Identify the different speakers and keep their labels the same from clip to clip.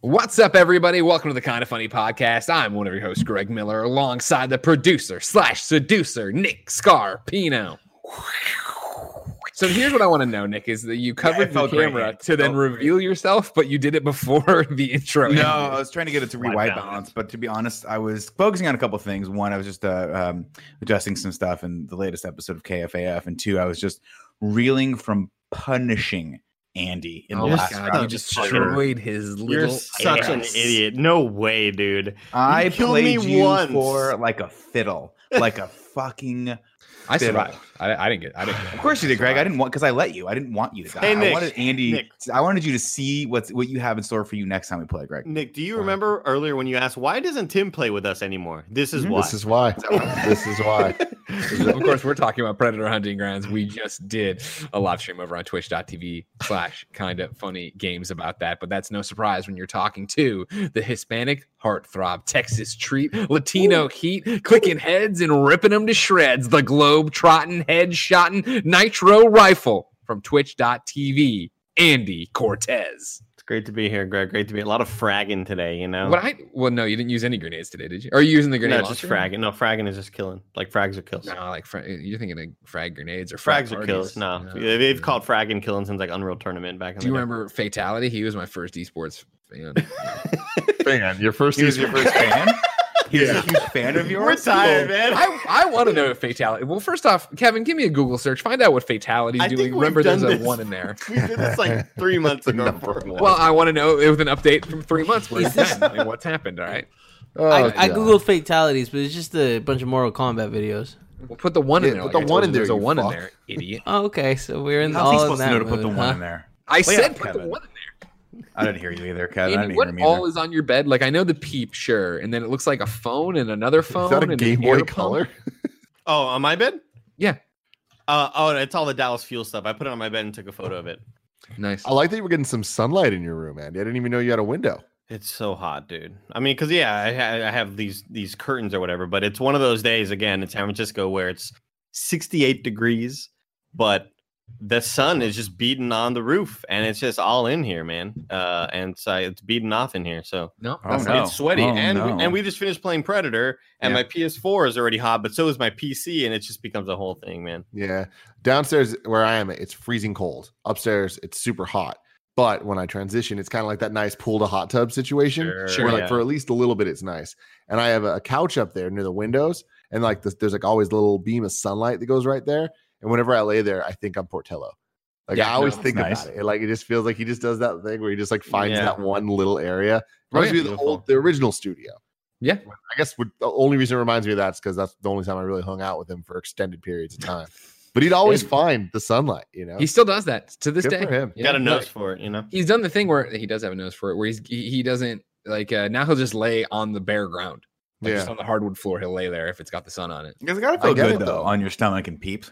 Speaker 1: What's up, everybody? Welcome to the Kind of Funny podcast. I'm one of your hosts, Greg Miller, alongside the producer slash seducer, Nick Scarpino. So here's what I want to know, Nick, is that you
Speaker 2: Yeah, it
Speaker 1: covered the
Speaker 2: felt great,
Speaker 1: camera
Speaker 2: man.
Speaker 1: to then
Speaker 2: Felt
Speaker 1: reveal yourself, but you did it before the intro.
Speaker 2: No,
Speaker 1: ended.
Speaker 2: I was trying to get it to
Speaker 1: Why
Speaker 2: rewind
Speaker 1: balance?
Speaker 2: balance, but to be honest, I was focusing on a couple things. One, I was just uh, um, adjusting some stuff in the latest episode of KFAF, and two, I was just reeling from punishing Andy in
Speaker 1: oh
Speaker 2: the
Speaker 1: my
Speaker 2: last
Speaker 1: god, you
Speaker 2: round.
Speaker 1: destroyed his little.
Speaker 3: You're such an
Speaker 1: ass.
Speaker 3: idiot. No way, dude.
Speaker 2: I
Speaker 3: You killed
Speaker 2: played
Speaker 3: me
Speaker 2: you
Speaker 3: once.
Speaker 2: for like a fiddle, like a fucking.
Speaker 1: I survived. I, I didn't get. I didn't.
Speaker 2: Of course you did, Greg. I didn't want because I let you. I didn't want you to die.
Speaker 3: Hey,
Speaker 2: I
Speaker 3: Nick.
Speaker 2: wanted Andy.
Speaker 3: Nick.
Speaker 2: I wanted you to see what's what you have in store for you next time we play, Greg.
Speaker 3: Nick, do you
Speaker 4: Wow.
Speaker 3: remember earlier when you asked why doesn't Tim play with us anymore? This is
Speaker 2: Mhm.
Speaker 3: why.
Speaker 4: This is why. this is why.
Speaker 1: of course, we're talking about predator hunting grounds. We just did a live stream over on twitch.tv slash kind of funny games about that. But that's no surprise when you're talking to the Hispanic heartthrob, Texas treat, Latino heat, clicking heads and ripping them to shreds. The globe trotting, head shotting, nitro rifle from twitch.tv, Andy Cortez.
Speaker 3: it's great to be here, Greg. Great to be. A lot of fragging today, you know.
Speaker 1: What I well, no, you didn't use any grenades today, did you? Are you using the grenade?
Speaker 3: no, it's just
Speaker 1: launcher?
Speaker 3: fragging. No, fragging is just killing. Like frags are kills.
Speaker 1: No, like fra- you're thinking of frag grenades or frag
Speaker 3: Frags are kills.
Speaker 1: parties.
Speaker 3: No,
Speaker 1: Yeah.
Speaker 3: They- they've called fragging killing since like Unreal Tournament back in
Speaker 1: Do you
Speaker 3: the
Speaker 1: remember Fatality? He was my first esports fan.
Speaker 4: Man, your first
Speaker 2: He was your first fan. He was
Speaker 4: Yeah.
Speaker 2: a huge fan of
Speaker 3: day.
Speaker 2: yours.
Speaker 3: We're tired,
Speaker 2: Cool.
Speaker 3: man.
Speaker 1: I, I want to know if Fatality. Well, first off, Kevin, give me a Google search. Find out what Fatality's
Speaker 3: I think
Speaker 1: doing.
Speaker 3: we've
Speaker 1: Remember, there's
Speaker 3: done
Speaker 1: a
Speaker 3: this.
Speaker 1: one in there.
Speaker 3: we did this like three months ago.
Speaker 4: Number
Speaker 3: before-
Speaker 1: Well, I want to know with an update from three months where it's been and what's happened. All right,
Speaker 4: Oh,
Speaker 5: I, I
Speaker 4: God.
Speaker 5: googled fatalities, but it's just a bunch of Mortal Kombat videos.
Speaker 1: we'll put the one in there.
Speaker 4: Yeah, put
Speaker 1: like
Speaker 4: the
Speaker 1: I told
Speaker 4: one
Speaker 1: you,
Speaker 4: in there,
Speaker 1: There's a
Speaker 4: you
Speaker 1: one in
Speaker 4: fuck.
Speaker 1: there, idiot.
Speaker 5: Oh, okay, so we're in
Speaker 2: How's he
Speaker 3: Oh,
Speaker 5: all in
Speaker 2: supposed to
Speaker 5: that
Speaker 2: know to put the
Speaker 5: mood,
Speaker 2: one
Speaker 5: huh?
Speaker 2: in there?
Speaker 1: I said
Speaker 2: up,
Speaker 1: put the
Speaker 2: Kevin.
Speaker 1: one in there.
Speaker 2: I didn't hear you either, Kevin. I
Speaker 1: Andy,
Speaker 2: didn't
Speaker 1: what
Speaker 2: hear me
Speaker 1: all
Speaker 2: either.
Speaker 1: is on your bed? Like I know the peep, sure, and then it looks like a phone and another phone.
Speaker 4: Is that a
Speaker 1: and
Speaker 4: Game
Speaker 1: an
Speaker 4: Boy
Speaker 1: earphone.
Speaker 4: Color?
Speaker 3: oh, on my bed?
Speaker 1: Yeah.
Speaker 3: Uh, oh, and it's all the Dallas Fuel stuff. I put it on my bed and took a photo of it.
Speaker 1: Nice.
Speaker 4: I like that you were getting some sunlight in your room, Andy. I didn't even know you had a window.
Speaker 3: It's so hot, dude. I mean, because yeah, I, ha- I have these these curtains or whatever, but it's one of those days again in San Francisco where it's 68 degrees, but the sun is just beating on the roof, and it's just all in here, man. Uh, and so it's beating off in here, so
Speaker 1: no,
Speaker 2: Oh,
Speaker 1: that's
Speaker 2: no.
Speaker 3: it's sweaty.
Speaker 2: Oh,
Speaker 3: and
Speaker 2: no.
Speaker 3: we, and we just finished playing Predator, and
Speaker 2: Yeah.
Speaker 3: my PS4 is already hot, but so is my PC, and it just becomes a whole thing, man.
Speaker 4: Yeah. Downstairs where I am, it's freezing cold. Upstairs, it's super hot. But when I transition, it's kind of like that nice pool to hot tub situation.
Speaker 1: Sure,
Speaker 4: where like
Speaker 3: yeah.
Speaker 4: for at least a little bit it's nice. And I have a couch up there near the windows, and like this, there's like always a little beam of sunlight that goes right there. And whenever I lay there, I think I'm Portillo. Like
Speaker 1: Yeah,
Speaker 4: I
Speaker 1: no,
Speaker 4: always
Speaker 1: that's
Speaker 4: think
Speaker 2: nice.
Speaker 4: about it. Like it just feels like he just does that thing where he just like finds
Speaker 3: Yeah.
Speaker 4: that one little area.
Speaker 1: Oh, yeah.
Speaker 4: Reminds me of the
Speaker 3: Beautiful.
Speaker 4: old, the original studio.
Speaker 1: Yeah.
Speaker 4: I guess would, the only reason it reminds me of that is because that's the only time I really hung out with him for extended periods of time. But he'd always
Speaker 1: Hey.
Speaker 4: find the sunlight, you know.
Speaker 1: He still does that to this
Speaker 4: Good
Speaker 1: day.
Speaker 4: for him.
Speaker 1: You
Speaker 3: Got a
Speaker 1: know?
Speaker 3: nose for it, you know.
Speaker 1: he's done the thing where he does have a nose for it, where he's he, he doesn't like uh, now he'll just lay on the bare ground, like
Speaker 4: yeah,
Speaker 1: just on the hardwood floor. He'll lay there if it's got the sun on it.
Speaker 2: Because it gotta
Speaker 4: I
Speaker 2: feel
Speaker 4: get
Speaker 2: good
Speaker 4: it,
Speaker 2: though,
Speaker 4: though.
Speaker 2: on your stomach and peeps.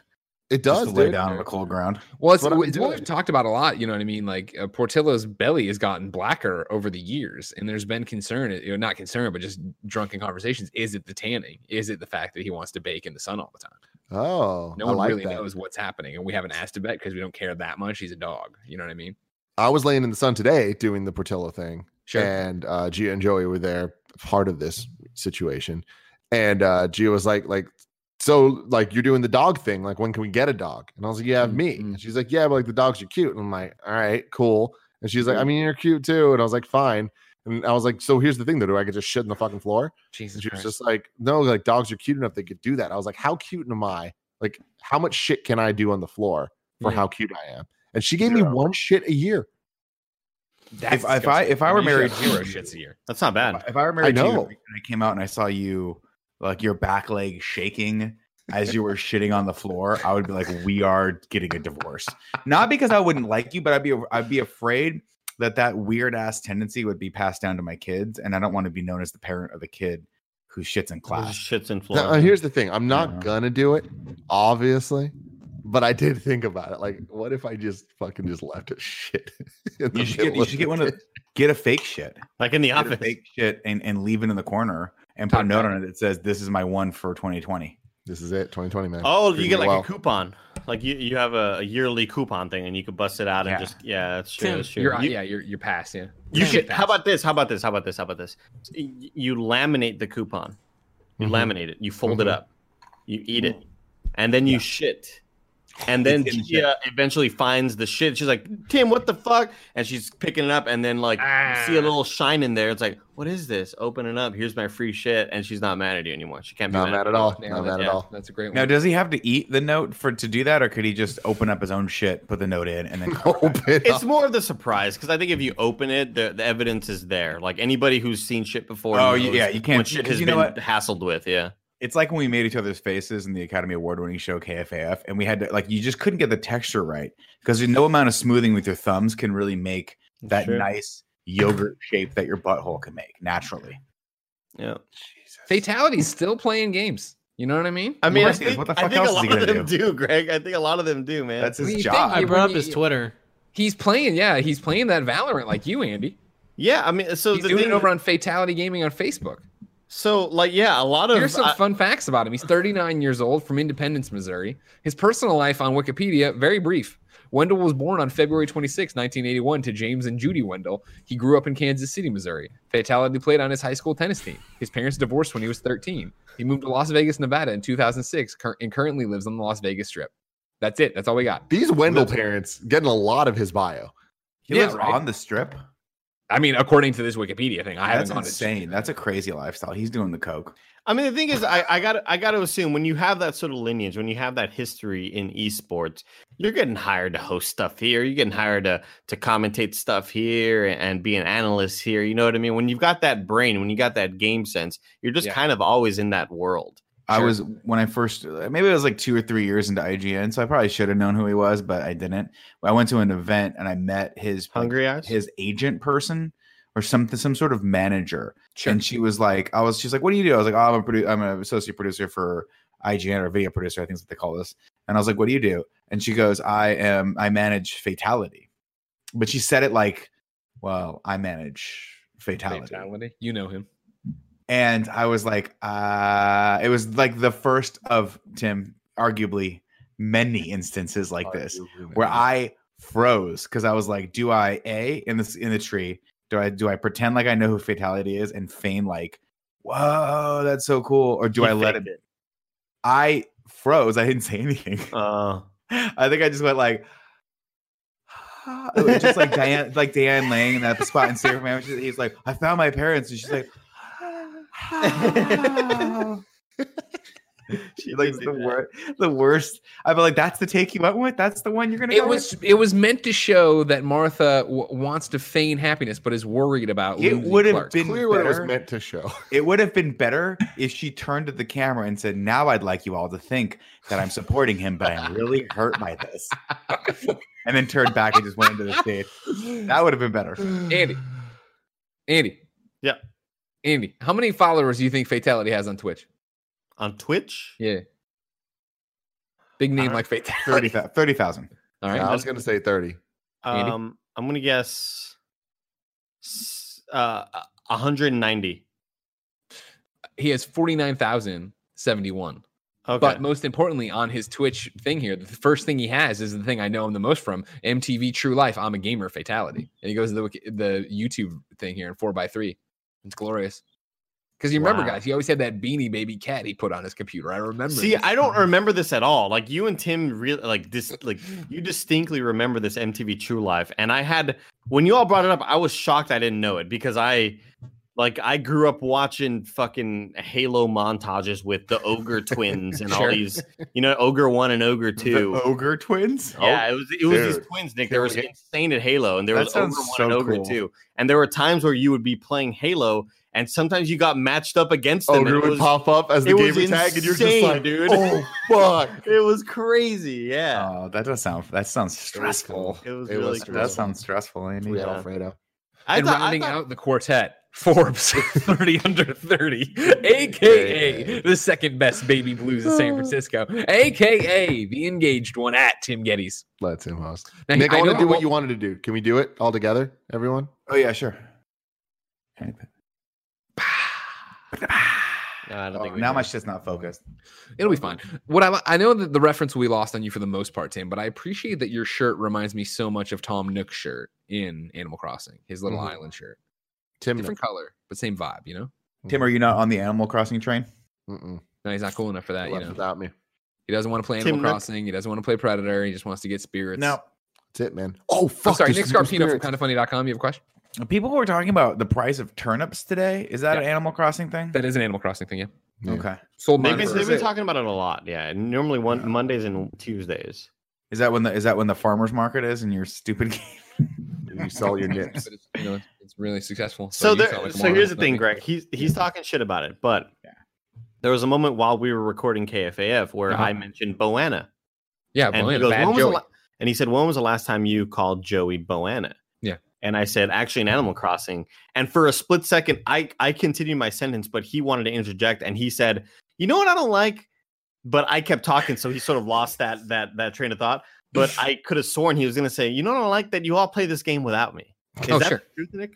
Speaker 4: it
Speaker 2: Just
Speaker 4: does.
Speaker 2: to lay
Speaker 4: dude.
Speaker 2: down on the cold ground.
Speaker 1: Well, it's
Speaker 4: That's
Speaker 1: what,
Speaker 4: what I've been
Speaker 1: it's what we've
Speaker 4: doing.
Speaker 1: talked about a lot. You know what I mean? Like uh, Portillo's belly has gotten blacker over the years, and there's been concern, you know, not concern, but just drunken conversations. Is it the tanning? Is it the fact that he wants to bake in the sun all the time?
Speaker 4: Oh,
Speaker 1: No
Speaker 4: I
Speaker 1: one
Speaker 4: like
Speaker 1: really
Speaker 4: that.
Speaker 1: knows what's happening, and we haven't asked to bet because we don't care that much. He's a dog. You know what I mean?
Speaker 4: I was laying in the sun today doing the Portillo thing,
Speaker 1: Sure.
Speaker 4: and uh, Gia and Joey were there, part of this situation. And uh, Gia was like, like, so like you're doing the dog thing. Like, when can we get a dog? And I was like, yeah,
Speaker 1: Mm,
Speaker 4: me.
Speaker 1: mm.
Speaker 4: And she's like, yeah, but like the dogs are cute. And I'm like, all right, cool. And she's like, I mean, you're cute too. And I was like, fine. And I was like, so here's the thing though, do I get just shit on the fucking floor? And
Speaker 1: Jesus
Speaker 4: she was
Speaker 1: Christ.
Speaker 4: just like, no, like dogs are cute enough they could do that. I was like, how cute am I? Like, how much shit can I do on the floor for
Speaker 1: Yeah.
Speaker 4: how cute I am? And she gave me one shit a year.
Speaker 1: That's
Speaker 2: if I- if I-
Speaker 1: disgusting.
Speaker 2: if I were
Speaker 1: You should
Speaker 2: married
Speaker 1: have
Speaker 2: to
Speaker 1: zero
Speaker 2: you-
Speaker 1: shits a year.
Speaker 3: That's not bad.
Speaker 2: If I remember, I
Speaker 4: know.
Speaker 2: and I came out and I saw you, like your back leg shaking as you were shitting on the floor. I would be like, "We are getting a divorce." Not because I wouldn't like you, but I'd be I'd be afraid that that weird ass tendency would be passed down to my kids, and I don't want to be known as the parent of the kid who shits in
Speaker 3: Those
Speaker 2: class.
Speaker 3: Shit's in
Speaker 4: Now,
Speaker 3: Florida.
Speaker 4: uh, here's the thing. I'm not
Speaker 2: Yeah.
Speaker 4: gonna do it, obviously, but I did think about it. Like, what if I just fucking just left it shit? in the
Speaker 2: You should get,
Speaker 4: middle
Speaker 2: you should get one of
Speaker 4: the-
Speaker 2: get a fake shit.
Speaker 3: like in the
Speaker 2: Get a
Speaker 3: office.
Speaker 2: fake shit and, and leave it in the corner and put a
Speaker 1: Talk
Speaker 2: note
Speaker 1: about
Speaker 2: on it that says this is my one for 2020.
Speaker 4: This is it, 2020, man.
Speaker 3: Oh,
Speaker 4: Took
Speaker 3: you
Speaker 4: me
Speaker 3: get
Speaker 4: a
Speaker 3: like
Speaker 4: while.
Speaker 3: a coupon. Like you, you have a, a yearly coupon thing, and you could bust it out
Speaker 2: Yeah.
Speaker 3: and just yeah, that's true.
Speaker 5: Tim,
Speaker 3: That's true.
Speaker 1: You're,
Speaker 3: You-
Speaker 1: yeah, you're, you're past. Yeah.
Speaker 3: You
Speaker 1: Yeah.
Speaker 3: should. How about this? How about this? How about this? How about this? So y- You laminate the coupon. You
Speaker 4: Mhm.
Speaker 3: laminate it. You fold it
Speaker 4: Mhm.
Speaker 3: up. You eat it, and then you shit. And then
Speaker 2: Tim shit.
Speaker 3: Gia eventually finds the shit. She's like, "Tim, what the fuck?" And she's picking it up, and then like you see a
Speaker 1: Ah.
Speaker 3: little shine in there. It's like, "What is this?" Open it up. Here's my free shit, and she's not mad at you anymore. She can't be
Speaker 4: Not
Speaker 3: mad.
Speaker 4: mad at all.
Speaker 1: Yeah,
Speaker 4: Not mad at
Speaker 3: yeah.
Speaker 4: all.
Speaker 1: That's a great
Speaker 2: Now,
Speaker 1: one.
Speaker 2: does he have to eat the note for to do that, or could he just open up his own shit, put the note in, and then cover it?
Speaker 4: Open
Speaker 3: It's
Speaker 4: up.
Speaker 3: more of the surprise because I think if you open it, the, the evidence is there. Like anybody who's seen shit before.
Speaker 2: Oh, you-
Speaker 3: knows
Speaker 2: yeah, you
Speaker 3: what
Speaker 2: can't-
Speaker 3: shit
Speaker 2: 'cause
Speaker 3: has
Speaker 2: you know
Speaker 3: been
Speaker 2: what?
Speaker 3: hassled with. Yeah.
Speaker 2: It's like when we made each other's faces in the Academy Award winning show KFAF, and we had to like you just couldn't get the texture right because no amount of smoothing with your thumbs can really make that
Speaker 3: Sure.
Speaker 2: nice yogurt shape that your butthole can make naturally.
Speaker 3: Yeah.
Speaker 1: Fatality's still playing games. You know what I mean?
Speaker 3: I mean, I
Speaker 2: Right,
Speaker 3: think,
Speaker 2: what the
Speaker 3: I
Speaker 2: fuck
Speaker 3: think
Speaker 2: else
Speaker 3: a
Speaker 2: is he
Speaker 3: lot of
Speaker 2: gonna
Speaker 3: them do? Greg. I think a lot of them do, man.
Speaker 2: That's
Speaker 1: What do
Speaker 2: his
Speaker 1: you
Speaker 2: job.
Speaker 5: I
Speaker 1: Yeah,
Speaker 5: brought
Speaker 1: when
Speaker 5: up his
Speaker 1: you-
Speaker 5: Twitter.
Speaker 1: He's playing. Yeah, he's playing that Valorant like you, Andy.
Speaker 3: yeah, I mean, so
Speaker 1: He's
Speaker 3: the
Speaker 1: doing
Speaker 3: thing,
Speaker 1: it over on Fatality Gaming on Facebook.
Speaker 3: so like, yeah, a lot of
Speaker 1: Here's some
Speaker 3: I-
Speaker 1: fun facts about him. He's 39 years old from Independence, Missouri. His personal life on Wikipedia, very brief. Wendell was born on February 26, 1981, to James and Judy Wendell. He grew up in Kansas City, Missouri. Fatality played on his high school tennis team. His parents divorced when he was 13. He moved to Las Vegas, Nevada in 2006 cur- and currently lives on the Las Vegas Strip. That's it. That's all we got.
Speaker 4: These Wendell parents getting a lot of his bio.
Speaker 2: He
Speaker 1: Yeah,
Speaker 2: lives
Speaker 1: right.
Speaker 2: on the strip.
Speaker 1: I mean, according to this Wikipedia thing, I
Speaker 2: That's
Speaker 1: haven't gone to-
Speaker 2: insane. That's a crazy lifestyle. He's doing the coke.
Speaker 3: I mean, the thing is, I, I got I got to assume when you have that sort of lineage, when you have that history in esports, you're getting hired to host stuff here. You're getting hired to to commentate stuff here and be an analyst here. You know what I mean? When you've got that brain, when you got that game sense, you're just
Speaker 1: Yeah.
Speaker 3: kind of always in that world.
Speaker 2: I
Speaker 1: Sure.
Speaker 2: was when I first maybe it was like two or three years into IGN, so I probably should have known who he was, but I didn't. I went to an event and I met his like,
Speaker 3: Hungry eyes.
Speaker 2: his agent person or something, some sort of manager,
Speaker 1: Sure.
Speaker 2: and she was like, "I was," she's like, "What do you do?" I was like, "Oh, I'm a produ- I'm an associate producer for IGN or video producer, I think is what they call this." And I was like, "What do you do?" And she goes, "I am I manage fatality," but she said it like, "Well, I manage fatality."
Speaker 1: Fatality. You know him.
Speaker 2: and I was like, uh, it was like the first of Tim, arguably many instances like this where I froze because I was like, do I a in this in the tree? Do I do I pretend like I know who Fatality is and feign like, whoa, that's so cool, or do
Speaker 3: He
Speaker 2: I let it?
Speaker 3: faked
Speaker 2: I froze. I didn't say anything.
Speaker 3: Uh,
Speaker 2: I think I just went like. It was just like Diane, like Diane Lang in that spot in Superman. She- He's like, I found my parents, and she's like, she like the,
Speaker 3: did do that.
Speaker 2: wor- the worst. I feel like that's the take you went with. That's the one you're gonna.
Speaker 1: it
Speaker 2: go with?
Speaker 1: was it was meant to show that Martha w- wants to feign happiness, but is worried about
Speaker 2: It
Speaker 1: losing
Speaker 2: would have
Speaker 1: Clark.
Speaker 2: been
Speaker 4: Clear what it was
Speaker 2: better-
Speaker 4: meant to show.
Speaker 2: It would have been better if she turned to the camera and said, "Now I'd like you all to think that I'm supporting him, but I'm really hurt by this." and then turned back and just went into the stage. That would have been better.
Speaker 1: Andy, Andy,
Speaker 3: Yeah.
Speaker 1: Andy. How many followers do you think Fatality has on Twitch?
Speaker 3: on Twitch,
Speaker 1: Yeah, big
Speaker 3: I
Speaker 1: name
Speaker 2: Uh,
Speaker 3: don't-
Speaker 1: like Fatality.
Speaker 2: 30,000. 30,000.
Speaker 1: All
Speaker 4: Yeah,
Speaker 1: right,
Speaker 4: I was gonna say thirty.
Speaker 1: Andy?
Speaker 3: um, I'm gonna guess s- uh, 190.
Speaker 1: he has forty nine thousand seventy one.
Speaker 3: Okay.
Speaker 1: But most importantly, on his Twitch thing here, the first thing he has is the thing I know him the most from MTV True Life. I'm a gamer fatality, and he goes to the wiki- the YouTube thing here in four x three. It's glorious because you remember,
Speaker 3: Wow.
Speaker 1: guys, he always had that beanie baby cat he put on his computer. I remember.
Speaker 3: See,
Speaker 1: this.
Speaker 3: I don't remember this at all. Like you and Tim, really like this, like you distinctly remember this MTV True Life, and I had when you all brought it up, I was shocked I didn't know it because I, like, I grew up watching fucking Halo montages with the Ogre twins and
Speaker 1: Sure.
Speaker 3: all these, you know, Ogre one and Ogre two.
Speaker 2: The ogre twins.
Speaker 3: yeah, it was it was these
Speaker 4: dude.
Speaker 3: twins, Nick.
Speaker 4: Can
Speaker 3: They
Speaker 4: we
Speaker 3: were
Speaker 4: get-
Speaker 3: insane at Halo, and there
Speaker 2: That
Speaker 3: was Ogre
Speaker 2: sounds
Speaker 3: one
Speaker 2: so
Speaker 3: and Ogre
Speaker 2: cool.
Speaker 3: two, and there were times where you would be playing Halo, and sometimes you got matched up against them. and
Speaker 4: Ogre
Speaker 3: it
Speaker 4: would
Speaker 3: was-
Speaker 4: Oh, pop up as the
Speaker 3: it was
Speaker 4: gamer tag, and you're just
Speaker 3: insane,
Speaker 4: like,
Speaker 3: dude.
Speaker 4: "Oh fuck!"
Speaker 3: it was crazy. Yeah.
Speaker 2: Oh, that does sound that sounds stressful.
Speaker 3: It was
Speaker 4: It
Speaker 3: really
Speaker 4: was
Speaker 3: cool.
Speaker 2: That sounds stressful, Andy.
Speaker 4: We had
Speaker 3: Yeah.
Speaker 4: Alfredo.
Speaker 3: I
Speaker 1: and
Speaker 3: thought,
Speaker 1: rounding
Speaker 3: I thought,
Speaker 1: out the quartet, Forbes 30 under 30, aka the second best baby blues in
Speaker 3: Oh.
Speaker 1: San Francisco, aka the engaged one at Tim Getty's.
Speaker 4: Let's him host.
Speaker 1: Now,
Speaker 4: Nick, I, want
Speaker 1: know
Speaker 4: to do what
Speaker 1: won't-
Speaker 4: you wanted to do. Can we do it all together,
Speaker 3: Oh,
Speaker 4: everyone?
Speaker 2: Oh yeah, sure.
Speaker 3: I don't
Speaker 4: Oh,
Speaker 3: think we
Speaker 2: Now
Speaker 3: can.
Speaker 2: my shit's not focused.
Speaker 1: It'll be fine. What I I know that the reference we lost on you for the most part, Tim, but I appreciate that your shirt reminds me so much of Tom Nook's shirt in Animal Crossing, his little
Speaker 4: Mhm.
Speaker 1: island shirt.
Speaker 4: Tim,
Speaker 1: Different color, but same vibe, you know?
Speaker 2: Tim, are you not on the Animal Crossing train?
Speaker 4: Mm-mm.
Speaker 1: No, he's not cool enough for that, you
Speaker 4: left
Speaker 1: know.
Speaker 4: without me.
Speaker 1: He doesn't want to play
Speaker 3: Tim
Speaker 1: Animal
Speaker 3: Nook.
Speaker 1: Crossing. He doesn't want to play Predator. He just wants to get spirits.
Speaker 2: No.
Speaker 4: That's it, man. Oh,
Speaker 1: I'm
Speaker 4: fuck.
Speaker 1: sorry, Nick
Speaker 4: there's some
Speaker 1: Scarpino from
Speaker 4: spirits.
Speaker 1: kindoffunny.com. You have a question?
Speaker 2: People were talking about the price of turnips today. Is that
Speaker 1: Yeah.
Speaker 2: an Animal Crossing thing?
Speaker 1: That is an Animal Crossing thing, yeah.
Speaker 4: Yeah.
Speaker 2: Okay.
Speaker 1: Sold
Speaker 3: They've
Speaker 1: mine
Speaker 3: been,
Speaker 1: for-
Speaker 3: they've been talking about it a lot. Yeah, and normally one Mondays and Tuesdays.
Speaker 2: Is that when the is that when the farmers market is in your stupid game?
Speaker 4: You sell your nips.
Speaker 1: But it's, you know, it's really successful.
Speaker 3: So,
Speaker 1: you
Speaker 3: there,
Speaker 1: sound like a
Speaker 3: so
Speaker 1: moron.
Speaker 3: here's the
Speaker 1: It's
Speaker 3: thing,
Speaker 1: nothing.
Speaker 3: Greg. He's he's talking shit about it, but there was a moment while we were recording KFAF where
Speaker 1: Uh-huh.
Speaker 3: I mentioned Boanna,
Speaker 1: Yeah,
Speaker 3: and
Speaker 1: Boanna,
Speaker 3: he goes,
Speaker 1: bad
Speaker 3: "When was the
Speaker 1: Joey."
Speaker 3: la-" and he said, "When was the last time you called Joey Boanna?"
Speaker 1: Yeah.
Speaker 3: and I said, "Actually, in Animal Crossing." And for a split second, I I continued my sentence, but he wanted to interject, and he said, "You know what I don't like." But I kept talking, so he sort of lost that that that train of thought. But I could have sworn he was going to say, "You know what I don't like that you all play this game without me." Is
Speaker 1: Oh,
Speaker 3: that
Speaker 1: sure.
Speaker 3: the truth, Nick?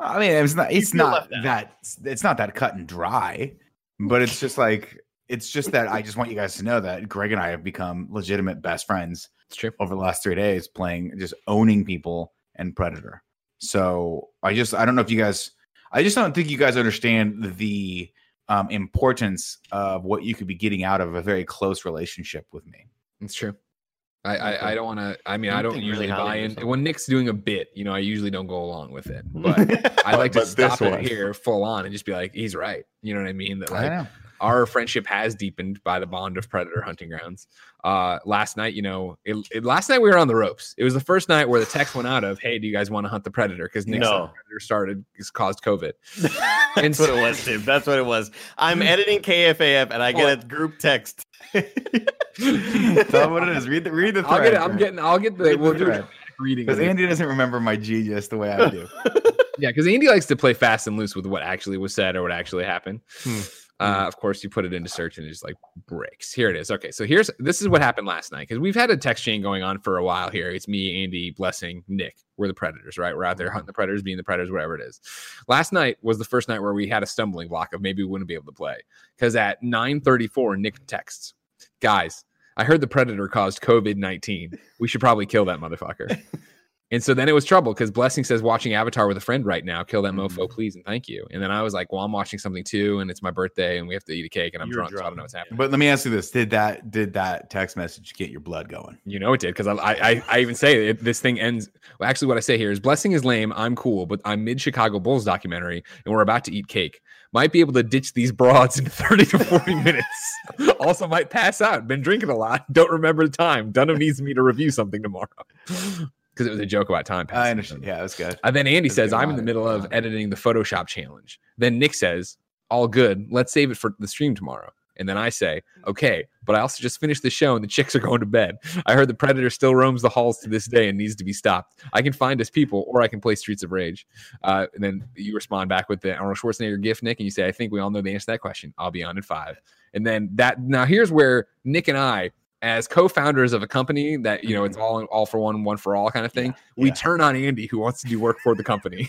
Speaker 2: I mean, it's not it's
Speaker 3: feel
Speaker 2: not
Speaker 3: left out.
Speaker 2: that it's not that cut and dry, but it's just like it's just that I just want you guys to know that Greg and I have become legitimate best friends
Speaker 1: It's true.
Speaker 2: over the last three days playing just owning people and Predator. So I just I don't know if you guys I just don't think you guys understand the um, importance of what you could be getting out of a very close relationship with me.
Speaker 1: It's true. I, I, I don't want to. I mean,
Speaker 3: You
Speaker 1: I don't
Speaker 3: think
Speaker 1: usually
Speaker 3: really
Speaker 1: buy
Speaker 3: highly of
Speaker 1: in.
Speaker 3: yourself.
Speaker 1: When Nick's doing a bit, you know, I usually don't go along with it. But I like to
Speaker 4: But this
Speaker 1: stop it
Speaker 4: one.
Speaker 1: here full on and just be like, he's right. You know what I mean? That
Speaker 2: I
Speaker 1: like
Speaker 2: know.
Speaker 1: our friendship has deepened by the bond of predator hunting grounds. Uh, last night, you know, it, it, last night we were on the ropes. It was the first night where the text went out of, "Hey, do you guys want to hunt the predator?" Because Nick's
Speaker 3: No.
Speaker 1: predator started caused COVID. And
Speaker 3: That's what it was, Tim. That's what it was. I'm editing KFAF and I get a group text.
Speaker 2: Tell me what it is. Read the read the
Speaker 1: I'll
Speaker 2: thread.
Speaker 1: get. it- I'm
Speaker 2: Greg.
Speaker 1: getting. I'll get the.
Speaker 2: Read the
Speaker 1: We'll do a
Speaker 2: thread.
Speaker 1: dramatic reading.
Speaker 2: Because
Speaker 1: of it.
Speaker 2: Andy doesn't remember my G just the way I do.
Speaker 1: Yeah, because Andy likes to play fast and loose with what actually was said or what actually happened.
Speaker 4: Hmm.
Speaker 1: Uh, of course, you put it into search and it just like breaks. Here it is. Okay, so here's this is what happened last night because we've had a text chain going on for a while here. It's me, Andy, Blessing, Nick. We're the predators, right? We're out there hunting the predators, being the predators, whatever it is. Last night was the first night where we had a stumbling block of maybe we wouldn't be able to play because at 9:34, Nick texts, guys. I heard the predator caused COVID 19. We should probably kill that motherfucker. And so then it was trouble because Blessing says watching Avatar with a friend right now. Kill that mofo, please, and thank you. And then I was like, well, I'm watching something too, and it's my birthday, and we have to eat a cake, and I'm
Speaker 3: You were
Speaker 1: drunk, so I don't know
Speaker 3: drunk,
Speaker 1: what's happening.
Speaker 2: But let me ask you this: Did that did that text message get your blood going?
Speaker 1: You know it did because I, I I- I even say it, this thing ends. Well, actually, what I say here is Blessing is lame. I'm cool, but I'm mid Chicago Bulls documentary, and we're about to eat cake. Might be able to ditch these broads in 30 to 40 minutes. also, might pass out. Been drinking a lot. Don't remember the time. Dunham needs me to review something tomorrow because it was a joke about time.
Speaker 2: I
Speaker 1: passing.
Speaker 2: understand. Yeah, that's good.
Speaker 1: And then Andy
Speaker 2: Just
Speaker 1: says,
Speaker 2: get
Speaker 1: I'm in
Speaker 2: on
Speaker 1: the
Speaker 2: it,
Speaker 1: middle
Speaker 2: get
Speaker 1: of
Speaker 2: on it."
Speaker 1: editing the Photoshop challenge. Then Nick says, All good. Let's save it for the stream tomorrow. And then I say,
Speaker 2: Mm-hmm.
Speaker 1: Okay, but I also just finished the show and the chicks are going to bed. I heard the predator still roams the halls to this day and needs to be stopped. I can find his people or I can play Streets of Rage. Uh, and then you respond back with the Arnold Schwarzenegger gift, Nick, and you say, I think we all know the answer to that question. I'll be on in five. And then that, now here's where Nick and I, as co-founders of a company that you know it's all all for one one for all kind of thing we
Speaker 2: Mm-hmm. yeah.
Speaker 1: turn on andy who wants to do work for the company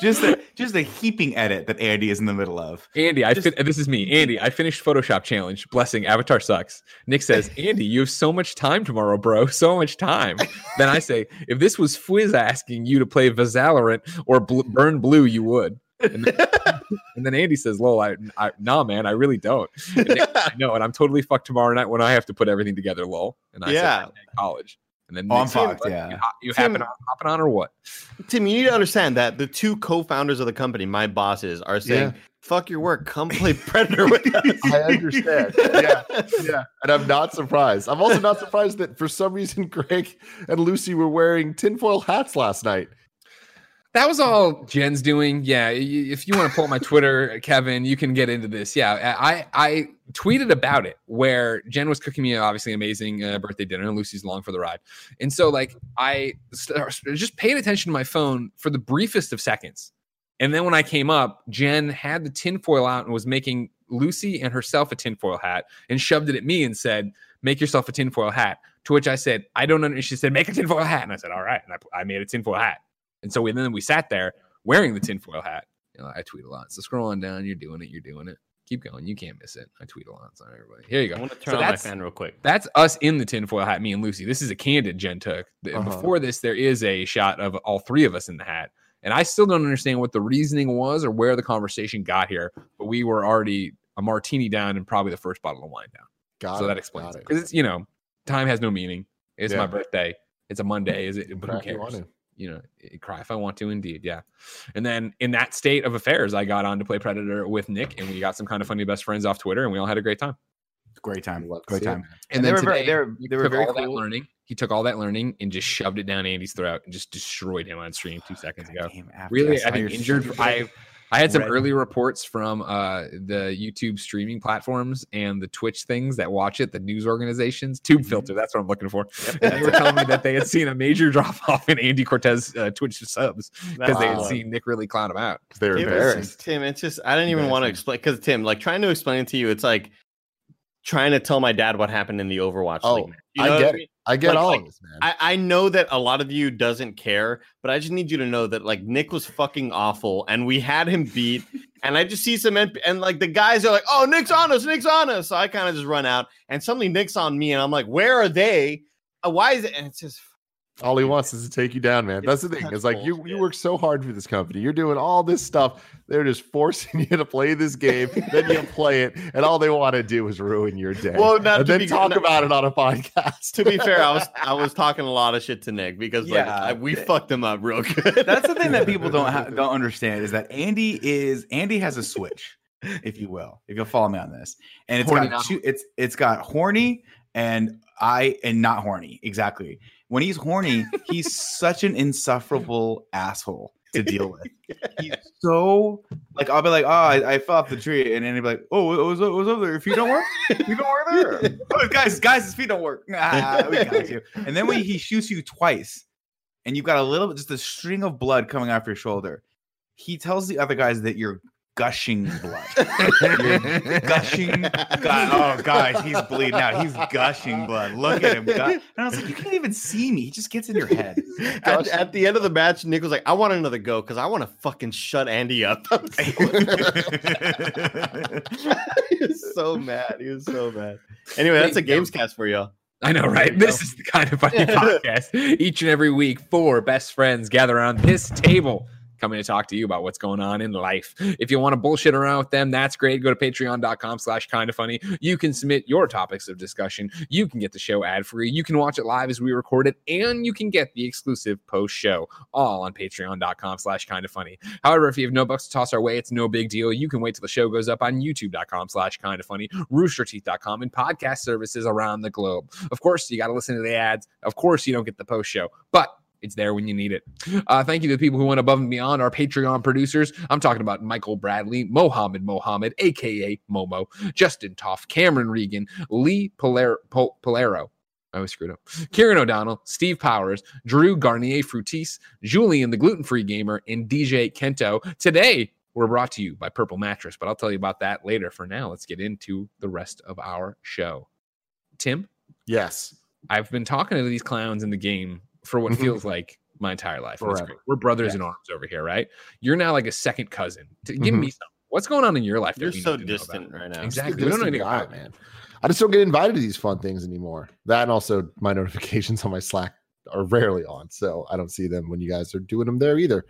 Speaker 2: Just a, just a heaping edit that Andy is in the middle of.
Speaker 1: andy i
Speaker 2: Just-
Speaker 1: fin- this is me andy i finished photoshop challenge blessing avatar sucks nick says andy you have so much time tomorrow bro so much time then i say if this was fizz asking you to play Vazalorant or Bl- burn blue you would and then, and then andy says lol I, I nah man i really don't and Nick, i know and i'm totally fucked tomorrow night when i have to put everything together lol and i said,
Speaker 3: Yeah.
Speaker 1: "Hashtag college and then
Speaker 2: Oh, I'm
Speaker 1: Nick said,
Speaker 2: fucked. Yeah.
Speaker 1: You, hop- you happen
Speaker 3: Tim-
Speaker 1: on hopping on or what?
Speaker 3: Tim, you need to understand that the two co-founders of the company, my bosses, are saying, "Fuck your work, come play Predator with us."
Speaker 4: I understand. Yeah. Yeah. And I'm not surprised. I'm also not surprised that for some reason Greg and Lucy were wearing tinfoil hats last night.
Speaker 1: That was all Jen's doing. Yeah, y- if you want to pull up my Twitter, Kevin, you can get into this. Yeah, I I tweeted about it where Jen was cooking me obviously an amazing uh, birthday dinner, and Lucy's along for the ride. And so like I st- just paid attention to my phone for the briefest of seconds, and then when I came up, Jen had the tinfoil out and was making Lucy and herself a tinfoil hat, and shoved it at me and said, "Make yourself a tinfoil hat." To which I said, "I don't understand." She said, "Make a tinfoil hat," and I said, "All right," and I, I made a tinfoil hat. And so we, then we sat there wearing the tinfoil hat. And I tweet a lot. So scroll on down. You're doing it. You're doing it. Keep going. You can't miss it. I tweet a lot. Sorry, everybody. Here you
Speaker 3: I
Speaker 1: go.
Speaker 3: want to
Speaker 1: So
Speaker 3: turn on my
Speaker 1: that's-
Speaker 3: fan real quick.
Speaker 1: That's us in the tinfoil hat, me and Lucy. This is a candid Jen took. The-
Speaker 4: Uh-huh.
Speaker 1: Before this, there is a shot of all three of us in the hat. And I still don't understand what the reasoning was or where the conversation got here, but we were already a martini down and probably the first bottle of wine down.
Speaker 4: Got
Speaker 1: so
Speaker 4: it,
Speaker 1: that explains
Speaker 4: got
Speaker 1: it. Because it's, you know, time has no meaning. It's
Speaker 4: Yeah.
Speaker 1: my birthday. It's a Monday. Is it? But
Speaker 4: Cry
Speaker 1: who
Speaker 4: if you want
Speaker 1: cares?
Speaker 4: to.
Speaker 1: you know, i- cry if I want to, indeed. Yeah. And then in that state of affairs, I got on to play Predator with Nick and we got some kind of funny best friends off Twitter and we all had a great time.
Speaker 2: Great time.
Speaker 4: Let's
Speaker 2: Great
Speaker 4: see it.
Speaker 2: time.
Speaker 1: And,
Speaker 2: they
Speaker 1: then
Speaker 2: were very-
Speaker 1: today,
Speaker 2: they were-
Speaker 1: he
Speaker 2: they were
Speaker 1: took
Speaker 2: very
Speaker 1: all that
Speaker 2: cool.
Speaker 1: learning. He took all that learning and just shoved it down Andy's throat and just destroyed him on stream two seconds ago.
Speaker 2: Goddamn, after
Speaker 1: Really,
Speaker 2: saw
Speaker 1: I
Speaker 2: your
Speaker 1: think injured.
Speaker 2: stupid-
Speaker 1: I I had some
Speaker 2: Red-
Speaker 1: early reports from uh, the YouTube streaming platforms and the Twitch things that watch it, the news organizations, Tube Filter. That's what I'm looking for. And they were telling me that they had seen a major drop off in Andy Cortez uh, Twitch subs because they had
Speaker 4: Wow.
Speaker 1: seen Nick really clown him out.
Speaker 4: They're
Speaker 3: It was
Speaker 4: embarrassed.
Speaker 3: just- Tim, it's just I didn't even want to explain because Tim, like trying to explain it to you, it's like trying to tell my dad what happened in the Overwatch.
Speaker 4: Oh,
Speaker 3: League. match. You
Speaker 4: I
Speaker 3: know what
Speaker 4: get
Speaker 3: mean?
Speaker 4: I get
Speaker 3: Like-
Speaker 4: all
Speaker 3: like,
Speaker 4: of this, man.
Speaker 3: I, I know that a lot of you doesn't care, but I just need you to know that like Nick was fucking awful and we had him beat. And I just see some NP- and like the guys are like, oh, Nick's on us, Nick's on us. So I kind of just run out and suddenly Nick's on me and I'm like, where are they? Uh, Why is it? And it's just
Speaker 4: all he wants is to take you down, man.
Speaker 3: It's
Speaker 4: That's the thing.
Speaker 3: such
Speaker 4: It's like you you
Speaker 3: bullshit.
Speaker 4: work so hard for this company. You're doing all this stuff. They're just forcing you to play this game. then you play it, and all they want to do is ruin your day.
Speaker 3: Well, not
Speaker 4: and
Speaker 3: to
Speaker 4: then
Speaker 3: be-
Speaker 4: talk
Speaker 3: not-
Speaker 4: about it on a podcast.
Speaker 3: to be fair, I was I was talking a lot of shit to Nick because like
Speaker 2: Yeah.
Speaker 3: I, we fucked him up real good.
Speaker 2: That's the thing that people don't ha- don't understand is that Andy is Andy has a switch, if you will, if you'll follow me on this. And it's
Speaker 1: Horny,
Speaker 2: got
Speaker 1: not-
Speaker 2: two, it's it's got horny and I and not horny exactly. When he's horny, he's such an insufferable asshole to deal with. He's so like I'll be like, oh, I, I fell off the tree, and then he'll be like, oh, what was, what was over there? Your feet don't work. You don't work there. Oh, guys, guys, his feet don't work. Ah, we got you. And then when he shoots you twice, and you've got a little bit, just a string of blood coming off your shoulder, he tells the other guys that you're gushing blood. You're gushing. God, oh, guys, he's bleeding out. He's gushing blood. Look at him. gu- And I was like, you can't even see me. He just gets in your head.
Speaker 3: at, at the end of the match, Nick was like, I want another go because I want to fucking shut Andy up. I was he was so mad. He was so mad. Anyway, that's a
Speaker 1: Wait, no.
Speaker 3: Gamescast for y'all.
Speaker 1: I know, right? This is the kind of funny podcast. Each and every week, four best friends gather around this table, coming to talk to you about what's going on in life. If you want to bullshit around with them, that's great. Go to patreon.com slash kind of funny. You can submit your topics of discussion. You can get the show ad free. You can watch it live as we record it, and you can get the exclusive post show all on patreon.com slash kind of funny. However, if you have no bucks to toss our way, it's no big deal. You can wait till the show goes up on youtube.com slash kind of funny, roosterteeth.com, and podcast services around the globe. Of course, you got to listen to the ads. Of course, you don't get the post show, but it's there when you need it. Uh, thank you to the people who went above and beyond our Patreon producers. I'm talking about Michael Bradley, Mohammed Mohammed, aka Momo, Justin Toff, Cameron Regan, Lee Polero. Pol- Polero. I always screwed up. Kieran O'Donnell, Steve Powers, Drew Garnier Frutis, Julian the Gluten Free Gamer, and DJ Kento. Today, we're brought to you by Purple Mattress, but I'll tell you about that later. For now, let's get into the rest of our show. Tim?
Speaker 4: yes.
Speaker 1: I've been talking to these clowns in the game for what feels like my entire life. and it's
Speaker 4: Mm-hmm. Forever.
Speaker 1: great. We're brothers in arms over here, right? You're now like a second cousin. T- Give
Speaker 4: Mhm.
Speaker 1: me something. What's going on in your life? that
Speaker 3: You're
Speaker 1: we
Speaker 3: so
Speaker 1: need to know about?
Speaker 3: distant right now.
Speaker 4: Just
Speaker 1: Exactly.
Speaker 4: a
Speaker 1: We don't know
Speaker 4: distant
Speaker 1: anything
Speaker 4: guy,
Speaker 1: about it.
Speaker 4: man. I just don't get invited to these fun things anymore. That and also my notifications on my Slack are rarely on, so I don't see them when you guys are doing them there either.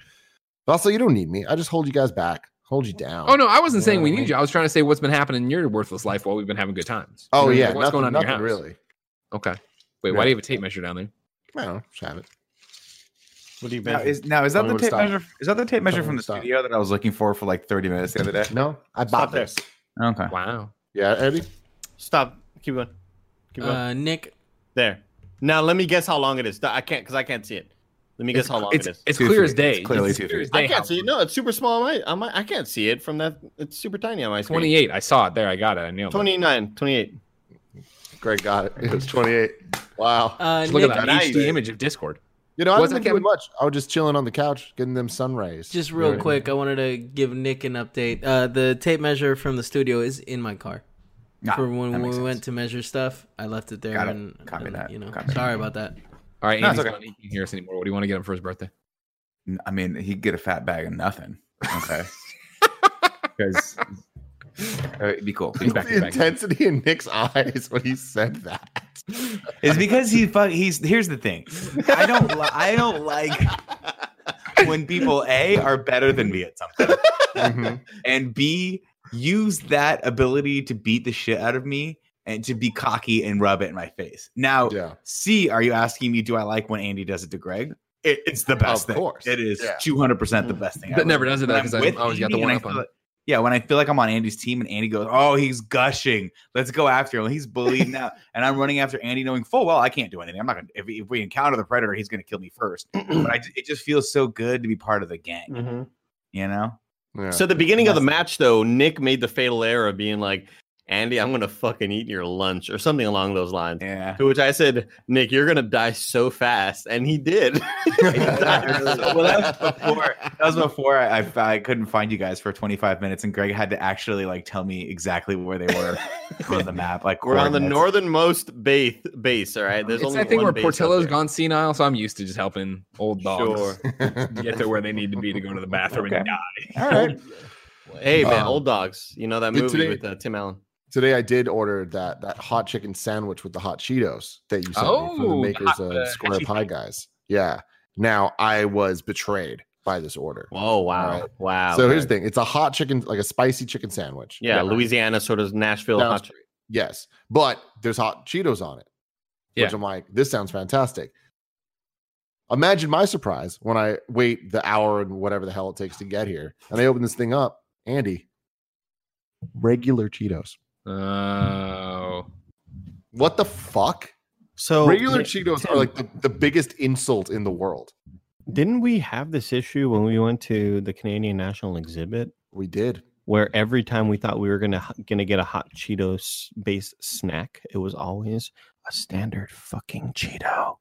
Speaker 4: But also, you don't need me. I just hold you guys back, hold you down.
Speaker 1: Oh no, I wasn't saying we
Speaker 4: Yeah.
Speaker 1: need you. I was trying to say what's been happening in your worthless life while we've been having good times.
Speaker 4: Oh
Speaker 1: You know,
Speaker 4: yeah,
Speaker 1: like, what's
Speaker 4: nothing,
Speaker 1: going on in
Speaker 4: nothing
Speaker 1: your house?
Speaker 4: really.
Speaker 1: Okay. Wait,
Speaker 4: Yeah.
Speaker 1: why do you have a tape measure down there?
Speaker 4: I don't know, just have it.
Speaker 3: What do you
Speaker 2: Now, is, now, is
Speaker 4: Tell
Speaker 2: that
Speaker 4: me
Speaker 2: the
Speaker 4: when to
Speaker 2: tape
Speaker 4: stop.
Speaker 2: measure? Is that the tape measure
Speaker 4: me when
Speaker 2: from
Speaker 4: to
Speaker 2: the
Speaker 4: stop.
Speaker 2: studio that I was looking for for like 30 minutes the other day?
Speaker 4: No, I bought
Speaker 3: Stop there.
Speaker 4: this.
Speaker 2: Okay.
Speaker 1: Wow.
Speaker 4: Yeah, Eddie.
Speaker 3: Stop. Keep going. Keep going.
Speaker 5: Uh, Nick,
Speaker 3: there. Now let me guess how long it is. No, I can't because I can't see it. Let me guess how long
Speaker 1: It's
Speaker 3: it is.
Speaker 1: it's
Speaker 2: Two
Speaker 1: clear
Speaker 2: feet.
Speaker 1: as day.
Speaker 2: It's clearly
Speaker 1: It's
Speaker 2: two
Speaker 1: clear
Speaker 2: feet.
Speaker 1: as day
Speaker 3: I
Speaker 1: how
Speaker 3: can't see it.
Speaker 1: long.
Speaker 3: No, it's super small. On my, on my, I can't see it from that. It's super tiny on my screen.
Speaker 1: 28. I saw it there. I got it. I nailed it.
Speaker 3: 29, 28.
Speaker 4: Greg got it. It was 28. Wow.
Speaker 5: uh,
Speaker 1: Just
Speaker 5: Nick,
Speaker 1: look at that
Speaker 3: Nice.
Speaker 1: HD image of Discord.
Speaker 4: You know, I
Speaker 1: Was
Speaker 4: wasn't
Speaker 1: that
Speaker 4: doing much. I was just chilling on the couch, getting them sun rays.
Speaker 5: just
Speaker 4: You know
Speaker 5: real
Speaker 4: what I
Speaker 5: quick, I wanted to give Nick an update. Uh, the tape measure from the studio is in my car.
Speaker 2: Nah,
Speaker 5: For when,
Speaker 2: that
Speaker 5: when we
Speaker 2: makes
Speaker 5: went
Speaker 2: sense.
Speaker 5: to measure stuff, I left it there.
Speaker 2: Got it.
Speaker 5: And,
Speaker 2: Copy
Speaker 5: and,
Speaker 2: that.
Speaker 5: You know,
Speaker 2: Copy that.
Speaker 5: sorry about that.
Speaker 1: All right,
Speaker 2: No,
Speaker 1: Andy's
Speaker 2: it's
Speaker 1: gone.
Speaker 2: okay.
Speaker 1: He can't hear us anymore. What do you want to get him for his birthday?
Speaker 2: I mean, he'd get a fat bag of nothing. Okay. because uh, it'd be cool.
Speaker 1: He's back,
Speaker 4: the
Speaker 1: he's back.
Speaker 4: intensity in Nick's eyes when he said that.
Speaker 2: It's because he fuck. He's here's the thing. I don't. Li- I don't like when people a are better than me at something,
Speaker 1: Mm-hmm.
Speaker 2: and b use that ability to beat the shit out of me and to be cocky and rub it in my face. Now,
Speaker 4: Yeah.
Speaker 2: C, are you asking me? Do I like when Andy does it to Greg? It, it's the best
Speaker 4: Of
Speaker 2: thing.
Speaker 4: course.
Speaker 2: It is
Speaker 4: Yeah.
Speaker 2: two hundred percent the best thing.
Speaker 1: That
Speaker 2: ever.
Speaker 1: Mm. never does it
Speaker 2: When
Speaker 1: though
Speaker 2: I'm
Speaker 1: because I
Speaker 2: with
Speaker 1: always got the
Speaker 2: Andy and
Speaker 1: one
Speaker 2: I
Speaker 1: up
Speaker 2: feel
Speaker 1: on.
Speaker 2: like- yeah, when I feel like I'm on Andy's team and Andy goes, "Oh, he's gushing. Let's go after him. He's bleeding out," and I'm running after Andy, knowing full well I can't do anything. I'm not gonna. If, if we encounter the predator, he's gonna kill me first. but I, it just feels so good to be part of the gang.
Speaker 3: Mm-hmm.
Speaker 2: You know?
Speaker 4: Yeah.
Speaker 3: So at the beginning of the match, though, Nick made the fatal error of being like, "Andy, I'm gonna fucking eat your lunch" or something along those lines.
Speaker 2: Yeah.
Speaker 3: To which I said, "Nick, you're gonna die so fast," and he did. He died so
Speaker 2: Well,
Speaker 3: fast.
Speaker 2: that was before. That was before I, I I couldn't find you guys for 25 minutes, and Greg had to actually like tell me exactly where they were on the map. Like
Speaker 3: We're on the
Speaker 2: coordinates.
Speaker 3: northernmost base. Base, all right. There's
Speaker 1: It's
Speaker 3: only
Speaker 1: that thing
Speaker 3: one
Speaker 1: where
Speaker 3: base up
Speaker 1: Portillo's
Speaker 3: there.
Speaker 1: gone senile, so I'm used to just helping old dogs
Speaker 3: Sure.
Speaker 1: get to where they need to be to go to the bathroom
Speaker 2: Okay.
Speaker 1: and die.
Speaker 4: All right.
Speaker 3: Hey man,
Speaker 4: Um,
Speaker 3: old dogs. You know that
Speaker 4: did
Speaker 3: movie
Speaker 4: today-
Speaker 3: with uh, Tim Allen.
Speaker 4: Today I did order that that hot chicken sandwich with the hot Cheetos that you sent me from the
Speaker 1: Oh,
Speaker 4: makers
Speaker 1: hot-
Speaker 4: of
Speaker 1: uh,
Speaker 4: Square
Speaker 1: cheese
Speaker 4: Pie Guys. Yeah. Now I was betrayed by this order.
Speaker 3: Whoa, wow,
Speaker 4: Alright.
Speaker 3: wow.
Speaker 4: so here's the thing: it's a hot chicken, like a spicy chicken sandwich.
Speaker 3: yeah, Louisiana, sort of Nashville.
Speaker 4: Down
Speaker 3: hot-
Speaker 4: street. Yes, but there's hot Cheetos on it,
Speaker 1: Yeah.
Speaker 4: which I'm like, this sounds fantastic. Imagine my surprise when I wait the hour and whatever the hell it takes to get here, and I open this thing up, Andy, regular Cheetos.
Speaker 1: Oh,
Speaker 4: What the fuck?
Speaker 5: Oh,
Speaker 3: So
Speaker 4: regular
Speaker 3: Nick,
Speaker 4: Cheetos
Speaker 3: Tim.
Speaker 4: are like the, the biggest insult in the world.
Speaker 3: Didn't we have this issue when we went to the Canadian National Exhibit,
Speaker 4: We did.
Speaker 3: where every time we thought we were gonna gonna get a hot Cheetos based snack, it was always a standard fucking Cheeto.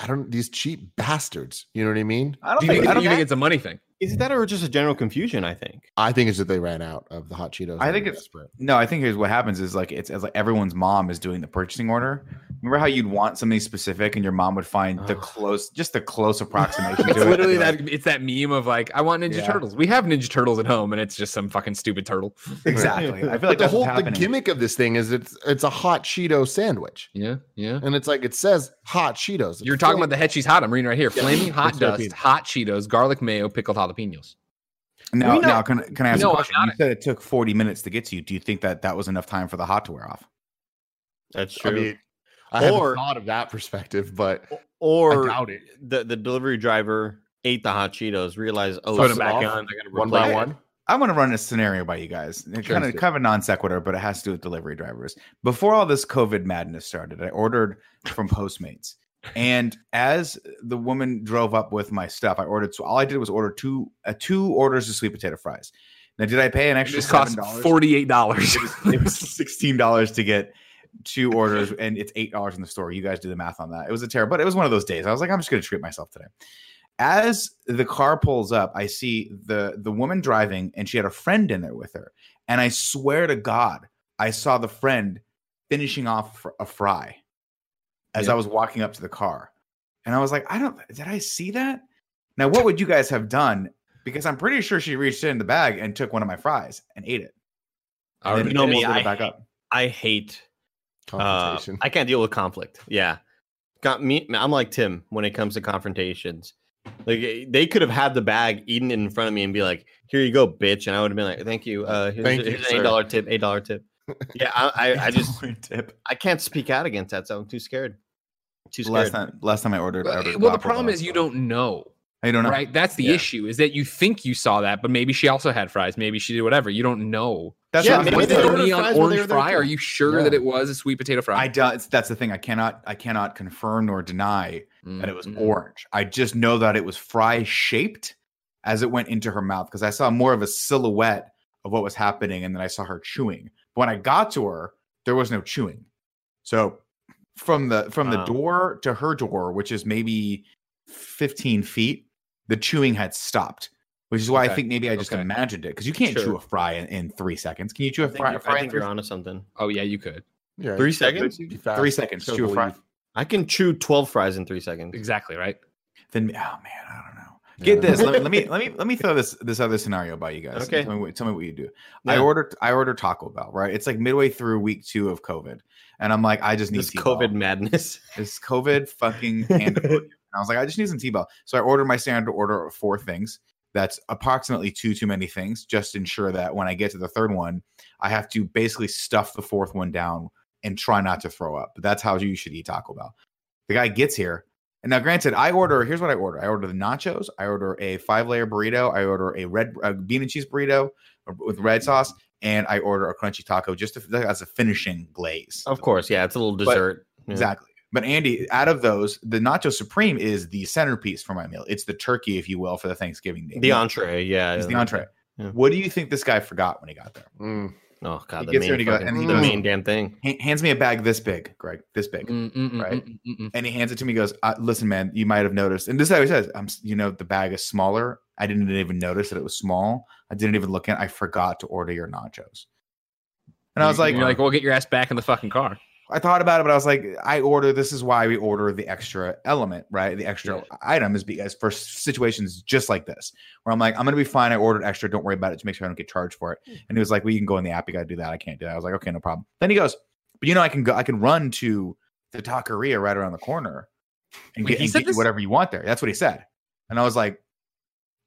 Speaker 4: I don't these cheap bastards. You know what I mean?
Speaker 2: I don't
Speaker 1: do you,
Speaker 2: think,
Speaker 1: think,
Speaker 2: I don't
Speaker 1: you think it's a money thing?
Speaker 3: Is it that or just a general confusion? I think.
Speaker 4: I think it's that they ran out of the hot Cheetos.
Speaker 2: I
Speaker 4: and
Speaker 2: think
Speaker 4: they were
Speaker 2: it's-
Speaker 4: desperate.
Speaker 2: No, I think here's what happens is like it's, it's like everyone's mom is doing the purchasing order. Remember how you'd want something specific and your mom would find the
Speaker 3: Ugh.
Speaker 2: close, just the close approximation
Speaker 1: It's
Speaker 2: to it.
Speaker 1: literally
Speaker 2: and be like,
Speaker 1: that. It's that meme of like, I want Ninja
Speaker 2: Yeah.
Speaker 1: Turtles. We have Ninja Turtles at home, and it's just some fucking stupid turtle.
Speaker 2: Exactly. I feel
Speaker 4: But
Speaker 2: like
Speaker 4: the
Speaker 2: that's
Speaker 4: whole
Speaker 2: what's
Speaker 4: the
Speaker 2: happening.
Speaker 4: gimmick of this thing is it's it's a hot Cheeto sandwich.
Speaker 1: Yeah, yeah.
Speaker 4: And it's like it says hot Cheetos.
Speaker 1: You're talking about the head cheese hot. I'm reading right here.
Speaker 4: Yeah.
Speaker 1: Flaming hot
Speaker 4: That's what I
Speaker 1: dust,
Speaker 4: mean.
Speaker 1: hot Cheetos, garlic mayo, pickled jalapenos.
Speaker 2: Now,
Speaker 3: We know-
Speaker 2: now can, I- can I ask
Speaker 1: No,
Speaker 2: a
Speaker 1: I
Speaker 2: question?
Speaker 1: got
Speaker 2: You said it took 40 minutes to get to you. Do you think that that was enough time for the hot to wear off?
Speaker 3: That's
Speaker 4: I
Speaker 3: true.
Speaker 4: mean, I
Speaker 3: Or-
Speaker 4: haven't thought of that perspective, but I
Speaker 3: or
Speaker 4: doubt it.
Speaker 3: the the delivery driver ate the hot Cheetos, realized oh,
Speaker 1: Put
Speaker 4: it
Speaker 1: them
Speaker 3: snap,
Speaker 1: back
Speaker 4: off.
Speaker 1: on. I gotta
Speaker 4: One
Speaker 1: replace
Speaker 4: by
Speaker 1: it.
Speaker 4: one.
Speaker 2: I'm going to run a scenario by you guys. It's
Speaker 4: Sure.
Speaker 2: kind, of, kind of a non sequitur, but it has to do with delivery drivers. Before all this COVID madness started, I ordered from Postmates. And as the woman drove up with my stuff, I ordered. So all I did was order two uh, two orders of sweet potato fries. Now, did I pay an
Speaker 1: It
Speaker 2: extra
Speaker 1: just cost
Speaker 2: $7?
Speaker 1: forty eight dollars.
Speaker 2: It was, it was sixteen dollars to get two orders, and it's eight dollars in the store. You guys do the math on that. It was a terrible, but it was one of those days. I was like, I'm just going to treat myself today. As the car pulls up, I see the the woman driving, and she had a friend in there with her. And I swear to God, I saw the friend finishing off fr- a fry as
Speaker 1: Yeah.
Speaker 2: I was walking up to the car, and I was like, I don't. Did I see that? Now, what would you guys have done? Because I'm pretty sure she reached in the bag and took one of my fries and ate it.
Speaker 1: I
Speaker 2: And
Speaker 1: would
Speaker 2: then
Speaker 3: You know me,
Speaker 2: folded it
Speaker 3: I hate I hate Uh,
Speaker 4: Confrontation.
Speaker 3: I can't deal with conflict. Yeah. Got me. I'm like Tim when it comes to confrontations. Like eh, they could have had the bag eaten in front of me and be like, "Here you go, bitch," and I would have been like, "Thank you. Uh, here's,
Speaker 4: Thank you,
Speaker 3: here's
Speaker 4: sir."
Speaker 3: an eight dollar tip. Eight dollar tip." Yeah, I, I, I just
Speaker 2: tip.
Speaker 3: I can't speak out against that, so I'm too scared. Too scared.
Speaker 2: Last time, last time I ordered. I
Speaker 1: Well,
Speaker 2: ordered
Speaker 1: well, the
Speaker 2: Guapo
Speaker 1: problem
Speaker 2: last
Speaker 1: is you
Speaker 2: time.
Speaker 1: don't know,
Speaker 2: I Oh, don't know.
Speaker 1: right? That's the
Speaker 3: Yeah.
Speaker 1: issue. Is that you think you saw that, but maybe she also had fries. Maybe she did whatever. You don't know.
Speaker 2: That's
Speaker 4: Yeah,
Speaker 2: what I'm
Speaker 4: maybe
Speaker 1: Was
Speaker 4: they
Speaker 1: it
Speaker 2: saying.
Speaker 4: ordered
Speaker 1: neon
Speaker 4: fries while they
Speaker 1: orange
Speaker 4: were there,
Speaker 1: fry?
Speaker 4: too.
Speaker 1: Are you sure that
Speaker 4: Yeah.
Speaker 1: it was a sweet potato fry?
Speaker 2: I do, it's, that's the thing. I cannot. I cannot confirm nor deny that it was
Speaker 3: Mm-hmm.
Speaker 1: Mm, mm.
Speaker 2: orange. I just know that it was fry shaped as it went into her mouth because I saw more of a silhouette of what was happening, and then I saw her chewing. But when I got to her, there was no chewing. So from the from the
Speaker 3: Wow.
Speaker 2: door to her door, which is maybe fifteen feet, the chewing had stopped. Which is why I
Speaker 1: Okay.
Speaker 2: think maybe I just
Speaker 1: Okay.
Speaker 2: imagined it because you can't
Speaker 1: Sure.
Speaker 2: chew a fry in, in three seconds. Can you chew
Speaker 3: I
Speaker 2: a
Speaker 3: think,
Speaker 2: fry?
Speaker 3: you're,
Speaker 2: a fry
Speaker 3: I
Speaker 2: in
Speaker 3: think
Speaker 2: three
Speaker 3: you're onto something.
Speaker 1: Oh yeah, you could
Speaker 4: Yeah,
Speaker 3: Three
Speaker 4: you gotta
Speaker 3: seconds?
Speaker 4: be fast.
Speaker 2: Three seconds,
Speaker 4: Shows
Speaker 2: two fry-
Speaker 4: belief.
Speaker 3: I can chew twelve fries in three seconds.
Speaker 1: exactly right.
Speaker 2: then oh man, I don't know. Get this. Let me, let me let me let me throw this this other scenario by you guys.
Speaker 3: Okay.
Speaker 2: Tell me, what- tell me what you do. I
Speaker 3: Yeah.
Speaker 2: ordered I ordered Taco Bell. Right. It's like midway through week two of COVID, and I'm like, I just need
Speaker 3: This
Speaker 2: T-Bell.
Speaker 3: COVID madness.
Speaker 2: This COVID fucking panda. food. and I was like, I just need some T-Bell. So I ordered my standard order of four things. That's approximately two too many things. Just to ensure that when I get to the third one, I have to basically stuff the fourth one down and try not to throw up. But that's how you should eat Taco Bell. The guy gets here. And now, granted, I order. Here's what I order. I order the nachos. I order a five-layer burrito. I order a red a bean and cheese burrito uh, with red sauce, and I order a crunchy taco just to, as a finishing glaze.
Speaker 3: Of course, yeah, it's a little dessert. Yeah.
Speaker 2: Exactly. But Andy, out of those, the nacho supreme is the centerpiece for my meal. It's the turkey, if you will, for the Thanksgiving day.
Speaker 3: The entree, yeah.
Speaker 2: It's the entree.
Speaker 3: Yeah.
Speaker 2: What do you think this guy forgot when he got there?
Speaker 4: Mm.
Speaker 3: Oh
Speaker 2: He
Speaker 3: god, the
Speaker 2: gets there
Speaker 3: main,
Speaker 2: and he goes-
Speaker 3: fucking,
Speaker 2: and
Speaker 4: he
Speaker 3: the
Speaker 4: goes-
Speaker 3: main damn thing.
Speaker 2: H- hands me a bag this big, Greg, this big,
Speaker 3: Mm.
Speaker 2: Right. and he hands it to me. He goes, uh, "Listen, man, you might have noticed." And this is how he says, "I'm, s- you know, the bag is smaller. I didn't even notice that it was small. I didn't even look in. I forgot to order your nachos." And I was like,
Speaker 1: you're like, well, get your ass back in the fucking car.
Speaker 2: I thought about it, but I was like, I order. This is why we order the extra element, right? The extra item is because for situations just like this, where I'm like, I'm gonna be fine. I ordered extra. Don't worry about it. Just make sure I don't get charged for it.
Speaker 1: Hmm.
Speaker 2: And he was like, Well, you can go in the app. You gotta do that. I can't do that. I was like, Okay, no problem. Then he goes, But you know, I can go. I can run to the taqueria right around the corner and
Speaker 1: Wait,
Speaker 2: get,
Speaker 1: he
Speaker 2: and
Speaker 1: said
Speaker 2: get
Speaker 1: this-
Speaker 2: you whatever you want there. That's what he said. And I was like,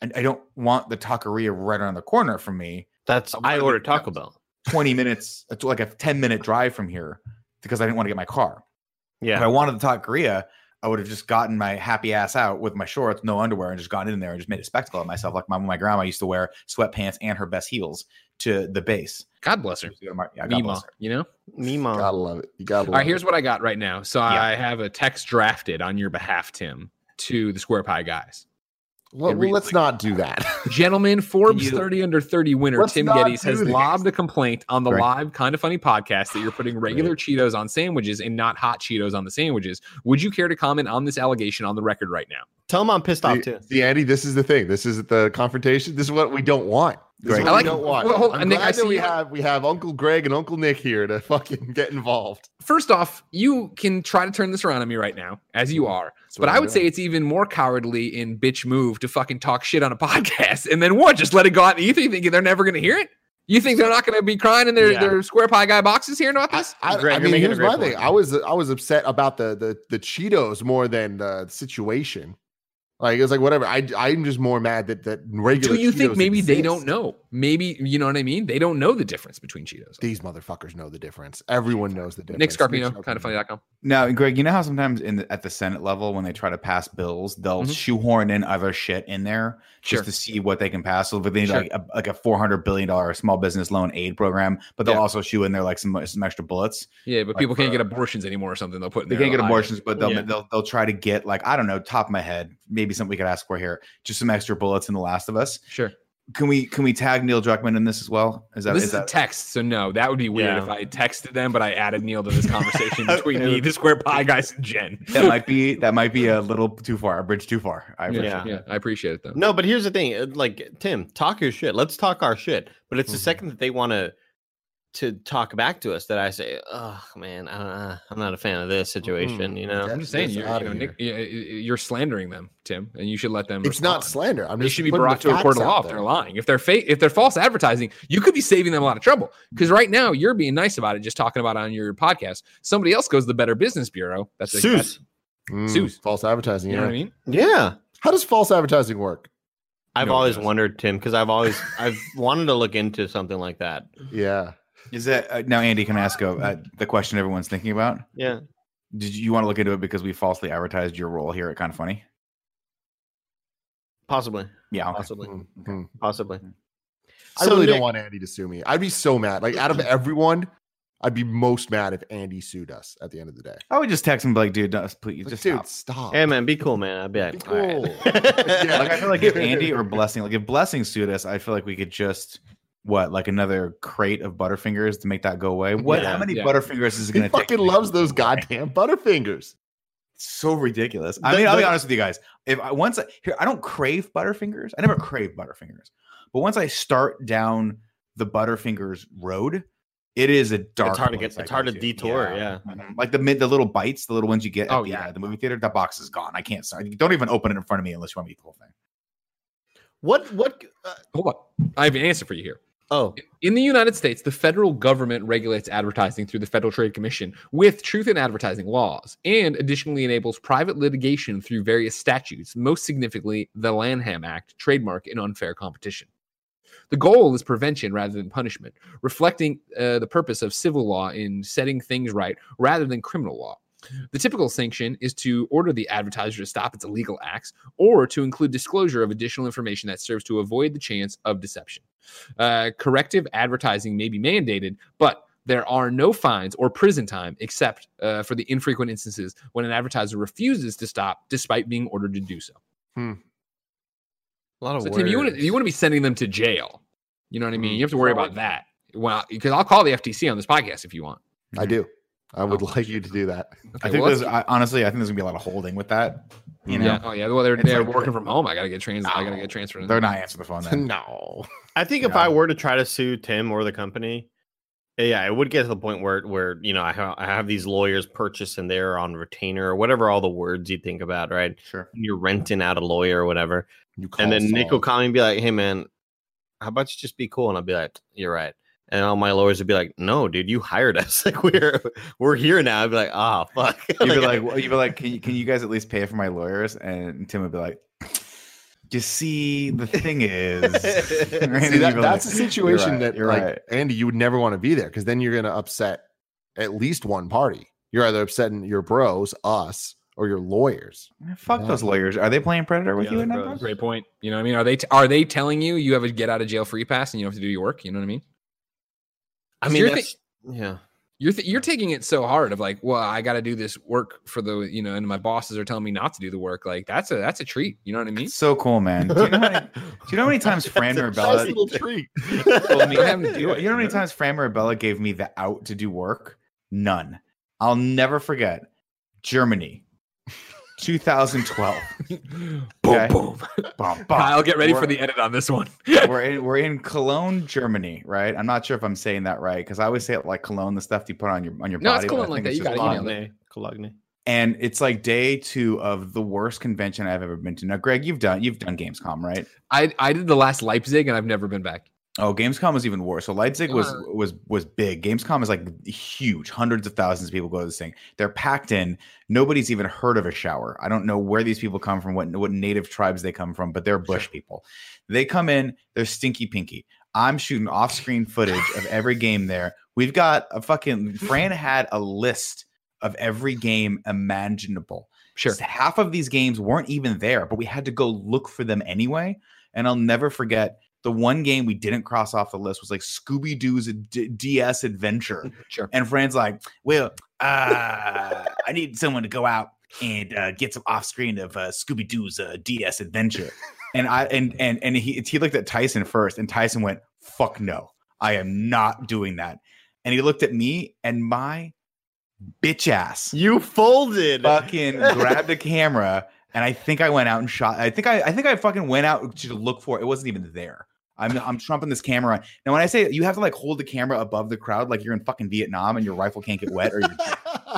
Speaker 2: I, I don't want the taqueria right around the corner from me.
Speaker 3: That's
Speaker 2: I wanted
Speaker 3: I
Speaker 2: to
Speaker 3: ordered
Speaker 2: get that.
Speaker 3: Taco Bell.
Speaker 2: 20 minutes, it's like a 10 minute drive from here because I didn't want to get my car. If I
Speaker 3: Yeah,
Speaker 2: wanted to talk Korea, I would have just gotten my happy ass out with my shorts, no underwear, and just gone in there and just made a spectacle of myself. Like my, my grandma used to wear sweatpants and her best heels to the base.
Speaker 1: God bless her.
Speaker 2: Yeah, God
Speaker 1: Mima,
Speaker 2: bless her.
Speaker 1: you know?
Speaker 3: Mima.
Speaker 4: Gotta love it. You gotta.
Speaker 1: All
Speaker 4: Love
Speaker 1: right, here's
Speaker 4: it.
Speaker 1: what I got right now. So
Speaker 2: Yeah.
Speaker 1: I have a text drafted on your behalf, Tim, to the Square Pie guys.
Speaker 4: Well,
Speaker 1: it
Speaker 4: well,
Speaker 1: reads
Speaker 4: let's
Speaker 1: like-
Speaker 4: not do that.
Speaker 1: Gentlemen, Forbes
Speaker 2: You-
Speaker 1: 30 under 30 winner
Speaker 4: Let's
Speaker 1: Tim
Speaker 4: not
Speaker 1: Geddes
Speaker 4: do
Speaker 1: has
Speaker 4: this.
Speaker 1: lobbed a complaint on the
Speaker 2: Right.
Speaker 1: live Kind of Funny podcast that you're putting regular Cheetos on sandwiches and not hot Cheetos on the sandwiches. Would you care to comment on this allegation on the record right now?
Speaker 3: Tell him I'm pissed off too.
Speaker 4: See, see, Andy, this is the thing. This is the confrontation. This is what we don't want. This
Speaker 2: Greg.
Speaker 4: is
Speaker 2: I
Speaker 4: what
Speaker 1: like-
Speaker 4: we don't want.
Speaker 1: Well, hold on,
Speaker 4: I'm
Speaker 1: Nick,
Speaker 4: glad
Speaker 1: I
Speaker 4: that
Speaker 1: see
Speaker 4: we
Speaker 1: you-
Speaker 4: have we have Uncle Greg and Uncle Nick here to fucking get involved.
Speaker 1: First off, you can try to turn this around on me right now, as you are.
Speaker 4: That's
Speaker 1: But
Speaker 4: what
Speaker 1: I
Speaker 4: I'm
Speaker 1: would
Speaker 4: doing.
Speaker 1: say it's even more cowardly in bitch move to fucking talk shit on a podcast and then what? Just let it go out in the ether. You think they're never going to hear it? You think they're not going to be crying in their,
Speaker 3: Yeah.
Speaker 1: their square pie guy boxes hearing about
Speaker 4: I,
Speaker 1: this?
Speaker 4: I,
Speaker 3: Greg,
Speaker 4: I
Speaker 3: you're
Speaker 4: mean,
Speaker 3: making a
Speaker 4: here's
Speaker 3: great
Speaker 4: my
Speaker 3: point.
Speaker 4: thing. I was I was upset about the the the Cheetos more than the situation. Like it was like whatever. I I'm just more mad that that regular.
Speaker 1: Do you think
Speaker 4: Cheetos
Speaker 1: maybe they
Speaker 4: exist.
Speaker 1: don't know? Maybe you know what I mean. They don't know the difference between Cheetos.
Speaker 4: These motherfuckers know the difference. Everyone knows the difference.
Speaker 1: Nick Scarpino, kind of funny.com.
Speaker 2: Now, and Greg, you know how sometimes in the, at the Senate level, when they try to pass bills, they'll
Speaker 1: Mhm.
Speaker 2: shoehorn in other shit in there
Speaker 1: Sure.
Speaker 2: just to see what they can pass. So, but they need
Speaker 1: Sure.
Speaker 2: like a, like a four hundred billion dollar small business loan aid program, but they'll
Speaker 1: Yeah.
Speaker 2: also shoe in there like some some extra bullets.
Speaker 1: Yeah, but
Speaker 2: Like
Speaker 1: people can't
Speaker 2: for-
Speaker 1: get abortions anymore or something. They'll put in
Speaker 2: they
Speaker 1: there,
Speaker 2: can't get
Speaker 1: like,
Speaker 2: abortions, but they'll,
Speaker 3: Yeah.
Speaker 2: they'll they'll try to get like I don't know, top of my head, maybe something we could ask for here, just some extra bullets in The Last of Us.
Speaker 1: Sure.
Speaker 2: Can we can we tag Neil Druckmann in this as well? Is that
Speaker 1: this
Speaker 2: is
Speaker 1: is a
Speaker 2: that
Speaker 1: text, so no, that would be weird
Speaker 3: Yeah.
Speaker 1: if I texted them, but I added Neil to this conversation between
Speaker 3: It
Speaker 1: me,
Speaker 3: would-
Speaker 1: the Square Pie guys, and Jen.
Speaker 2: that might be that might be a little too far, a bridge too far.
Speaker 1: yeah,
Speaker 2: I appreciate
Speaker 3: Yeah.
Speaker 1: yeah, I appreciate it though.
Speaker 3: No, but here's the thing. uh, Like Tim, talk your shit. Let's talk our shit. But it's the
Speaker 4: Mhm.
Speaker 3: second that they want to to talk back to us that I say, oh man, uh, I'm not a fan of this situation. You know,
Speaker 1: I'm just saying, you're, you know, Nick, y- y- you're slandering them, Tim, and you should let them.
Speaker 4: It's not
Speaker 1: respond.
Speaker 4: slander. I'm
Speaker 1: They
Speaker 4: just
Speaker 1: should be
Speaker 4: putting the
Speaker 1: brought to a
Speaker 4: facts
Speaker 1: court of
Speaker 4: out
Speaker 1: law if
Speaker 4: there.
Speaker 1: they're lying. If they're fake, if they're false advertising, you could be saving them a lot of trouble. Because right now you're being nice about it, just talking about it on your podcast. Somebody else goes to the Better Business Bureau. That's a, that's-
Speaker 3: Seuss.
Speaker 4: Mm,
Speaker 1: Zeus.
Speaker 4: false advertising.
Speaker 1: you
Speaker 4: Yeah.
Speaker 1: know what I mean.
Speaker 3: Yeah,
Speaker 4: How does false advertising work?
Speaker 3: I've
Speaker 1: No, it
Speaker 3: always
Speaker 1: doesn't.
Speaker 3: wondered, Tim, because I've always I've wanted to look into something like that.
Speaker 4: Yeah.
Speaker 2: it. Is that uh, now, Andy? Can I ask a, uh, the question everyone's thinking about?
Speaker 3: Yeah,
Speaker 2: Did you want to look into it because we falsely advertised your role here at Kind of Funny?
Speaker 3: possibly,
Speaker 2: Yeah, okay.
Speaker 3: possibly,
Speaker 4: Mm, mm.
Speaker 3: possibly.
Speaker 4: I
Speaker 3: So,
Speaker 4: really don't
Speaker 3: Nick-
Speaker 4: want Andy to sue me. I'd be so mad. Like out of everyone, I'd be most mad if Andy sued us at the end of the day.
Speaker 2: I would just text him be like, dude, no, please
Speaker 4: Like,
Speaker 2: just
Speaker 4: dude,
Speaker 2: stop.
Speaker 4: stop.
Speaker 3: Hey man, be cool, man. I'd be like,
Speaker 4: Be
Speaker 3: "All right."
Speaker 4: cool.
Speaker 3: yeah.
Speaker 4: Yeah.
Speaker 2: like I feel like if Andy or Blessing, like if Blessing sued us, I feel like we could just what like another crate of Butterfingers to make that go away. What?
Speaker 3: Yeah,
Speaker 2: how many
Speaker 1: yeah.
Speaker 2: Butterfingers is it
Speaker 4: he
Speaker 2: going to take?
Speaker 4: fucking
Speaker 2: to make
Speaker 4: loves
Speaker 2: this go
Speaker 4: those
Speaker 2: away?
Speaker 4: goddamn butterfingers.
Speaker 2: It's so ridiculous. I
Speaker 3: The-
Speaker 2: mean, I'll be
Speaker 3: the-
Speaker 2: honest with you guys. If I once I, here, I don't crave Butterfingers. I never crave Butterfingers, but once I start down the Butterfingers road, it is a dark.
Speaker 3: hard to
Speaker 2: place I
Speaker 3: get- it's hard
Speaker 2: go
Speaker 3: to detour, yeah.
Speaker 2: Mhm. like the mid, the little bites, the little ones you get.
Speaker 1: Oh,
Speaker 2: at the,
Speaker 1: yeah.
Speaker 2: uh, the movie theater. That box is gone. I can't. Start, don't even open it in front of me unless you want me to eat the whole thing.
Speaker 3: What? What? Uh,
Speaker 1: Hold on. I have an answer for you here.
Speaker 3: oh,
Speaker 1: In the United States, the federal government regulates advertising through the Federal Trade Commission with truth in advertising laws and additionally enables private litigation through various statutes, most significantly the Lanham Act, trademark, and unfair competition. The goal is prevention rather than punishment, reflecting uh, the purpose of civil law in setting things right rather than criminal law. The typical sanction is to order the advertiser to stop its illegal acts or to include disclosure of additional information that serves to avoid the chance of deception. Uh, corrective advertising may be mandated, but there are no fines or prison time except uh, for the infrequent instances when an advertiser refuses to stop despite being ordered to do so.
Speaker 2: Hmm.
Speaker 3: a lot of
Speaker 1: So,
Speaker 3: words.
Speaker 1: Tim, you want to you want to be sending them to jail. You know what I
Speaker 2: Hmm.
Speaker 1: mean? You have to worry about that. Well, because I'll call the FTC on this podcast if you want.
Speaker 4: I do. I would
Speaker 1: Oh.
Speaker 4: like you to do that.
Speaker 2: I
Speaker 1: Okay,
Speaker 2: think
Speaker 1: well,
Speaker 2: there's I, honestly, I think there's gonna be a lot of holding with that. You know,
Speaker 1: yeah. Oh yeah. Well, they're
Speaker 2: It's
Speaker 1: they're
Speaker 2: like-
Speaker 1: working from home. I gotta get trans. I gotta get transferred.
Speaker 2: they're not answering the phone then.
Speaker 4: no.
Speaker 3: I think if
Speaker 2: Yeah.
Speaker 3: I were to try to sue Tim or the company, eh, yeah, it would get to the point where where you know I, ha- I have these lawyers purchase and they're on retainer or whatever all the words you think about, right?
Speaker 2: Sure.
Speaker 3: And you're renting out a lawyer or whatever,
Speaker 4: You call
Speaker 3: and then Nick will
Speaker 4: Saul.
Speaker 3: call me and be like, "Hey man, how about you just be cool?" And I'll be like, "You're right." And all my lawyers would be like, "No, dude, you hired us. Like we're we're here now." I'd be like, "Ah, fuck."
Speaker 2: You'd be like, well, you'd be like, can you, can you guys at least pay for my lawyers? And Tim would be like, you see, the thing is,
Speaker 3: See,
Speaker 2: And
Speaker 4: See,
Speaker 2: you'd
Speaker 4: that,
Speaker 2: be
Speaker 4: that's a
Speaker 2: like,
Speaker 4: situation
Speaker 2: right,
Speaker 4: that,
Speaker 2: you're
Speaker 4: like,
Speaker 2: right.
Speaker 4: Andy, you would never want to be there because then you're going to upset at least one party. You're either upsetting your bros, us, or your lawyers.
Speaker 2: "Man, fuck those lawyers. Are they playing Predator with
Speaker 3: Yeah,
Speaker 2: you
Speaker 3: they're
Speaker 2: in that?
Speaker 3: bros.
Speaker 2: box?"
Speaker 1: Great point. You know what I mean? Are they are they telling you you have a get out of jail free pass and you don't have to do your work? You know what I mean?
Speaker 3: I
Speaker 1: So
Speaker 3: mean,
Speaker 1: you're
Speaker 3: that's, yeah,
Speaker 1: You're th- you're taking it so hard of like, well, I got to do this work for the you know, and my bosses are telling me not to do the work. Like that's a that's a treat. You know what I mean?
Speaker 2: It's so cool, man. Do you know how many, do you know how many times Fran
Speaker 3: That's a
Speaker 2: Mirabella?
Speaker 3: nice
Speaker 2: You
Speaker 3: little
Speaker 4: treat.
Speaker 1: I mean, having to do
Speaker 2: know
Speaker 1: it.
Speaker 2: you know how many times Fran Mirabella gave me the out to do work? None. I'll never forget. Germany, 2012.
Speaker 1: boom,
Speaker 2: Okay.
Speaker 1: boom.
Speaker 2: Bum, bum.
Speaker 1: Kyle, get ready for
Speaker 2: We're-
Speaker 1: the edit on this one.
Speaker 2: we're in we're in Cologne, Germany, right? I'm not sure if I'm saying that right because I always say it like Cologne, the stuff you put on your on your
Speaker 1: No, it's
Speaker 2: body. but I
Speaker 1: Cologne like
Speaker 2: think
Speaker 1: that. You
Speaker 2: just
Speaker 1: gotta, you know,
Speaker 2: Cologne.
Speaker 3: Cologne, Cologne.
Speaker 2: And it's like day two of the worst convention I've ever been to. Now, Greg, you've done you've done Gamescom, right?
Speaker 1: I I did the last Leipzig and I've never been back.
Speaker 2: Oh, Gamescom was even worse. So Leipzig was
Speaker 1: Uh.
Speaker 2: was was big. Gamescom is like huge. Hundreds of thousands of people go to this thing. They're packed in. Nobody's even heard of a shower. I don't know where these people come from, what what native tribes they come from, but they're bush people. They come in, they're stinky pinky. I'm shooting off-screen footage of every game there. We've got a fucking Fran had a list of every game imaginable.
Speaker 1: Sure.
Speaker 2: Half of these games weren't even there, but we had to go look for them anyway. And I'll never forget the one game we didn't cross off the list was like Scooby Doo's D- DS Adventure.
Speaker 1: Sure.
Speaker 2: And Fran's like, well, uh, I need someone to go out and uh, get some off screen of uh, Scooby Doo's uh, DS Adventure. And I and and and he he looked at Tyson first, and Tyson went, "Fuck no, I am not doing that." And he looked at me, and my bitch ass
Speaker 3: You folded.
Speaker 2: fucking grabbed a camera and I think I went out and shot. I think I, I think I fucking went out to look for it. It wasn't even there. I'm I'm trumping this camera. Now when I say you have to like hold the camera above the crowd like you're in fucking Vietnam and your rifle can't get wet or you're,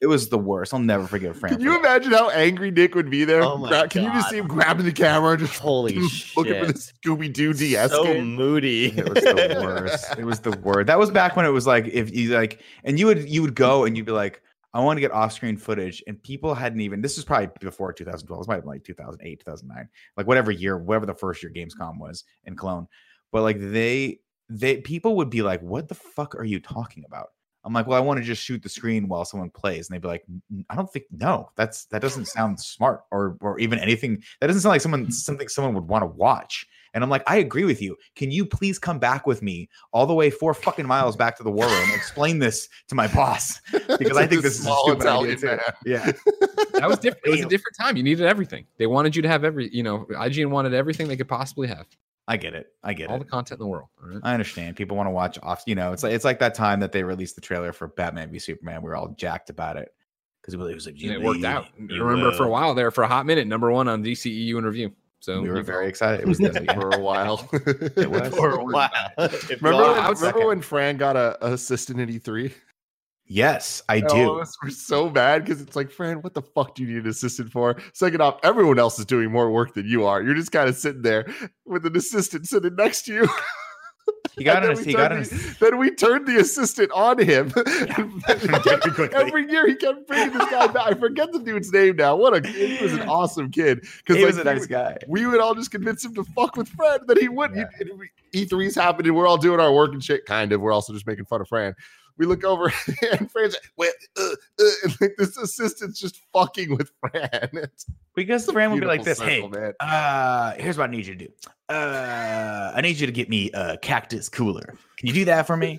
Speaker 2: it was the worst. I'll never forgive Fran.
Speaker 4: Can
Speaker 2: for
Speaker 4: you
Speaker 2: that.
Speaker 4: imagine how angry Nick would be there?
Speaker 3: Oh my
Speaker 4: Gra- Can you just
Speaker 3: God.
Speaker 4: see him grabbing the camera and just
Speaker 3: Holy
Speaker 4: looking for
Speaker 3: shit.
Speaker 4: the Scooby Doo DS
Speaker 3: so
Speaker 4: game?
Speaker 3: moody.
Speaker 2: It was the worst. It was the worst. That was back when it was like if you like and you would you would go and you'd be like, I want to get off-screen footage. And people hadn't even this was probably before 2012. This might have been like 2008, 2009, like whatever year, whatever the first year Gamescom was in Cologne. But like they they people would be like, What the fuck are you talking about? I'm like, well, I want to just shoot the screen while someone plays, and they'd be like, "N- I don't think no, that's that doesn't sound smart or or even anything. That doesn't sound like someone something someone would want to watch. And I'm like, I agree with you. Can you please come back with me all the way four fucking miles back to the war room and explain this to my boss? Because I think this is a
Speaker 4: Small
Speaker 2: stupid idea
Speaker 4: Italian
Speaker 2: too.
Speaker 4: man.
Speaker 2: Yeah.
Speaker 1: That was different. It was a different time. You needed everything. They wanted you to have every. You know, IGN wanted everything they could possibly have.
Speaker 2: I get it. I get
Speaker 1: All
Speaker 2: it.
Speaker 1: the content in the world. All right.
Speaker 2: I understand. People want to watch off, you know, it's like it's like that time that they released the trailer for Batman v Superman. We were all jacked about it. Because it was like,
Speaker 1: and
Speaker 2: you
Speaker 1: it worked
Speaker 2: leave,
Speaker 1: out. I
Speaker 2: you
Speaker 1: remember for a
Speaker 2: will.
Speaker 1: while there, for a hot minute, number one on DCEU and review. So
Speaker 2: We were
Speaker 1: you-
Speaker 2: very excited. It was dizzy.
Speaker 4: for a while.
Speaker 2: was.
Speaker 3: for a while. If
Speaker 4: Remember,
Speaker 3: not-
Speaker 4: when,
Speaker 1: I was
Speaker 4: remember
Speaker 2: second.
Speaker 4: E when Fran got a, a assistant in E3?
Speaker 2: Yes, I
Speaker 4: And all of
Speaker 2: do.
Speaker 4: us were so bad because it's like, Fran, what the fuck do you need an assistant for? Second off, everyone else is doing more work than you are. You're just kind of sitting there with an assistant sitting next to you.
Speaker 2: He got
Speaker 4: And
Speaker 2: an.
Speaker 4: then
Speaker 2: He
Speaker 4: we
Speaker 2: got
Speaker 4: turned
Speaker 2: an.
Speaker 4: Then we turned the assistant on him. And then-
Speaker 2: Very quickly.
Speaker 4: Every year he kept bringing this guy back. I forget the dude's name now. What a he was an awesome kid. Because
Speaker 2: He was a
Speaker 4: we
Speaker 2: nice
Speaker 4: would-
Speaker 2: guy.
Speaker 4: we would all just convince him to fuck with Fran that he wouldn't. He'd- it'd be- E3's happening. We're all doing our work and shit, kind of. We're also just making fun of Fran. We look over and Fran's like, "Well, uh, uh," and like this assistant's just fucking with Fran. It's
Speaker 2: Because
Speaker 4: a
Speaker 2: Fran would be like this.
Speaker 4: beautiful
Speaker 2: hey,
Speaker 4: circle, man.
Speaker 2: uh, here's what I need you to do. Uh, I need you to get me a cactus cooler. Can you do that for me?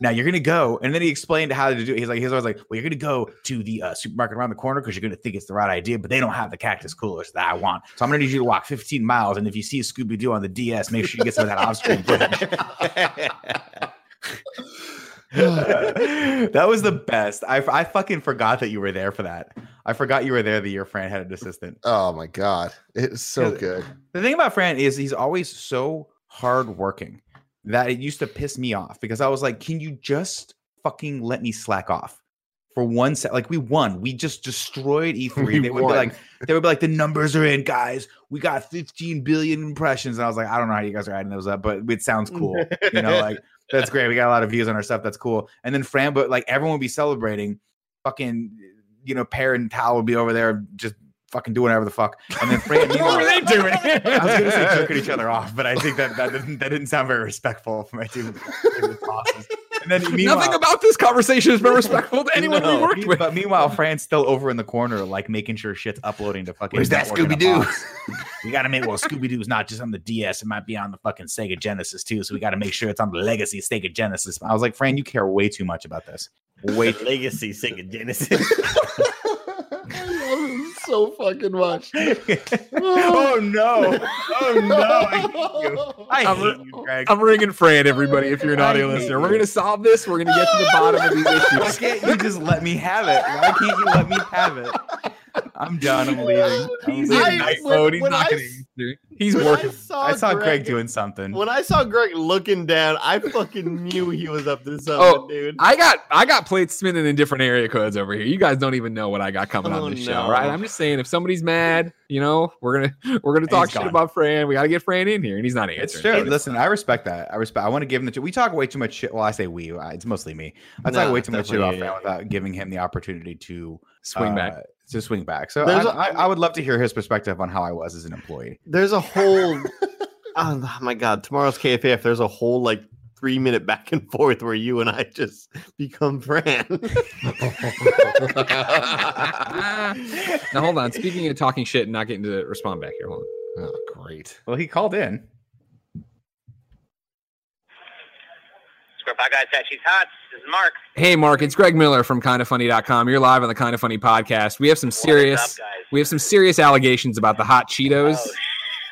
Speaker 2: now you're gonna go, and then he explained how to do it. He's like, he's always like, well, you're gonna go to the uh, supermarket around the corner because you're gonna think it's the right idea, but they don't have the cactus coolers that I want. So I'm gonna need you to walk 15 miles, and if you see a Scooby Doo on the DS, make sure you get some of that off-screen footage. that was the best. I, I fucking forgot that you were there for that. I forgot you were there the year Fran had an assistant.
Speaker 4: Oh my god, it's so good.
Speaker 2: The thing about Fran is he's always so hardworking that it used to piss me off because I was like, can you just fucking let me slack off for one set? Like we won. We just destroyed E3.
Speaker 4: We
Speaker 2: they would
Speaker 4: won.
Speaker 2: be like, they would be like, the numbers are in, guys. We got 15 billion impressions. And I was like, I don't know how you guys are adding those up, but it sounds cool. you know, like that's great. We got a lot of views on our stuff. That's cool. And then Fran, but like everyone would be celebrating. Fucking, you know, Pear and Tal would be over there just fucking doing whatever the fuck. And then Fran,
Speaker 3: what were
Speaker 2: meanwhile-
Speaker 3: they doing?
Speaker 2: I was gonna say jerking each other off, but I think that that didn't, that didn't sound very respectful for my two favorite bosses. And then meanwhile,
Speaker 1: Nothing about this conversation has been respectful to anyone we
Speaker 3: No.
Speaker 1: worked with.
Speaker 2: but meanwhile, Fran's still over in the corner, like making sure shit's uploading to fucking.
Speaker 4: Where's that
Speaker 2: network in a
Speaker 4: Scooby-Doo?
Speaker 2: box. we gotta make well, Scooby Doo's not just on the DS; it might be on the fucking Sega Genesis too. So we gotta make sure it's on the legacy Sega Genesis. I was like, Fran, you care way too much about this. Way
Speaker 3: Wait, Legacy Sega Genesis.
Speaker 4: I love him so fucking much.
Speaker 2: oh no! Oh no! I hate you. I
Speaker 1: I'm-
Speaker 2: hate you, Greg.
Speaker 1: I'm ringing Fran, everybody. If you're an audio listener, we're gonna solve this. We're gonna get to the bottom of these
Speaker 2: Why
Speaker 1: issues.
Speaker 2: can't you just let me have it? Why can't you let me have it? I'm done. I'm leaving. I'm
Speaker 1: He's
Speaker 2: leaving.
Speaker 1: in
Speaker 2: i
Speaker 1: night
Speaker 5: when-
Speaker 1: mode. He's
Speaker 5: when
Speaker 1: not
Speaker 5: I
Speaker 1: gonna
Speaker 5: s-
Speaker 1: answer. He's
Speaker 3: When
Speaker 1: working.
Speaker 3: saw,
Speaker 2: I saw Greg, doing something.
Speaker 3: When I saw Greg looking down, I fucking knew he was up to something,
Speaker 1: Oh,
Speaker 3: dude.
Speaker 1: I got I got plates spinning in different area codes over here. You guys don't even know what I got coming
Speaker 3: Oh,
Speaker 1: on this show,
Speaker 3: no.
Speaker 1: right? I'm just saying if somebody's mad, you know, we're gonna we're gonna talk
Speaker 2: He's
Speaker 1: shit
Speaker 2: gone.
Speaker 1: about Fran. We gotta get Fran in here, and he's not
Speaker 2: it's
Speaker 1: answering.
Speaker 2: true.
Speaker 1: So
Speaker 2: Listen, I respect that. I respect. I want to give him the. We talk way too much shit. Well, I say we. I- It's mostly me. I talk
Speaker 3: Nah,
Speaker 2: way too much shit about
Speaker 3: definitely,
Speaker 2: Fran
Speaker 3: yeah,
Speaker 2: without giving him the opportunity to
Speaker 1: swing
Speaker 2: uh,
Speaker 1: back.
Speaker 2: To swing back. So I
Speaker 3: There's a-
Speaker 2: I- I would love to hear his perspective on how I was as an employee.
Speaker 3: There's a whole. oh my god! Tomorrow's KFAF. There's a whole like three minute back and forth where you and I just become friends.
Speaker 1: now hold on. Speaking of talking shit and not getting to respond back here, hold on.
Speaker 4: Oh, great.
Speaker 2: Well, he called in.
Speaker 6: Script Hot Guy said she's hot. This is Mark.
Speaker 1: Hey Mark, it's Greg Miller from kindoffunny.com. You're live on the Kind of Funny podcast. We have some
Speaker 6: What's
Speaker 1: serious
Speaker 6: up, guys?
Speaker 1: we have some serious allegations about the hot Cheetos.
Speaker 6: Oh, sh-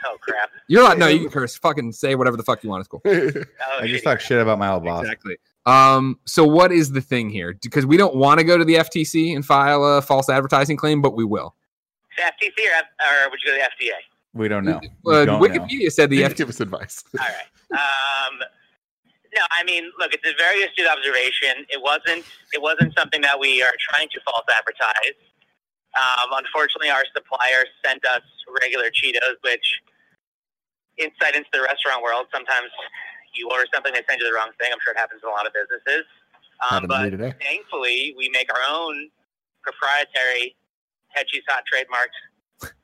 Speaker 6: oh crap.
Speaker 1: You're not no, you can curse. Fucking say whatever the fuck you want. It's cool.
Speaker 6: Oh,
Speaker 2: I just
Speaker 6: shitty.
Speaker 2: talked shit about my old boss.
Speaker 1: Exactly. Um, so what is the thing here? Because we don't want to go to the FTC and file a false advertising claim, but we will.
Speaker 6: Is it FTC or, F- or would you go to the FDA?
Speaker 2: We don't know. We
Speaker 1: Uh,
Speaker 2: don't know.
Speaker 1: Wikipedia said the
Speaker 4: You
Speaker 1: FTC.
Speaker 4: give us advice.
Speaker 6: All right. Um, no, I mean, look, it's a very astute observation. It wasn't. It wasn't something that we are trying to false advertise. Um, unfortunately, our supplier sent us regular Cheetos, which insight into the restaurant world. Sometimes you order something, they send you the wrong thing. I'm sure it happens in a lot of businesses.
Speaker 4: Happened
Speaker 6: Um,
Speaker 4: to me
Speaker 6: but
Speaker 4: today.
Speaker 6: thankfully, we make our own proprietary Hetchy's Hot trademarked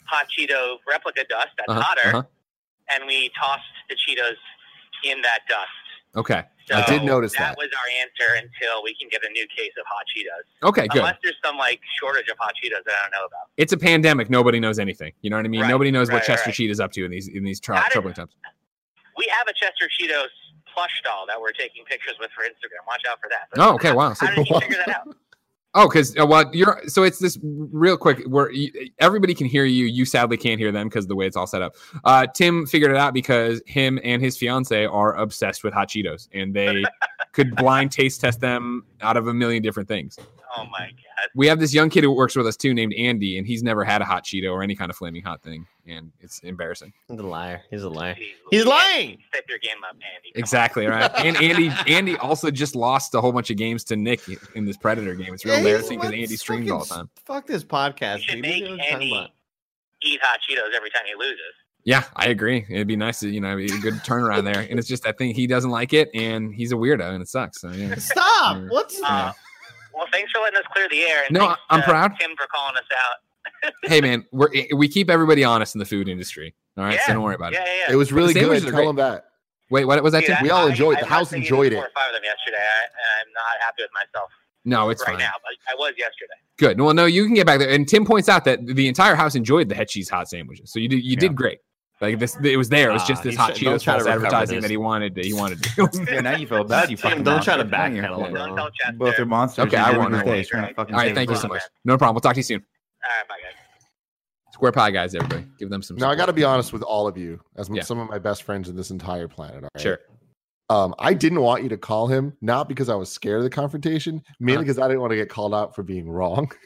Speaker 6: hot Cheeto replica dust that's
Speaker 1: Uh-huh,
Speaker 6: hotter,
Speaker 1: uh-huh.
Speaker 6: and we tossed the Cheetos in that dust.
Speaker 1: Okay.
Speaker 6: So
Speaker 4: I did notice that.
Speaker 6: was our answer until we can get a new case of hot Cheetos.
Speaker 1: Okay, good.
Speaker 6: Unless there's some like shortage of hot Cheetos that I don't know about.
Speaker 1: It's a pandemic. Nobody knows anything. You know what I mean?
Speaker 6: Right,
Speaker 1: Nobody knows what
Speaker 6: right,
Speaker 1: Chester
Speaker 6: right.
Speaker 1: Cheat is up to in these in these tr-
Speaker 6: How did-
Speaker 1: troubling times.
Speaker 6: We have a Chester Cheetos plush doll that we're taking pictures with for Instagram. Watch out for that. But
Speaker 1: Oh, okay. Wow. So,
Speaker 6: How did you figure that out?
Speaker 1: oh, because uh, well, you're so it's this real quick where you, everybody can hear you. You sadly can't hear them because the way it's all set up. Uh, Tim figured it out because him and his fiance are obsessed with hot Cheetos, and they could blind taste test them out of a million different things.
Speaker 6: Oh my god.
Speaker 1: We have this young kid who works with us too, named Andy, and he's never had a hot Cheeto or any kind of flaming hot thing, and it's embarrassing.
Speaker 3: He's a liar. He's a liar.
Speaker 6: Jeez,
Speaker 3: He's
Speaker 6: Louis,
Speaker 3: lying.
Speaker 6: Step your game up, Andy. Come on.
Speaker 1: Exactly right. And Andy, Andy also just lost a whole bunch of games to Nick in this Predator game. It's real embarrassing because Andy streams all the time.
Speaker 3: Fuck this podcast.
Speaker 6: You should
Speaker 3: dude. We
Speaker 6: make
Speaker 3: don't know what we're talking
Speaker 6: Andy
Speaker 3: about.
Speaker 6: eat hot Cheetos every time he loses.
Speaker 1: Yeah, I agree. It'd be nice to you know be a good turnaround there. And it's just that thing he doesn't like it, and he's a weirdo, and it sucks. So yeah.
Speaker 3: Stop.
Speaker 1: Yeah.
Speaker 3: What's
Speaker 1: Yeah.
Speaker 6: Uh, well, thanks for letting us clear the air. And
Speaker 1: No,
Speaker 6: thanks,
Speaker 1: I'm
Speaker 6: uh,
Speaker 1: proud.
Speaker 6: Tim for calling us out.
Speaker 1: Hey man, we're eh, we keep everybody honest in the food industry. All right, so
Speaker 6: Yeah,
Speaker 1: don't worry about
Speaker 6: Yeah,
Speaker 1: it.
Speaker 6: yeah, yeah.
Speaker 4: It was really good.
Speaker 1: sandwiches are
Speaker 4: Tell
Speaker 1: great.
Speaker 4: them that.
Speaker 1: Wait, what was that?
Speaker 6: Dude,
Speaker 1: Tim?
Speaker 6: I-
Speaker 4: we all
Speaker 6: I-
Speaker 4: enjoyed it.
Speaker 6: I
Speaker 4: The
Speaker 6: tried
Speaker 4: house
Speaker 6: to eat
Speaker 4: enjoyed
Speaker 6: Four
Speaker 4: it.
Speaker 6: or five of them yesterday. I, I'm not happy with myself
Speaker 1: No, it's
Speaker 6: right
Speaker 1: fine.
Speaker 6: now, but I was yesterday.
Speaker 1: Good. Well, no, you can get back there. And Tim points out that the entire house enjoyed the head cheese hot sandwiches. So you did, you did great. Like this, it was there. It was just
Speaker 3: Ah,
Speaker 1: this
Speaker 3: he
Speaker 1: hot
Speaker 3: should- don't
Speaker 1: Cheetos
Speaker 3: try to
Speaker 1: false
Speaker 3: recover
Speaker 1: advertising
Speaker 3: this.
Speaker 1: that he wanted. To, he wanted to. do.
Speaker 2: Yeah, now you feel bad. You
Speaker 3: Tim,
Speaker 2: fucking
Speaker 3: don't try to
Speaker 2: monster, don't you?
Speaker 3: backpedal
Speaker 2: Yeah.
Speaker 3: Yeah.
Speaker 6: Don't tell Chester.
Speaker 2: Both are monsters.
Speaker 1: Okay,
Speaker 2: You're
Speaker 1: I
Speaker 2: doing
Speaker 1: won't
Speaker 2: your
Speaker 1: know.
Speaker 2: thing. Trying to fucking
Speaker 1: All right,
Speaker 2: save
Speaker 1: thank you
Speaker 2: us.
Speaker 1: so much. No problem. We'll talk to you soon.
Speaker 6: All right, bye guys.
Speaker 1: Square pie guys, everybody, give them some.
Speaker 4: Now I
Speaker 1: support.
Speaker 4: got to be honest with all of you, as m-
Speaker 1: Yeah.
Speaker 4: some of my best friends in this entire planet. All right?
Speaker 1: Sure.
Speaker 4: Um, I didn't want you to call him, not because I was scared of the confrontation, mainly because I didn't want to get called out for being wrong.
Speaker 1: Uh-huh.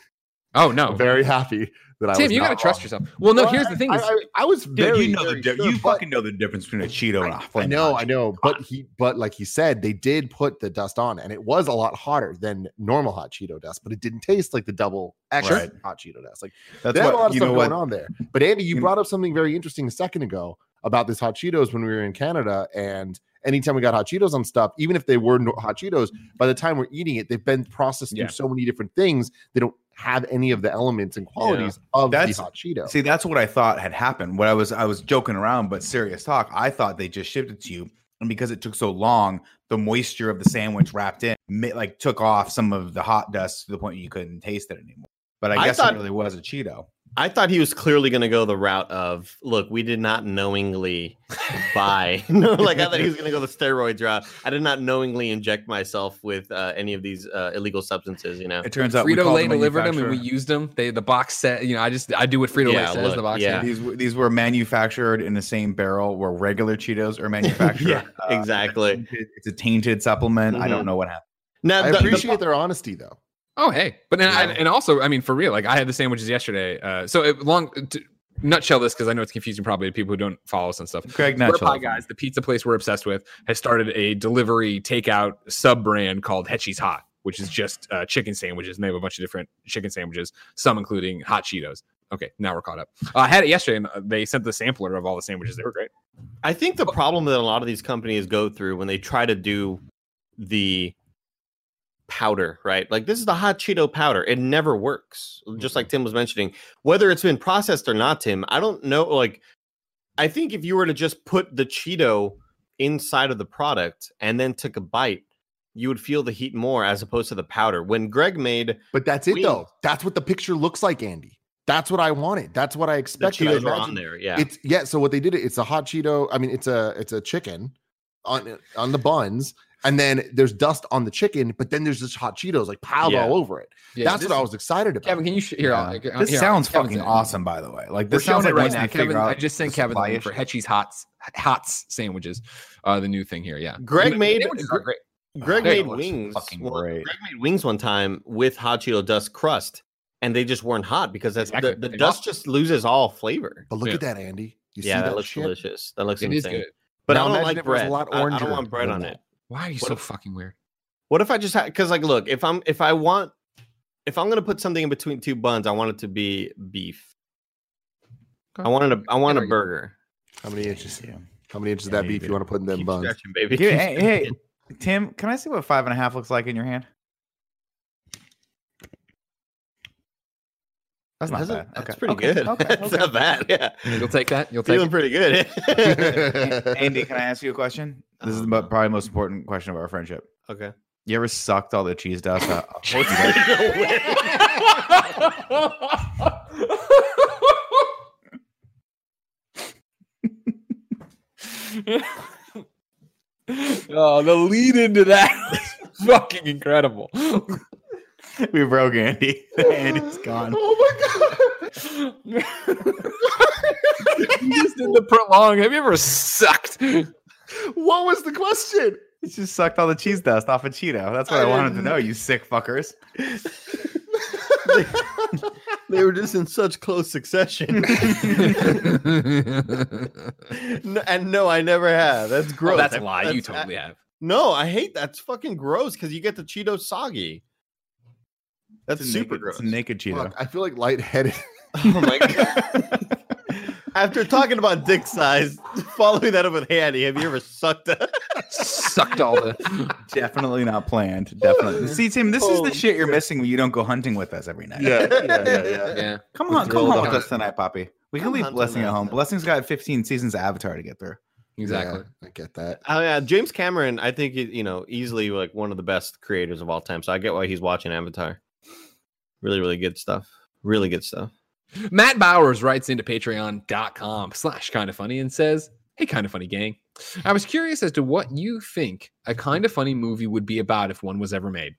Speaker 1: Oh no,
Speaker 4: I'm very happy that I.
Speaker 1: Tim,
Speaker 4: was
Speaker 1: you
Speaker 4: got
Speaker 1: gotta trust yourself. Well, no, here's the thing:
Speaker 4: I,
Speaker 1: is,
Speaker 4: I- I was
Speaker 2: Dude,
Speaker 4: very.
Speaker 2: you know the
Speaker 4: very
Speaker 2: difference.
Speaker 4: sure,
Speaker 2: you
Speaker 4: but-
Speaker 2: fucking know the difference between a Cheeto and a
Speaker 4: I
Speaker 2: flaming
Speaker 4: know,
Speaker 2: hot
Speaker 4: I
Speaker 2: Cheeto.
Speaker 4: know, but he, but like he said, they did put the dust on, and it was a lot hotter than normal hot Cheeto dust, but it didn't taste like the double X
Speaker 2: Right.
Speaker 4: hot Cheeto dust. Like
Speaker 2: That's
Speaker 4: they have a lot
Speaker 2: what
Speaker 4: of
Speaker 2: you
Speaker 4: stuff
Speaker 2: know.
Speaker 4: going
Speaker 2: What
Speaker 4: on there. But Andy, you
Speaker 2: You-
Speaker 4: brought up something very interesting a second ago about this hot Cheetos when we were in Canada, and anytime we got hot Cheetos on stuff, even if they were no- hot Cheetos, by the time we're eating it, they've been processed
Speaker 1: Yeah.
Speaker 4: through so many different things they don't have any of the elements and qualities of
Speaker 2: That's-
Speaker 4: the hot Cheeto.
Speaker 2: See, that's what I thought had happened. What I was I was joking around, but serious talk. I thought they just shipped it to you, and because it took so long, the moisture of the sandwich wrapped in, ma- like took off some of the hot dust to the point you couldn't taste it anymore. But I,
Speaker 3: I
Speaker 2: guess
Speaker 3: thought-
Speaker 2: it really was a Cheeto.
Speaker 3: I thought he was clearly going to go the route of look, we did not knowingly buy. no, like I thought he was going to go the steroids route. I did not knowingly inject myself with uh, any of these uh, illegal substances. You know,
Speaker 2: It turns out we
Speaker 1: Frito
Speaker 2: called
Speaker 1: Lay
Speaker 2: the
Speaker 1: delivered them and we
Speaker 2: manufacturer.
Speaker 1: used them. They the box set. You know, I just I do what Frito Lay
Speaker 3: Yeah,
Speaker 1: says.
Speaker 3: look,
Speaker 1: the box.
Speaker 3: yeah.
Speaker 1: set.
Speaker 2: These were- these were manufactured in the same barrel where regular Cheetos are manufactured.
Speaker 3: yeah,
Speaker 2: Uh,
Speaker 3: exactly.
Speaker 2: It's a tainted supplement. I don't
Speaker 1: Mm-hmm.
Speaker 3: Mhm.
Speaker 2: know what happened.
Speaker 3: Now,
Speaker 4: I
Speaker 3: the- the-
Speaker 4: appreciate their honesty though.
Speaker 1: Oh hey, but and, I,
Speaker 3: Yeah.
Speaker 1: and also I mean for real, like I had the sandwiches yesterday. Uh, so it, long to nutshell this because I know it's confusing probably to people who don't follow us and stuff.
Speaker 2: Craig
Speaker 1: Square
Speaker 2: Nutshell.
Speaker 1: Pie Guys, the pizza place we're obsessed with, has started a delivery takeout sub brand called Hetchy's Hot, which is just uh, chicken sandwiches. And they have a bunch of different chicken sandwiches, some including hot Cheetos. Okay, now we're caught up. Uh, I had it yesterday and uh, they sent the sampler of all the sandwiches. They were great.
Speaker 3: I think the problem that a lot of these companies go through when they try to do the powder, right? Like this is the hot Cheeto powder. It never works. Just
Speaker 4: Mm-hmm.
Speaker 3: like Tim was mentioning, whether it's been processed or not, Tim, I don't know. Like, I think if you were to just put the Cheeto inside of the product and then took a bite, you would feel the heat more as opposed to the powder. When Greg made
Speaker 4: But that's it
Speaker 3: We-
Speaker 4: though. That's what the picture looks like, Andy. That's what I wanted. That's what I
Speaker 3: the
Speaker 4: expected. I
Speaker 3: Cheetos were
Speaker 4: imagined
Speaker 3: on there, yeah.
Speaker 4: It's yeah. So what they did, it's a hot Cheeto. I mean, it's a it's a chicken on on the buns, and then there's dust on the chicken, but then there's just hot Cheetos like piled
Speaker 3: Yeah.
Speaker 4: all over it. That's what I was excited about.
Speaker 1: Kevin, can you sh- here? I'll-
Speaker 2: Yeah.
Speaker 1: I'll-
Speaker 2: This
Speaker 1: here,
Speaker 2: sounds
Speaker 1: Kevin's
Speaker 2: fucking
Speaker 1: in.
Speaker 2: awesome, by the way. Like
Speaker 1: We're
Speaker 2: this
Speaker 1: showing
Speaker 2: sounds
Speaker 1: it
Speaker 2: like
Speaker 1: right
Speaker 2: once
Speaker 1: now.
Speaker 2: they
Speaker 1: Kevin,
Speaker 2: figure out
Speaker 1: I just sent
Speaker 2: the
Speaker 1: Kevin the
Speaker 2: supply
Speaker 1: link for
Speaker 2: issue.
Speaker 1: Hetchy's Hots Hots sandwiches, uh, the new thing here. Yeah,
Speaker 3: Greg
Speaker 1: And the
Speaker 3: made-
Speaker 1: sandwiches are great.
Speaker 3: Greg
Speaker 1: There you
Speaker 3: made
Speaker 1: go.
Speaker 3: wings.
Speaker 2: Fucking
Speaker 3: one-
Speaker 2: great.
Speaker 3: Greg made wings one time with hot Cheeto dust crust, and they just weren't hot because that's
Speaker 1: Exactly.
Speaker 3: the, the
Speaker 1: They
Speaker 3: dust
Speaker 1: lost
Speaker 3: just loses all flavor.
Speaker 4: but look
Speaker 1: Yeah.
Speaker 4: at that, Andy. Oh,
Speaker 3: yeah,
Speaker 4: You see
Speaker 3: that,
Speaker 4: that,
Speaker 3: looks
Speaker 4: shit?
Speaker 3: delicious. That looks
Speaker 1: It is
Speaker 3: insane.
Speaker 1: good.
Speaker 3: But
Speaker 4: Now
Speaker 3: I don't
Speaker 4: imagine
Speaker 3: like
Speaker 4: if it was a
Speaker 3: bread.
Speaker 4: lot
Speaker 3: I, I don't
Speaker 4: oranger
Speaker 3: want bread
Speaker 4: than
Speaker 3: on
Speaker 4: that.
Speaker 3: it.
Speaker 1: Why are you
Speaker 3: What
Speaker 1: so
Speaker 3: if-
Speaker 1: fucking weird?
Speaker 3: What if I just had? Because like, look, if I'm if I want if I'm gonna put something in between two buns, I want it to be beef. I wanted a I want
Speaker 1: There
Speaker 3: a
Speaker 1: we go.
Speaker 3: burger.
Speaker 4: How many inches?
Speaker 2: Yeah.
Speaker 4: How many inches of
Speaker 2: Yeah,
Speaker 4: that
Speaker 2: you
Speaker 4: beef you
Speaker 2: did.
Speaker 4: want to put in them
Speaker 3: Keep
Speaker 4: buns?
Speaker 3: stretching, baby.
Speaker 2: Give it- hey, hey, Tim, can I see what five and a half looks like in your hand? That's not
Speaker 3: That's-
Speaker 2: bad.
Speaker 3: That's
Speaker 2: Okay.
Speaker 3: pretty
Speaker 2: Okay,
Speaker 3: good.
Speaker 2: okay,
Speaker 3: that's
Speaker 2: okay.
Speaker 3: not bad. Yeah,
Speaker 1: You'll take that. You'll take.
Speaker 3: feeling
Speaker 1: It.
Speaker 3: pretty good.
Speaker 2: Andy, can I ask you a question? This is the
Speaker 1: Uh-huh.
Speaker 2: mo- probably most important question of our friendship.
Speaker 3: okay.
Speaker 2: You ever sucked all the cheese dust out?
Speaker 1: oh, the lead into that was fucking incredible.
Speaker 2: we broke Andy. Andy's gone.
Speaker 1: Oh my god! you just did the prolong. Have you ever sucked?
Speaker 4: what was the question?
Speaker 2: It just sucked all the cheese dust off a Cheeto. That's what I, wanted to know, you sick fuckers.
Speaker 3: they were just in such close succession. N- and no, I never have. That's gross.
Speaker 1: Oh, that's a
Speaker 3: I-
Speaker 1: lie. you
Speaker 3: that's-
Speaker 1: totally have.
Speaker 3: No, I hate that's fucking gross because you get the Cheeto soggy. That's
Speaker 2: It's a
Speaker 3: super
Speaker 2: naked,
Speaker 3: gross.
Speaker 2: It's a naked Cheeto.
Speaker 4: Fuck, I feel like lightheaded.
Speaker 3: Oh my god. After talking about dick size, following that up with Handy, have you ever sucked a
Speaker 1: Sucked all the.
Speaker 2: Definitely not planned. Definitely. See, Tim, this is
Speaker 3: Oh,
Speaker 2: the shit you're missing when you don't go hunting with us every night.
Speaker 1: Yeah.
Speaker 2: Come
Speaker 1: The
Speaker 2: on,
Speaker 1: thrill
Speaker 2: come home
Speaker 1: of
Speaker 2: with
Speaker 1: hunt.
Speaker 2: us tonight, Poppy. We can
Speaker 3: Come
Speaker 2: leave
Speaker 3: hunt
Speaker 2: Blessing at
Speaker 3: tonight.
Speaker 2: home. Blessing's got 15 seasons of Avatar to get through.
Speaker 1: Exactly.
Speaker 4: Yeah, I get that.
Speaker 3: Oh yeah, James Cameron, I think you know easily like one of the best creators of all time. So I get why he's watching Avatar. Really, really good stuff. Really good stuff.
Speaker 1: Matt Bowers writes into patreon.com slash kind of funny and says, Hey, kind of funny gang. I was curious as to what you think a kind of funny movie would be about if one was ever made.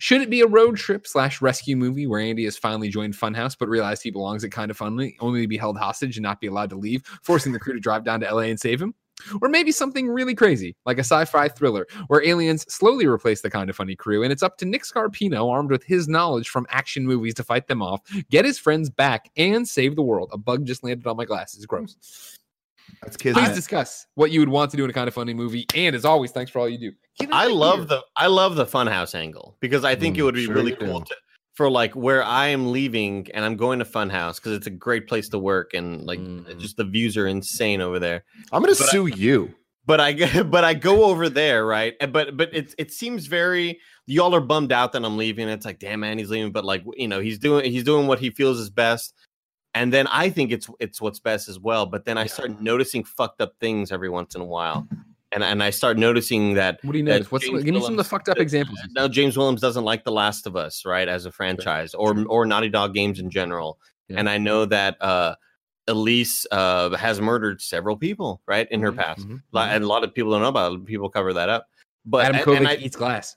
Speaker 1: Should it be a road trip slash rescue movie where Andy has finally joined Funhouse but realized he belongs at kind of funny, only to be held hostage and not be allowed to leave, forcing the crew to drive down to LA and save him? Or maybe something really crazy, like a sci fi thriller where aliens slowly replace the kind of funny crew, and it's up to Nick Scarpino, armed with his knowledge from action movies, to fight them off, get his friends back, and save the world. A bug just landed on my glasses. gross.
Speaker 2: That's kids.
Speaker 1: Please discuss what you would want to do in a kind of funny movie. And as always, thanks for all you do. Get out
Speaker 3: I
Speaker 1: of
Speaker 3: love
Speaker 1: here.
Speaker 3: the I love the funhouse angle because I think it
Speaker 4: Mm,
Speaker 3: would be
Speaker 4: sure
Speaker 3: really
Speaker 4: you
Speaker 3: cool
Speaker 4: do.
Speaker 3: to, for like where I am leaving and I'm going to funhouse because it's a great place to work and like
Speaker 4: Mm-hmm.
Speaker 1: Mhm.
Speaker 3: just the views are insane over there.
Speaker 4: I'm gonna
Speaker 3: But I-
Speaker 4: sue you.
Speaker 3: but I go- but I go over there, right? And- But but it it seems very y'all are bummed out that I'm leaving. It's like, damn man, he's leaving. But like you know, he's doing he's doing what he feels is best. And then I think it's it's what's best as well. But then I start noticing fucked up things every once in a while, and and I start noticing that
Speaker 1: What do you
Speaker 3: that
Speaker 1: notice? What's the,
Speaker 3: James
Speaker 1: give me some of the
Speaker 3: Willems-
Speaker 1: fucked up
Speaker 3: that-
Speaker 1: examples.
Speaker 3: now James Williams doesn't like The Last of Us, right, as a franchise or or Naughty Dog games in general.
Speaker 1: Yeah.
Speaker 3: And I know that uh, Elise uh, has murdered several people, right, in her past.
Speaker 1: Mhm.
Speaker 3: Li- and a lot of people don't know about it. People cover that up. But
Speaker 1: Adam
Speaker 3: and-
Speaker 1: Kovic
Speaker 3: and I-
Speaker 1: eats glass.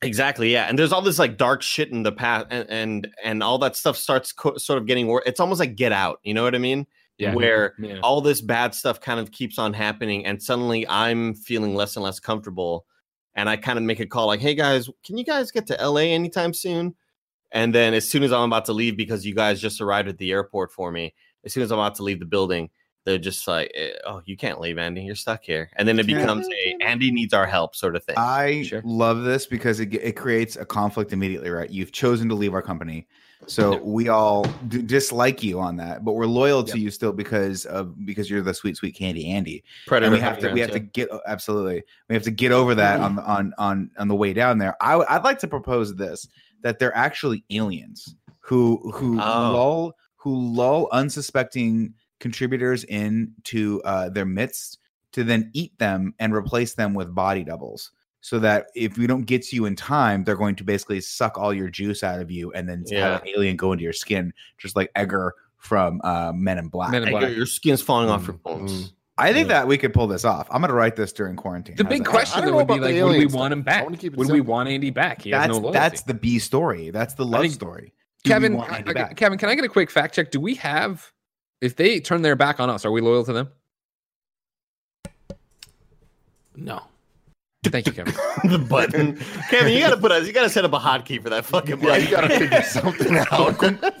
Speaker 3: exactly, yeah. And there's all this like dark shit in the past, and and, and all that stuff starts co- sort of getting worse. It's almost like Get Out. You know what I mean?
Speaker 1: Yeah.
Speaker 3: Where
Speaker 1: Yeah.
Speaker 3: all this bad stuff kind of keeps on happening, and suddenly I'm feeling less and less comfortable. And I kind of make a call like, "Hey guys, can you guys get to LA anytime soon?" And then as soon as I'm about to leave, because you guys just arrived at the airport for me, as soon as I'm about to leave the building, they're just like, eh, "Oh, you can't leave, Andy. You're stuck here." And then it
Speaker 2: Yeah.
Speaker 3: becomes a Andy needs our help sort of thing.
Speaker 2: I
Speaker 1: Sure.
Speaker 2: love this because it, ge- it creates a conflict immediately, right? You've chosen to leave our company. So we all d- dislike you on that, but we're loyal to you still because of because you're the sweet sweet candy Andy. And
Speaker 3: Predator Mm.
Speaker 2: we have to we have to get absolutely. We have to get over that on the on on on the way down there. I would- I'd like to propose this that they're actually aliens who who
Speaker 3: Oh.
Speaker 2: lull who lull unsuspecting contributors into uh, their midst to then eat them and replace them with body doubles. So that if we don't get to you in time, they're going to basically suck all your juice out of you and then have an alien go into your skin, just like Edgar from uh, Men in Black.
Speaker 1: Men in
Speaker 3: Edgar,
Speaker 1: Black.
Speaker 3: your skin's falling off your
Speaker 4: Mm,
Speaker 3: bones.
Speaker 2: I think
Speaker 3: Yeah.
Speaker 2: that we could pull this off. I'm gonna write this during quarantine.
Speaker 1: The
Speaker 2: How's
Speaker 1: big
Speaker 2: that?
Speaker 1: question
Speaker 4: I
Speaker 1: though
Speaker 4: don't know
Speaker 1: would be like,
Speaker 4: about the
Speaker 1: would we
Speaker 4: alien
Speaker 1: want
Speaker 4: stuff.
Speaker 1: him
Speaker 4: I
Speaker 1: back?
Speaker 4: wanna keep it
Speaker 1: Would we
Speaker 4: simple.
Speaker 1: want Andy back? He has
Speaker 2: That's
Speaker 1: no loyalty.
Speaker 2: that's the B story. That's the love
Speaker 1: think-
Speaker 2: story. Do we
Speaker 1: Kevin,
Speaker 2: want Andy
Speaker 1: I- I-
Speaker 2: back?
Speaker 1: Kevin, can I get a quick fact check? Do we have, if they turn their back on us, are we loyal to them?
Speaker 5: No.
Speaker 1: Thank you, Kevin.
Speaker 3: the button, Kevin. You gotta put a, you gotta set up a hotkey for that fucking
Speaker 4: Yeah,
Speaker 3: button.
Speaker 4: you gotta figure something out.
Speaker 5: What?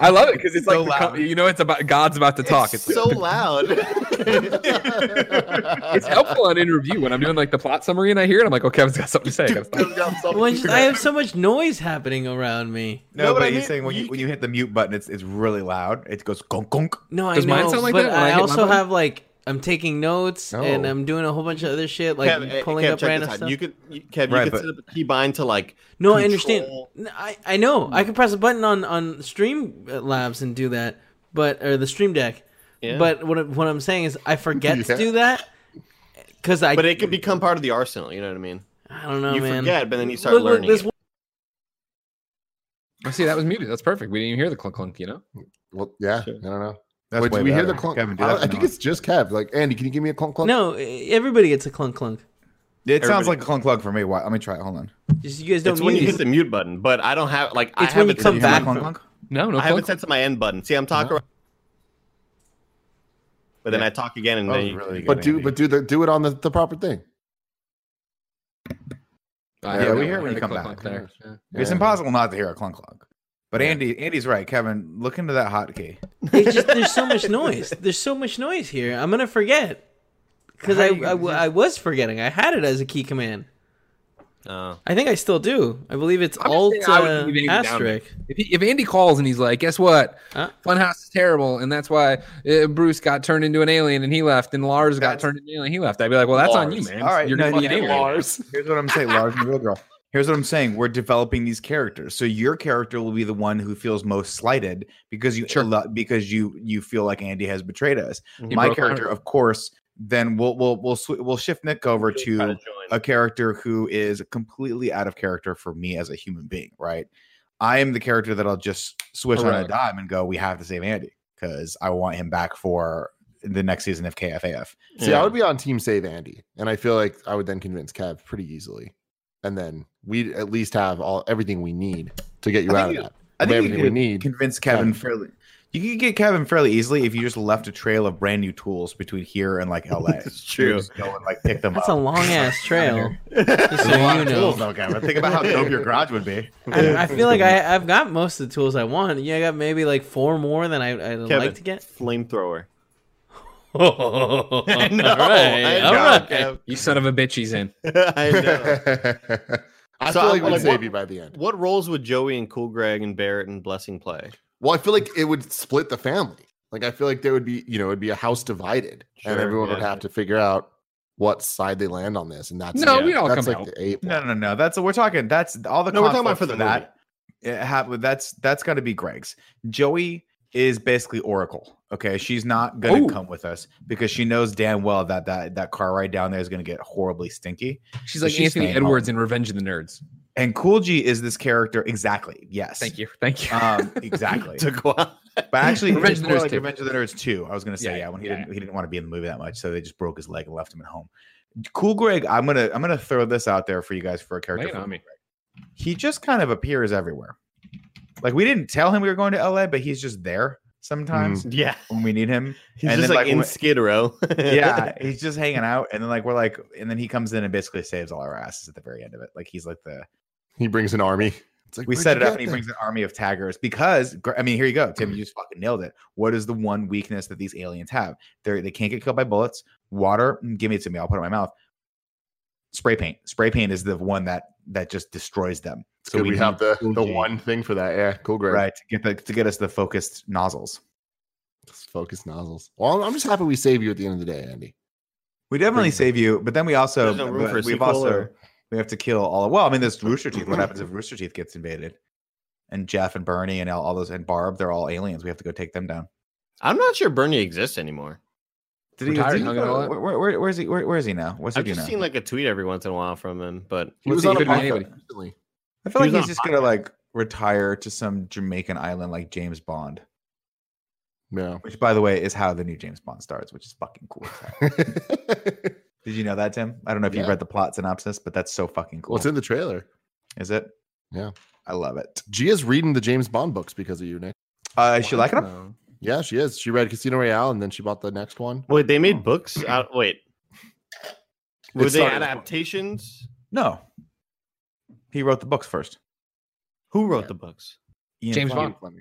Speaker 1: I love it because it's
Speaker 2: So
Speaker 1: like, the co-
Speaker 2: loud.
Speaker 1: you know, it's about God's about to talk. It's,
Speaker 3: It's so loud.
Speaker 1: it's helpful on interview when I'm doing like the plot summary and I hear it. I'm like, oh, Kevin's got something to say. I gotta stop.
Speaker 5: Well, it's just- I have so much noise happening around me.
Speaker 2: no,
Speaker 3: No,
Speaker 2: but
Speaker 3: but I
Speaker 2: you're
Speaker 3: mean,
Speaker 2: saying when you,
Speaker 3: you
Speaker 2: when you hit the mute button, it's it's really loud. It goes gonk gonk.
Speaker 5: No, I
Speaker 1: Does
Speaker 5: know,
Speaker 1: mine sound like
Speaker 5: but
Speaker 1: that when I
Speaker 5: I,
Speaker 1: hit my
Speaker 5: also
Speaker 1: button?
Speaker 5: have like I'm taking notes and
Speaker 4: No.
Speaker 5: I'm doing a whole bunch of other shit, like
Speaker 3: Kev, eh,
Speaker 5: pulling
Speaker 3: Kev,
Speaker 5: up
Speaker 3: check
Speaker 5: random
Speaker 3: this out.
Speaker 5: stuff.
Speaker 3: You could, you, Kev,
Speaker 2: Right,
Speaker 3: you could
Speaker 2: but-
Speaker 3: set up a keybind to like.
Speaker 5: no, I understand.
Speaker 3: control-
Speaker 5: No, I I know I could press a button on on Stream Labs and do that, but or the Stream Deck.
Speaker 3: Yeah.
Speaker 5: But what I- what I'm saying is I forget to
Speaker 4: Yeah.
Speaker 5: do that because I
Speaker 3: But it could become part of the arsenal. You know what I mean?
Speaker 5: I don't know
Speaker 3: you
Speaker 5: man.
Speaker 3: forget, but then you start
Speaker 5: Look, look,
Speaker 3: learning.
Speaker 5: this
Speaker 3: it.
Speaker 1: Oh, see, that was muted. That's perfect. We didn't even hear the clunk clunk, you know?
Speaker 4: Well, yeah,
Speaker 3: Sure.
Speaker 4: I don't know.
Speaker 2: That's
Speaker 4: Wait,
Speaker 2: way
Speaker 4: did we hear the
Speaker 2: better.
Speaker 4: clunk?
Speaker 2: Kevin, do that
Speaker 4: I, I
Speaker 2: from
Speaker 4: think
Speaker 2: now
Speaker 4: it's just Kev. Like, Andy, can you give me a clunk clunk?
Speaker 5: No, eh, everybody gets a clunk clunk.
Speaker 2: on. it sounds
Speaker 3: Everybody-
Speaker 2: like a clunk clunk for me. Why? Let me try it. Hold on.
Speaker 5: Just you guys don't
Speaker 3: It's when you
Speaker 5: mute
Speaker 3: hit the mute button, but I don't have like. I
Speaker 5: It's when
Speaker 3: have
Speaker 5: you
Speaker 3: it
Speaker 5: come
Speaker 2: You
Speaker 3: set
Speaker 2: hear
Speaker 3: to
Speaker 2: my
Speaker 5: back
Speaker 3: my-
Speaker 2: clunk
Speaker 5: from-
Speaker 2: clunk?
Speaker 1: No, no.
Speaker 3: I have
Speaker 1: Clunk.
Speaker 3: it set to my end button. See, I'm talking. But then I talk again, and
Speaker 2: That
Speaker 3: then
Speaker 2: was
Speaker 3: you,
Speaker 2: really good,
Speaker 4: but do
Speaker 2: Andy.
Speaker 4: but do the do it on the, the proper thing.
Speaker 1: I
Speaker 4: Yeah,
Speaker 1: don't
Speaker 4: we
Speaker 1: know.
Speaker 4: hear
Speaker 2: when
Speaker 1: I
Speaker 2: you come
Speaker 1: click
Speaker 2: back.
Speaker 1: on there. Yeah.
Speaker 2: It's
Speaker 4: Yeah.
Speaker 2: impossible not to hear a clunk clunk. But Andy, Andy's right. Kevin, look into that hotkey.
Speaker 5: It's just there's so much noise. There's so much noise here. I'm gonna forget because
Speaker 2: How
Speaker 5: I,
Speaker 2: you gonna
Speaker 5: I w- I was forgetting. I had it as a key command.
Speaker 3: Oh.
Speaker 5: I think I still do. I believe it's
Speaker 1: I'm just
Speaker 5: Alt
Speaker 1: saying I would
Speaker 5: uh,
Speaker 1: leave it down there.
Speaker 5: asterisk.
Speaker 1: If, he, if Andy calls and he's like, guess what?
Speaker 5: Huh?
Speaker 1: Funhouse is terrible, and that's why uh, Bruce got turned into an alien and he left, and Lars got
Speaker 2: That's-
Speaker 1: turned into an alien and he left. I'd be like, well, that's on you,
Speaker 2: Lars.
Speaker 1: man.
Speaker 2: All right,
Speaker 1: You're
Speaker 2: no,
Speaker 1: gonna fucking
Speaker 2: yeah,
Speaker 1: do it.
Speaker 2: Lars. Here's what I'm saying, Lars and the real girl. Here's what I'm saying. We're developing these characters, so your character will be the one who feels most slighted because you because you you feel like Andy has betrayed us.
Speaker 1: He
Speaker 2: My
Speaker 1: broke my
Speaker 2: character,
Speaker 1: heart.
Speaker 2: of course. Then we'll we'll we'll sw- we'll shift Nick over to a character who is completely out of character for me as a human being. Right, I am the character that'll just switch on a
Speaker 1: Correct.
Speaker 2: dime and go. We have to save Andy because I want him back for the next season of KFAF.
Speaker 4: See, I would be on Team Save Andy, and I feel like I would then convince Kev pretty easily, and then we at least have all everything we need to get you
Speaker 2: I
Speaker 4: out of
Speaker 2: think
Speaker 4: that.
Speaker 2: I think
Speaker 4: Everything
Speaker 2: you
Speaker 4: we
Speaker 2: could
Speaker 4: need.
Speaker 2: convince Kevin
Speaker 4: Kevin.
Speaker 2: fairly. You could get Kevin fairly easily if you just left a trail of brand new tools between here and like LA.
Speaker 3: It's true.
Speaker 2: You just go and like pick them
Speaker 5: That's a
Speaker 2: up.
Speaker 5: long ass trail. Just so
Speaker 2: There's a lot
Speaker 5: you
Speaker 2: of
Speaker 5: know.
Speaker 2: tools, though, Kevin. Think about how dope your garage would be.
Speaker 5: I, I feel like I, I've got most of the tools I want. Yeah, I got maybe like four more than I, I'd
Speaker 3: Kevin,
Speaker 5: like to get.
Speaker 3: flamethrower.
Speaker 5: all
Speaker 3: I know.
Speaker 5: right, all right.
Speaker 3: I know,
Speaker 1: You son of a bitch, he's in.
Speaker 3: Kev. I know.
Speaker 4: I
Speaker 3: So
Speaker 4: feel
Speaker 3: I'm
Speaker 4: like we'd
Speaker 3: like,
Speaker 4: save
Speaker 3: what-
Speaker 4: you by the end.
Speaker 3: What roles would Joey and Cool Greg and Barrett and Blessing play?
Speaker 4: Well, I feel like it would split the family. Like I feel like there would be, you know, it'd be a house divided, and
Speaker 3: Sure,
Speaker 4: everyone would
Speaker 3: yeah.
Speaker 4: have to figure out what side they land on this, and that's
Speaker 1: No,
Speaker 3: yeah,
Speaker 1: we'd all come
Speaker 4: that's
Speaker 1: out.
Speaker 4: like the eight.
Speaker 2: No, no, no. That's we're talking. That's all the.
Speaker 3: No, we're talking about
Speaker 2: conflict
Speaker 3: for the
Speaker 2: that. It happened. That's that's got to be Greg's. Joey is basically Oracle. Okay, she's not gonna
Speaker 1: Ooh.
Speaker 2: come with us because she knows damn well that that that car ride down there is gonna get horribly stinky.
Speaker 1: She's like
Speaker 2: She's
Speaker 1: Anthony
Speaker 2: staying
Speaker 1: Edwards
Speaker 2: home.
Speaker 1: in Revenge of the Nerds.
Speaker 2: And Cool G is this character exactly. Yes.
Speaker 1: Thank you. Thank you.
Speaker 2: Um, exactly.
Speaker 3: Took a while.
Speaker 2: But actually,
Speaker 1: Revenge
Speaker 2: Revenge
Speaker 1: of the
Speaker 2: more
Speaker 1: Nerds
Speaker 2: like
Speaker 1: two.
Speaker 2: Revenge of the Nerds two. I was gonna say
Speaker 1: Yeah,
Speaker 2: yeah, when he
Speaker 1: yeah.
Speaker 2: didn't he didn't want to be in the movie that much, so they just broke his leg and left him at home. Cool Greg, I'm gonna I'm gonna throw this out there for you guys for a character.
Speaker 1: Lay it
Speaker 2: for
Speaker 1: on me.
Speaker 2: Cool Greg. He just kind of appears everywhere. Like we didn't tell him we were going to LA, but he's just there sometimes
Speaker 3: Yeah.
Speaker 2: when we need him.
Speaker 3: He's
Speaker 2: And then,
Speaker 3: just like,
Speaker 2: like,
Speaker 3: in
Speaker 2: when-
Speaker 3: Skid Row.
Speaker 2: Yeah, he's just hanging out, and then like we're like, and then he comes in and basically saves all our asses at the very end of it. Like he's like the
Speaker 4: He brings an army. It's like
Speaker 2: we
Speaker 4: where'd
Speaker 2: set
Speaker 4: you
Speaker 2: it up
Speaker 4: get
Speaker 2: and
Speaker 4: Mm.
Speaker 2: he
Speaker 4: that?
Speaker 2: brings an army of taggers because gr- I mean, here you go, Tim. You just fucking nailed it. What is the one weakness that these aliens have? They they can't get killed by bullets. Water, mm, give me it to me. I'll put it in my mouth. Spray paint. Spray paint is the one that that just destroys them.
Speaker 4: So we,
Speaker 2: need
Speaker 4: have the
Speaker 2: Cool
Speaker 4: the
Speaker 2: G.
Speaker 4: one thing for that. Yeah, cool, great.
Speaker 2: right to get the, to get us the focused nozzles.
Speaker 4: Just focus nozzles. Well, I'm- I'm just happy we save you at the end of the day, Andy.
Speaker 2: We definitely save you, but then we also
Speaker 3: There's no room
Speaker 2: but
Speaker 3: for a
Speaker 2: we've
Speaker 3: sequel
Speaker 2: also
Speaker 3: or-
Speaker 2: we have to kill all. Well, I mean, there's Rooster Teeth. What happens if Rooster Teeth gets invaded? And Jeff and Bernie and all, all those and Barb, they're all aliens. We have to go take them down.
Speaker 3: I'm not sure Bernie exists anymore.
Speaker 2: Did he,
Speaker 1: Retired,
Speaker 2: did he
Speaker 1: hung it all
Speaker 2: go,
Speaker 1: up.
Speaker 2: where, where, where- where is he? Where, where is he now? What's he
Speaker 3: I've
Speaker 2: doing
Speaker 3: just
Speaker 2: now?
Speaker 3: seen like a tweet every once in a while from him, but
Speaker 4: He
Speaker 2: What's
Speaker 4: was
Speaker 2: he
Speaker 4: on a
Speaker 2: good at
Speaker 4: podcast
Speaker 1: anybody?
Speaker 4: recently.
Speaker 2: I feel
Speaker 3: he
Speaker 2: like he's
Speaker 3: was on
Speaker 2: just gonna like retire to some Jamaican island like James Bond,
Speaker 4: Yeah.
Speaker 2: which by the way is how the new James Bond starts, which is fucking cool. as hell. Did you know that, Tim? I don't know if you've
Speaker 4: Yeah.
Speaker 2: read the plot synopsis, but that's so fucking cool.
Speaker 4: What's in the trailer?
Speaker 2: Is it?
Speaker 4: Yeah.
Speaker 2: I love it.
Speaker 4: Gia's reading the James Bond books because of you, Nick.
Speaker 2: Uh, is she liking him?
Speaker 1: Wow.
Speaker 4: Yeah, she is. She read Casino Royale and then she bought the next one.
Speaker 3: wait, they made books out. Wait, were
Speaker 2: It's
Speaker 3: they
Speaker 2: not-
Speaker 3: adaptations?
Speaker 2: No. He wrote the books first.
Speaker 3: Who wrote the books?
Speaker 2: Ian
Speaker 1: James
Speaker 2: Fleming.
Speaker 1: Bond.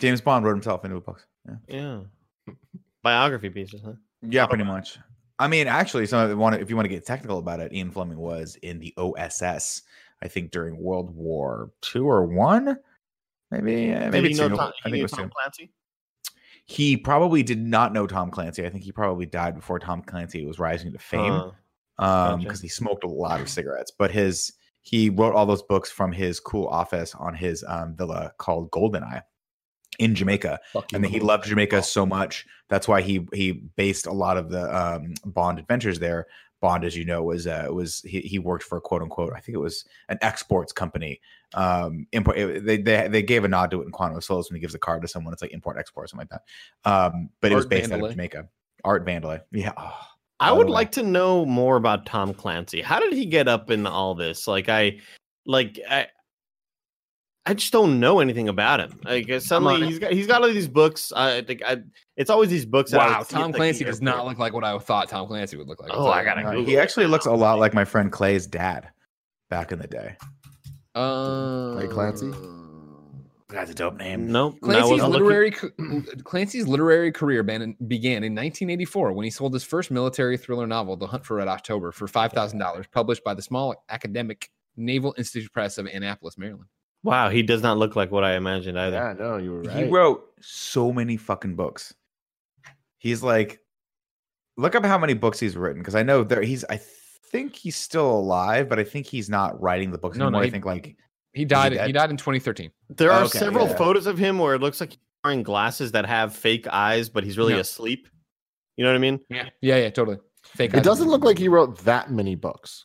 Speaker 2: James Bond wrote himself into the books. Yeah.
Speaker 3: Yeah, biography pieces, huh?
Speaker 2: Yeah, pretty much. I mean, actually, so I want if you want to get technical about it, Ian Fleming was in the OSS, I think, during World War Two or one, maybe, uh,
Speaker 3: Did
Speaker 2: maybe
Speaker 3: he
Speaker 2: two.
Speaker 3: know Tom,
Speaker 2: I
Speaker 3: he
Speaker 2: think
Speaker 3: knew
Speaker 2: it was
Speaker 3: Tom
Speaker 2: two.
Speaker 3: Clancy.
Speaker 2: He probably did not know Tom Clancy. I think he probably died before Tom Clancy was rising to fame
Speaker 3: Huh.
Speaker 2: um
Speaker 3: Oh, Gotcha.
Speaker 2: because he smoked a lot of cigarettes but his he wrote all those books from his cool office on his um villa called goldeneye in jamaica
Speaker 4: Fucking
Speaker 2: and then he
Speaker 4: cool.
Speaker 2: loved jamaica so much that's why he he based a lot of the um bond adventures there bond as you know was uh was he, he worked for quote unquote i think it was an exports company um import it- they, they they gave a nod to it in quantum of solace when he gives a card to someone it's like import export something like that um but it was
Speaker 1: Art
Speaker 2: based out
Speaker 1: Vandelay.
Speaker 2: of jamaica art vandalay yeah oh.
Speaker 3: I
Speaker 2: By the
Speaker 3: would
Speaker 2: way.
Speaker 3: like to know more about Tom Clancy. How did he get up in all this? Like I, like I, I just don't know anything about him. Like uh, suddenly
Speaker 1: it.
Speaker 3: he's got he's got all these books. I think I, it's always these books. that I
Speaker 1: Wow,
Speaker 3: would see at,
Speaker 1: Tom
Speaker 3: like, the
Speaker 1: Clancy does not
Speaker 3: airport.
Speaker 1: look like what I thought Tom Clancy would look like.
Speaker 3: Oh, I gotta
Speaker 2: Uh,
Speaker 3: Google
Speaker 2: he
Speaker 3: it
Speaker 2: actually
Speaker 3: now.
Speaker 2: looks a lot like my friend Clay's dad. back in the day.
Speaker 1: Uh,
Speaker 4: Clay Clancy?
Speaker 2: That's a dope name.
Speaker 3: Nope. and I
Speaker 1: Clancy's
Speaker 3: wasn't looking-
Speaker 1: literary ca- Clancy's literary career ban- began in 1984 when he sold his first military thriller novel, The Hunt for Red October, for five thousand dollars, published by the small academic Naval Institute Press of Annapolis, Maryland.
Speaker 3: Wow, he does not look like what I imagined either.
Speaker 4: Yeah, no, you were
Speaker 2: He
Speaker 4: right.
Speaker 2: wrote so many fucking books. He's like, look up how many books he's written because I know there he's. I think he's still alive, but I think he's not writing the books
Speaker 1: No, no,
Speaker 2: anymore. I
Speaker 1: he-
Speaker 2: think like
Speaker 1: He died.
Speaker 2: dead?
Speaker 1: he died in 2013.
Speaker 3: There are
Speaker 2: Okay,
Speaker 3: several
Speaker 2: yeah.
Speaker 3: photos of him where it looks like he's wearing glasses that have fake eyes, but he's really
Speaker 1: Yeah.
Speaker 3: asleep. You know what I mean?
Speaker 1: Yeah, yeah, yeah, totally. Fake.
Speaker 4: It doesn't look like he wrote that many books.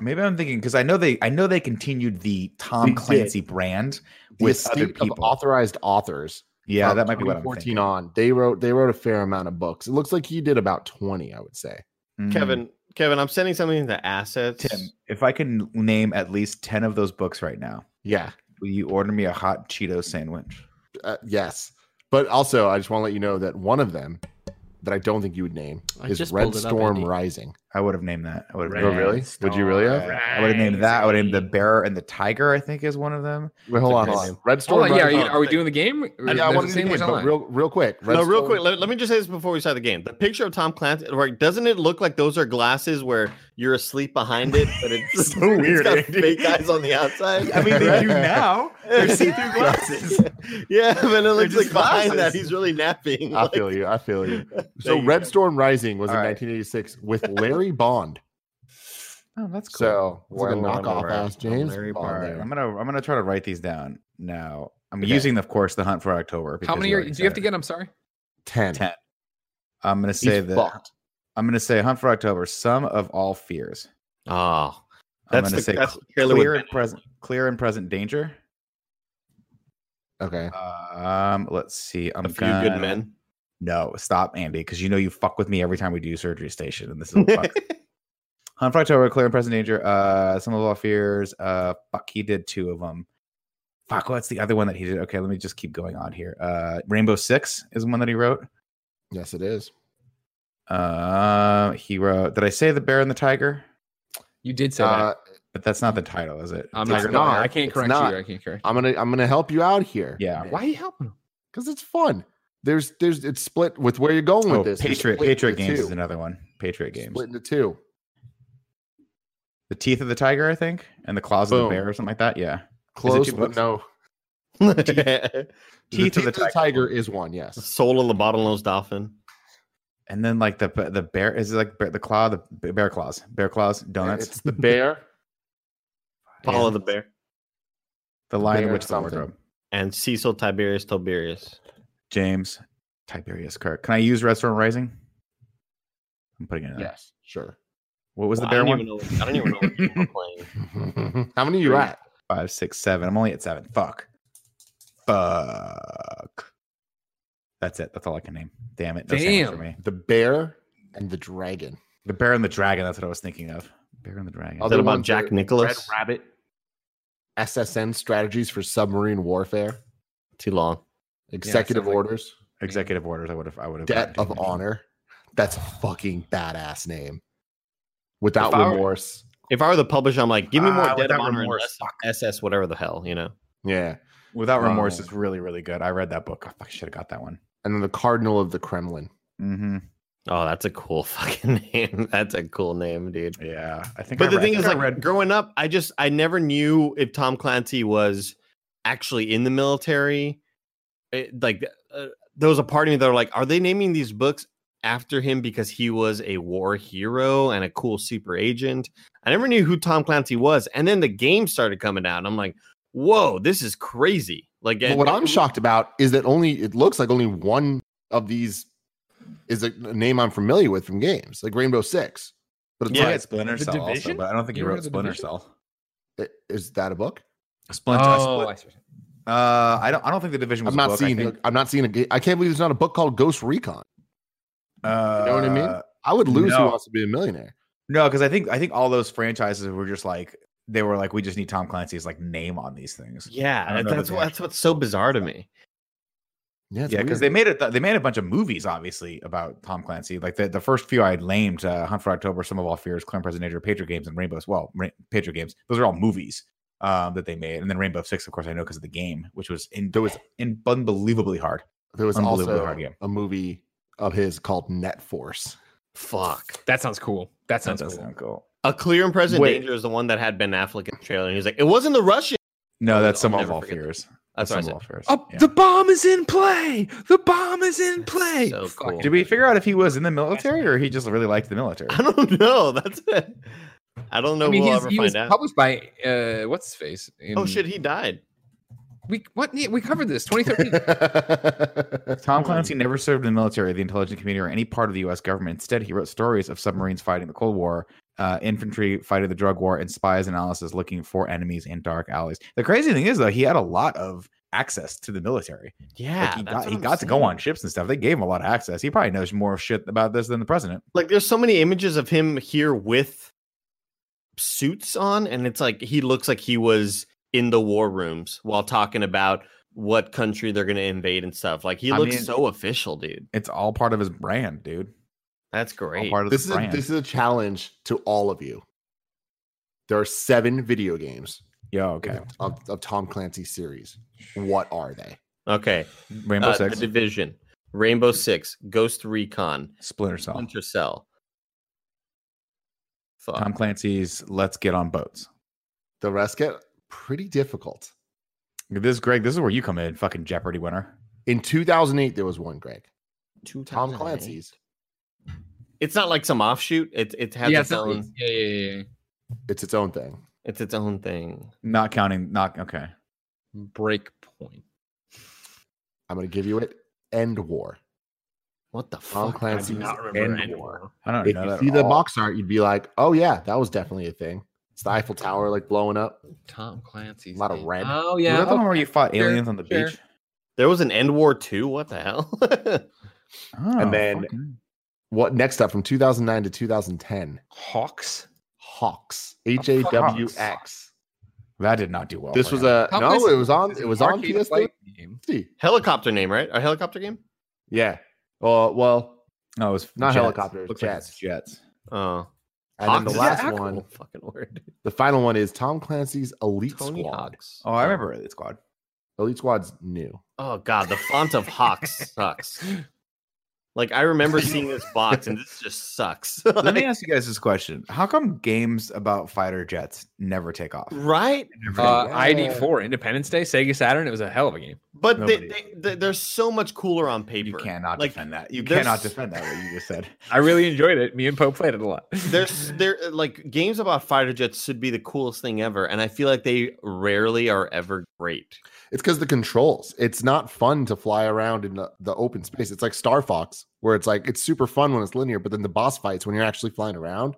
Speaker 2: maybe I'm thinking because I know they I know they continued the
Speaker 4: They
Speaker 2: Tom
Speaker 4: did.
Speaker 2: Clancy brand
Speaker 4: The
Speaker 2: with other
Speaker 4: estate
Speaker 2: people.
Speaker 4: of authorized authors.
Speaker 2: yeah,
Speaker 4: from
Speaker 2: that might be what I'm
Speaker 4: 2014
Speaker 2: thinking.
Speaker 4: on. They wrote they wrote a fair amount of books. It looks like he did about 20, I would say.
Speaker 2: Mm.
Speaker 3: Kevin, Kevin, I'm sending something to assets.
Speaker 2: Tim, if I can name at least ten of those books right now,
Speaker 4: Yeah.
Speaker 2: will you order me a hot Cheeto sandwich?
Speaker 4: Uh, yes. But also, I just want to let you know that one of them that I don't think you would name
Speaker 5: I
Speaker 4: is
Speaker 5: just
Speaker 4: Red
Speaker 5: pulled it up,
Speaker 4: Storm
Speaker 5: Andy.
Speaker 4: Rising.
Speaker 2: I would have named that. I would have
Speaker 4: Oh,
Speaker 2: named
Speaker 4: really? Would you really have?
Speaker 2: I would have named that. I would have named the bear and the tiger. I think is one of them.
Speaker 4: Wait, hold
Speaker 2: a
Speaker 4: on,
Speaker 2: good
Speaker 4: hold on.
Speaker 2: name.
Speaker 4: Red Storm
Speaker 1: Hold on, Oh, yeah, are,
Speaker 4: Rising.
Speaker 1: you, are we doing the game?
Speaker 4: Yeah, I
Speaker 1: There's
Speaker 4: wanted
Speaker 1: a
Speaker 4: to
Speaker 1: same
Speaker 4: do
Speaker 1: word
Speaker 4: this, but
Speaker 1: online.
Speaker 4: real, real quick. Red
Speaker 3: no, real
Speaker 4: Storm-
Speaker 3: quick. Let, let me just say this before we start the game. The picture of Tom Clancy, right? Doesn't it look like those are glasses where you're asleep behind it, but it's
Speaker 2: So weird,
Speaker 3: It's got
Speaker 2: Andy.
Speaker 3: fake eyes on the outside.
Speaker 2: I mean, they do now. They're see-through glasses.
Speaker 3: yeah, but it looks
Speaker 2: just
Speaker 3: like behind that
Speaker 2: glasses.
Speaker 3: he's really napping.
Speaker 4: I
Speaker 3: like-
Speaker 4: feel you. I feel you. So
Speaker 3: you
Speaker 4: Red
Speaker 3: go.
Speaker 4: Storm Rising was
Speaker 2: All
Speaker 4: in
Speaker 2: right.
Speaker 4: 1986 with Larry Bond.
Speaker 2: Oh, that's cool.
Speaker 4: So it's like a
Speaker 3: Well, I'm
Speaker 4: knockoff
Speaker 3: aware.
Speaker 4: ass James
Speaker 3: Larry
Speaker 4: Bond
Speaker 2: All right,
Speaker 4: there.
Speaker 2: I'm gonna I'm gonna try to write these down now. I'm
Speaker 4: Okay.
Speaker 2: using, of course, the hunt for October.
Speaker 1: How
Speaker 2: because
Speaker 1: many are,
Speaker 2: already
Speaker 1: do you have
Speaker 2: said
Speaker 1: to
Speaker 2: it.
Speaker 1: get? I'm sorry.
Speaker 4: 10.
Speaker 2: Ten. I'm gonna
Speaker 4: He's
Speaker 2: say that.
Speaker 4: fucked.
Speaker 2: I'm gonna say hunt for October. Sum of all fears.
Speaker 3: Oh,
Speaker 2: I'm
Speaker 3: that's
Speaker 2: gonna
Speaker 3: the,
Speaker 2: say
Speaker 3: that's
Speaker 2: cl-
Speaker 3: the trailer with
Speaker 2: clear and present. Clear and present danger.
Speaker 4: Okay.
Speaker 2: Um, let's see. I'm
Speaker 3: a few
Speaker 2: gonna,
Speaker 3: good men.
Speaker 2: No, stop, Andy, because you know you fuck with me every time we do surgery station, and this is what fucks. Hunt for October, Clear and Present Danger, uh, Some of All Fears, uh, fuck, he did two of them. Fuck, what's the other one that he did? Okay, let me just keep going on here. Uh, Rainbow Six is one that he wrote.
Speaker 4: Yes, it is.
Speaker 2: Uh, he wrote, did I say The Bear and the Tiger?
Speaker 1: You did say that.
Speaker 4: Uh,
Speaker 2: but that's not the title, is it?
Speaker 1: I'm
Speaker 4: it's
Speaker 1: not,
Speaker 4: not.
Speaker 1: I can't
Speaker 4: It's
Speaker 1: correct
Speaker 4: not.
Speaker 1: you. I can't correct.
Speaker 4: I'm gonna I'm gonna help Uh, you out here.
Speaker 2: Yeah.
Speaker 1: Why are you helping him?
Speaker 4: Because it's fun. There's there's it's split with where you're going with
Speaker 2: Oh,
Speaker 4: this. You're
Speaker 2: Patriot,
Speaker 4: split
Speaker 2: Patriot
Speaker 4: into
Speaker 2: Games
Speaker 4: two.
Speaker 2: is another one. Patriot Games.
Speaker 4: Split into two.
Speaker 2: The Teeth of the Tiger, I think, and The Claws of
Speaker 4: Boom.
Speaker 2: the Bear or something like that. Yeah.
Speaker 4: Close,
Speaker 2: two
Speaker 4: but
Speaker 2: books?
Speaker 4: no. The
Speaker 2: Teeth of the Tiger.
Speaker 4: is one. Yes.
Speaker 3: Soul of the bottlenose dolphin.
Speaker 2: And then like the the bear is it like bear, the claw the bear claws bear claws donuts
Speaker 4: It's the bear.
Speaker 3: Follow
Speaker 4: and
Speaker 3: the bear.
Speaker 2: the lion
Speaker 4: bear
Speaker 2: the witch the
Speaker 4: something.
Speaker 2: wardrobe
Speaker 3: And Cecil Tiberius Tiberius.
Speaker 2: James Tiberius Kirk. Can I use Restaurant Rising? I'm putting it. In. Yeah.
Speaker 4: Yes. Sure.
Speaker 2: What was the
Speaker 3: Well,
Speaker 2: bear
Speaker 3: I don't
Speaker 2: one?
Speaker 3: even know. I don't even know what game we're playing.
Speaker 4: How many you
Speaker 2: Three.
Speaker 4: at?
Speaker 2: Five, six, seven. I'm only at seven. Fuck. Fuck. That's it. That's all I can name. Damn it. No sandwich for
Speaker 1: Damn.
Speaker 2: me.
Speaker 4: The bear and the dragon.
Speaker 2: The bear and the dragon. That's what I was thinking of. Bear and the dragon.
Speaker 4: Oh,
Speaker 3: Is that
Speaker 4: Other
Speaker 3: about
Speaker 4: ones are
Speaker 3: Jack Nicholas?
Speaker 4: Rabbit. SSN strategies for submarine warfare.
Speaker 3: Too long.
Speaker 4: Executive
Speaker 1: sounds like-
Speaker 4: orders.
Speaker 2: Executive orders. I would have. I would have.
Speaker 4: Debt
Speaker 2: gotten
Speaker 4: of
Speaker 2: to.
Speaker 4: honor. That's a fucking badass name. Without
Speaker 3: If I were-
Speaker 4: remorse.
Speaker 3: If I were the publisher, I'm like, give me more
Speaker 2: Ah,
Speaker 3: Dead of
Speaker 2: without
Speaker 3: Honor and
Speaker 2: remorse,
Speaker 3: less
Speaker 2: fuck.
Speaker 3: SS, whatever the hell, you know.
Speaker 4: Yeah.
Speaker 2: Without remorse
Speaker 4: Oh.
Speaker 2: is really really good. I read that book. I should have got that one.
Speaker 4: And then the cardinal of the Kremlin.
Speaker 2: Mm-hmm.
Speaker 3: Oh, that's a cool fucking name. That's a cool name, dude.
Speaker 2: Yeah, I think. I
Speaker 3: But the
Speaker 2: read- I
Speaker 3: thing
Speaker 2: think
Speaker 3: is,
Speaker 2: I
Speaker 3: like,
Speaker 2: read-
Speaker 3: growing up, I just I never knew if Tom Clancy was actually in the military. It- like, uh, there was a part of me that were like, are they naming these books after him because he was a war hero and a cool super agent? I never knew who Tom Clancy was, and then the game started coming out, and I'm like, whoa, this is crazy. Like,
Speaker 4: But
Speaker 3: and-
Speaker 4: what I'm shocked about is that only it looks like only one of these is a, a name I'm familiar with from games, like Rainbow Six. But it's
Speaker 2: Yeah,
Speaker 4: like,
Speaker 2: it's Splinter
Speaker 1: The
Speaker 2: Cell also,
Speaker 1: Division?
Speaker 2: but I don't think he
Speaker 1: You
Speaker 2: wrote
Speaker 1: read The
Speaker 2: Splinter
Speaker 1: Division?
Speaker 2: Cell.
Speaker 4: i- is that a book?
Speaker 2: Splinter.
Speaker 1: oh, I
Speaker 2: Split-
Speaker 1: see.
Speaker 2: uh, I don't. I don't think the division was.
Speaker 4: I'm
Speaker 2: a
Speaker 4: not
Speaker 2: book, I
Speaker 4: seeing.
Speaker 2: think-
Speaker 4: it. I'm not seeing a. ga- I can't believe there's not a book called Ghost Recon.
Speaker 2: Uh,
Speaker 4: know what I mean? I would lose
Speaker 2: No.
Speaker 4: who wants to be a millionaire.
Speaker 2: No, because I think I think all those franchises were just like they were like we just need Tom Clancy's like name on these things.
Speaker 3: yeah,
Speaker 2: I don't know
Speaker 3: that's
Speaker 2: the
Speaker 3: what, that's what's so bizarre to me.
Speaker 4: Yeah, it's
Speaker 2: yeah, because
Speaker 4: weird.
Speaker 2: they made it. They made a bunch of movies, obviously, about Tom Clancy. Like the, the first few I had lamed: uh, Hunt for October, Some of All Fears, Clem Presidential, Patriot Games, and Rainbow. Well, Ra- Patriot Games. Those are all movies um, that they made, and then Rainbow Six, of course, I know because of the game, which was in, that was in, unbelievably hard.
Speaker 4: there was
Speaker 2: unbelievably
Speaker 4: also
Speaker 2: hard game.
Speaker 4: a movie of his called Net Force. Fuck.
Speaker 1: That sounds cool. That sounds
Speaker 2: That does
Speaker 1: cool.
Speaker 2: sound cool.
Speaker 3: A clear and present
Speaker 2: Wait.
Speaker 3: danger is the one that had Ben Affleck in the trailer, and he's like, "It wasn't the Russian."
Speaker 2: No,
Speaker 3: I'll
Speaker 2: that's Some
Speaker 3: never
Speaker 2: of All
Speaker 3: forget that.
Speaker 2: Fears.
Speaker 3: That's what I
Speaker 2: Some
Speaker 3: said.
Speaker 2: of All Fears.
Speaker 1: Oh,
Speaker 2: yeah.
Speaker 1: the bomb is in play. The bomb is in play.
Speaker 3: so
Speaker 1: Fuck.
Speaker 3: cool.
Speaker 2: Did we figure out if he was in the military or he just really liked the military?
Speaker 3: I don't know. That's it. I don't know.
Speaker 1: I mean,
Speaker 3: we'll
Speaker 1: he's-
Speaker 3: ever
Speaker 1: he was
Speaker 3: find out.
Speaker 1: published by uh, what's his face? in-
Speaker 3: oh shit, he died.
Speaker 1: We what? yeah, We covered this 2013.
Speaker 2: Tom Clancy never served in the military, the intelligence community, or any part of the U.S. government. Instead, he wrote stories of submarines fighting the Cold War, uh, infantry fighting the drug war, and spies analysis looking for enemies in dark alleys. The crazy thing is, though, he had a lot of access to the military.
Speaker 3: Yeah,
Speaker 2: Like, he
Speaker 3: that's
Speaker 2: got,
Speaker 3: what
Speaker 2: he
Speaker 3: I'm
Speaker 2: got to go
Speaker 3: saying.
Speaker 2: on ships and stuff. They gave him a lot of access. He probably knows more shit about this than the president.
Speaker 3: Like, there's so many images of him here with suits on, and it's like he looks like he was in the war rooms while talking about what country they're going to invade and stuff. Like, he
Speaker 2: I
Speaker 3: looks
Speaker 2: mean-
Speaker 3: so official, dude.
Speaker 2: It's all part of his brand, dude.
Speaker 3: That's
Speaker 2: All
Speaker 3: great.
Speaker 2: part of
Speaker 4: This is
Speaker 2: the
Speaker 4: a,
Speaker 2: brand.
Speaker 4: this is a challenge to all of you. There are seven video games
Speaker 2: yeah, okay.
Speaker 4: of, of Tom Clancy series. What are they?
Speaker 3: Okay,
Speaker 2: Rainbow
Speaker 3: uh,
Speaker 2: Six,
Speaker 3: The Division, Rainbow Six, Ghost Recon,
Speaker 2: Splinter Cell,
Speaker 3: Hunter Cell. Fuck.
Speaker 2: Tom Clancy's Let's Get on Boats.
Speaker 4: The rest get pretty difficult.
Speaker 2: This, Greg, this is where you come in, fucking Jeopardy winner.
Speaker 4: In 2008, there was one, Greg. Tom
Speaker 3: 2008.
Speaker 4: Clancy's.
Speaker 3: It's not like some offshoot. It it has
Speaker 1: yeah,
Speaker 3: its
Speaker 1: so-
Speaker 3: own
Speaker 1: yeah, yeah, yeah.
Speaker 4: It's its own thing.
Speaker 3: it's its own thing.
Speaker 2: Not counting, not okay.
Speaker 1: Breakpoint.
Speaker 4: I'm going to give you it. End War.
Speaker 3: What the
Speaker 4: Tom
Speaker 3: fuck?
Speaker 4: Clancy's
Speaker 1: remember
Speaker 4: End
Speaker 1: any
Speaker 4: War.
Speaker 2: I don't
Speaker 4: If
Speaker 2: know
Speaker 4: you
Speaker 2: that
Speaker 4: see
Speaker 2: at
Speaker 4: the
Speaker 2: all.
Speaker 4: box art, you'd be like, "Oh yeah, that was definitely a thing." It's the Eiffel Tower like blowing up.
Speaker 1: Tom Clancy's.
Speaker 4: A lot of
Speaker 1: name.
Speaker 4: red.
Speaker 1: Oh
Speaker 2: Was
Speaker 1: yeah.
Speaker 2: that the one where you fought
Speaker 1: Sure,
Speaker 2: aliens on the
Speaker 1: sure.
Speaker 2: beach?
Speaker 3: There was an End War 2? What the hell?
Speaker 2: Oh,
Speaker 4: then-
Speaker 2: okay.
Speaker 4: What next up from 2009 to 2010?
Speaker 1: Hawks.
Speaker 4: Hawks. H A W X.
Speaker 2: that did not do well.
Speaker 4: This
Speaker 2: for
Speaker 4: was
Speaker 2: him.
Speaker 4: a
Speaker 1: Tom
Speaker 4: no.
Speaker 1: Clancy
Speaker 4: It was on.
Speaker 1: is
Speaker 4: It
Speaker 1: an
Speaker 4: was on
Speaker 1: arcade
Speaker 4: PS3.
Speaker 1: flight game.
Speaker 3: helicopter name, right? A helicopter game?
Speaker 4: Yeah. Oh well.
Speaker 2: no, it was
Speaker 4: not
Speaker 2: jets.
Speaker 4: helicopters,
Speaker 2: Looks like it's
Speaker 4: jets.
Speaker 2: jets.
Speaker 3: Oh.
Speaker 4: And then
Speaker 3: Hawks
Speaker 4: the
Speaker 3: is an
Speaker 4: last
Speaker 3: actual
Speaker 4: one,
Speaker 3: Fucking word.
Speaker 4: the final one is Tom Clancy's Elite
Speaker 3: Tony
Speaker 4: Squad.
Speaker 3: Hawks.
Speaker 2: Oh, I remember it. Squad.
Speaker 4: Elite Squad's new.
Speaker 3: Oh god, the font of Hawks sucks. Like I remember seeing this box and this just sucks.
Speaker 2: Let me ask you guys this question: How come games about fighter jets never take off?
Speaker 4: Mm-hmm.
Speaker 3: right?
Speaker 2: Never
Speaker 1: Uh,
Speaker 4: Yeah.
Speaker 1: ID4 Independence Day, Sega Saturn. It was a hell of a game.
Speaker 3: But they,
Speaker 2: Nobody.
Speaker 3: they, they, they're so much cooler on
Speaker 2: take-
Speaker 3: paper.
Speaker 2: you cannot
Speaker 3: Like,
Speaker 2: defend that. You
Speaker 3: there's-
Speaker 2: cannot defend that. What you just said.
Speaker 1: I really enjoyed it. Me and Poe played it a lot.
Speaker 3: there's there like games about fighter jets should be the coolest thing ever and i feel like they rarely are ever great
Speaker 4: It's because the controls. It's not fun to fly around in the, the open space. It's like Star Fox, where it's like it's super fun when it's linear, but then the boss fights when you're actually flying around,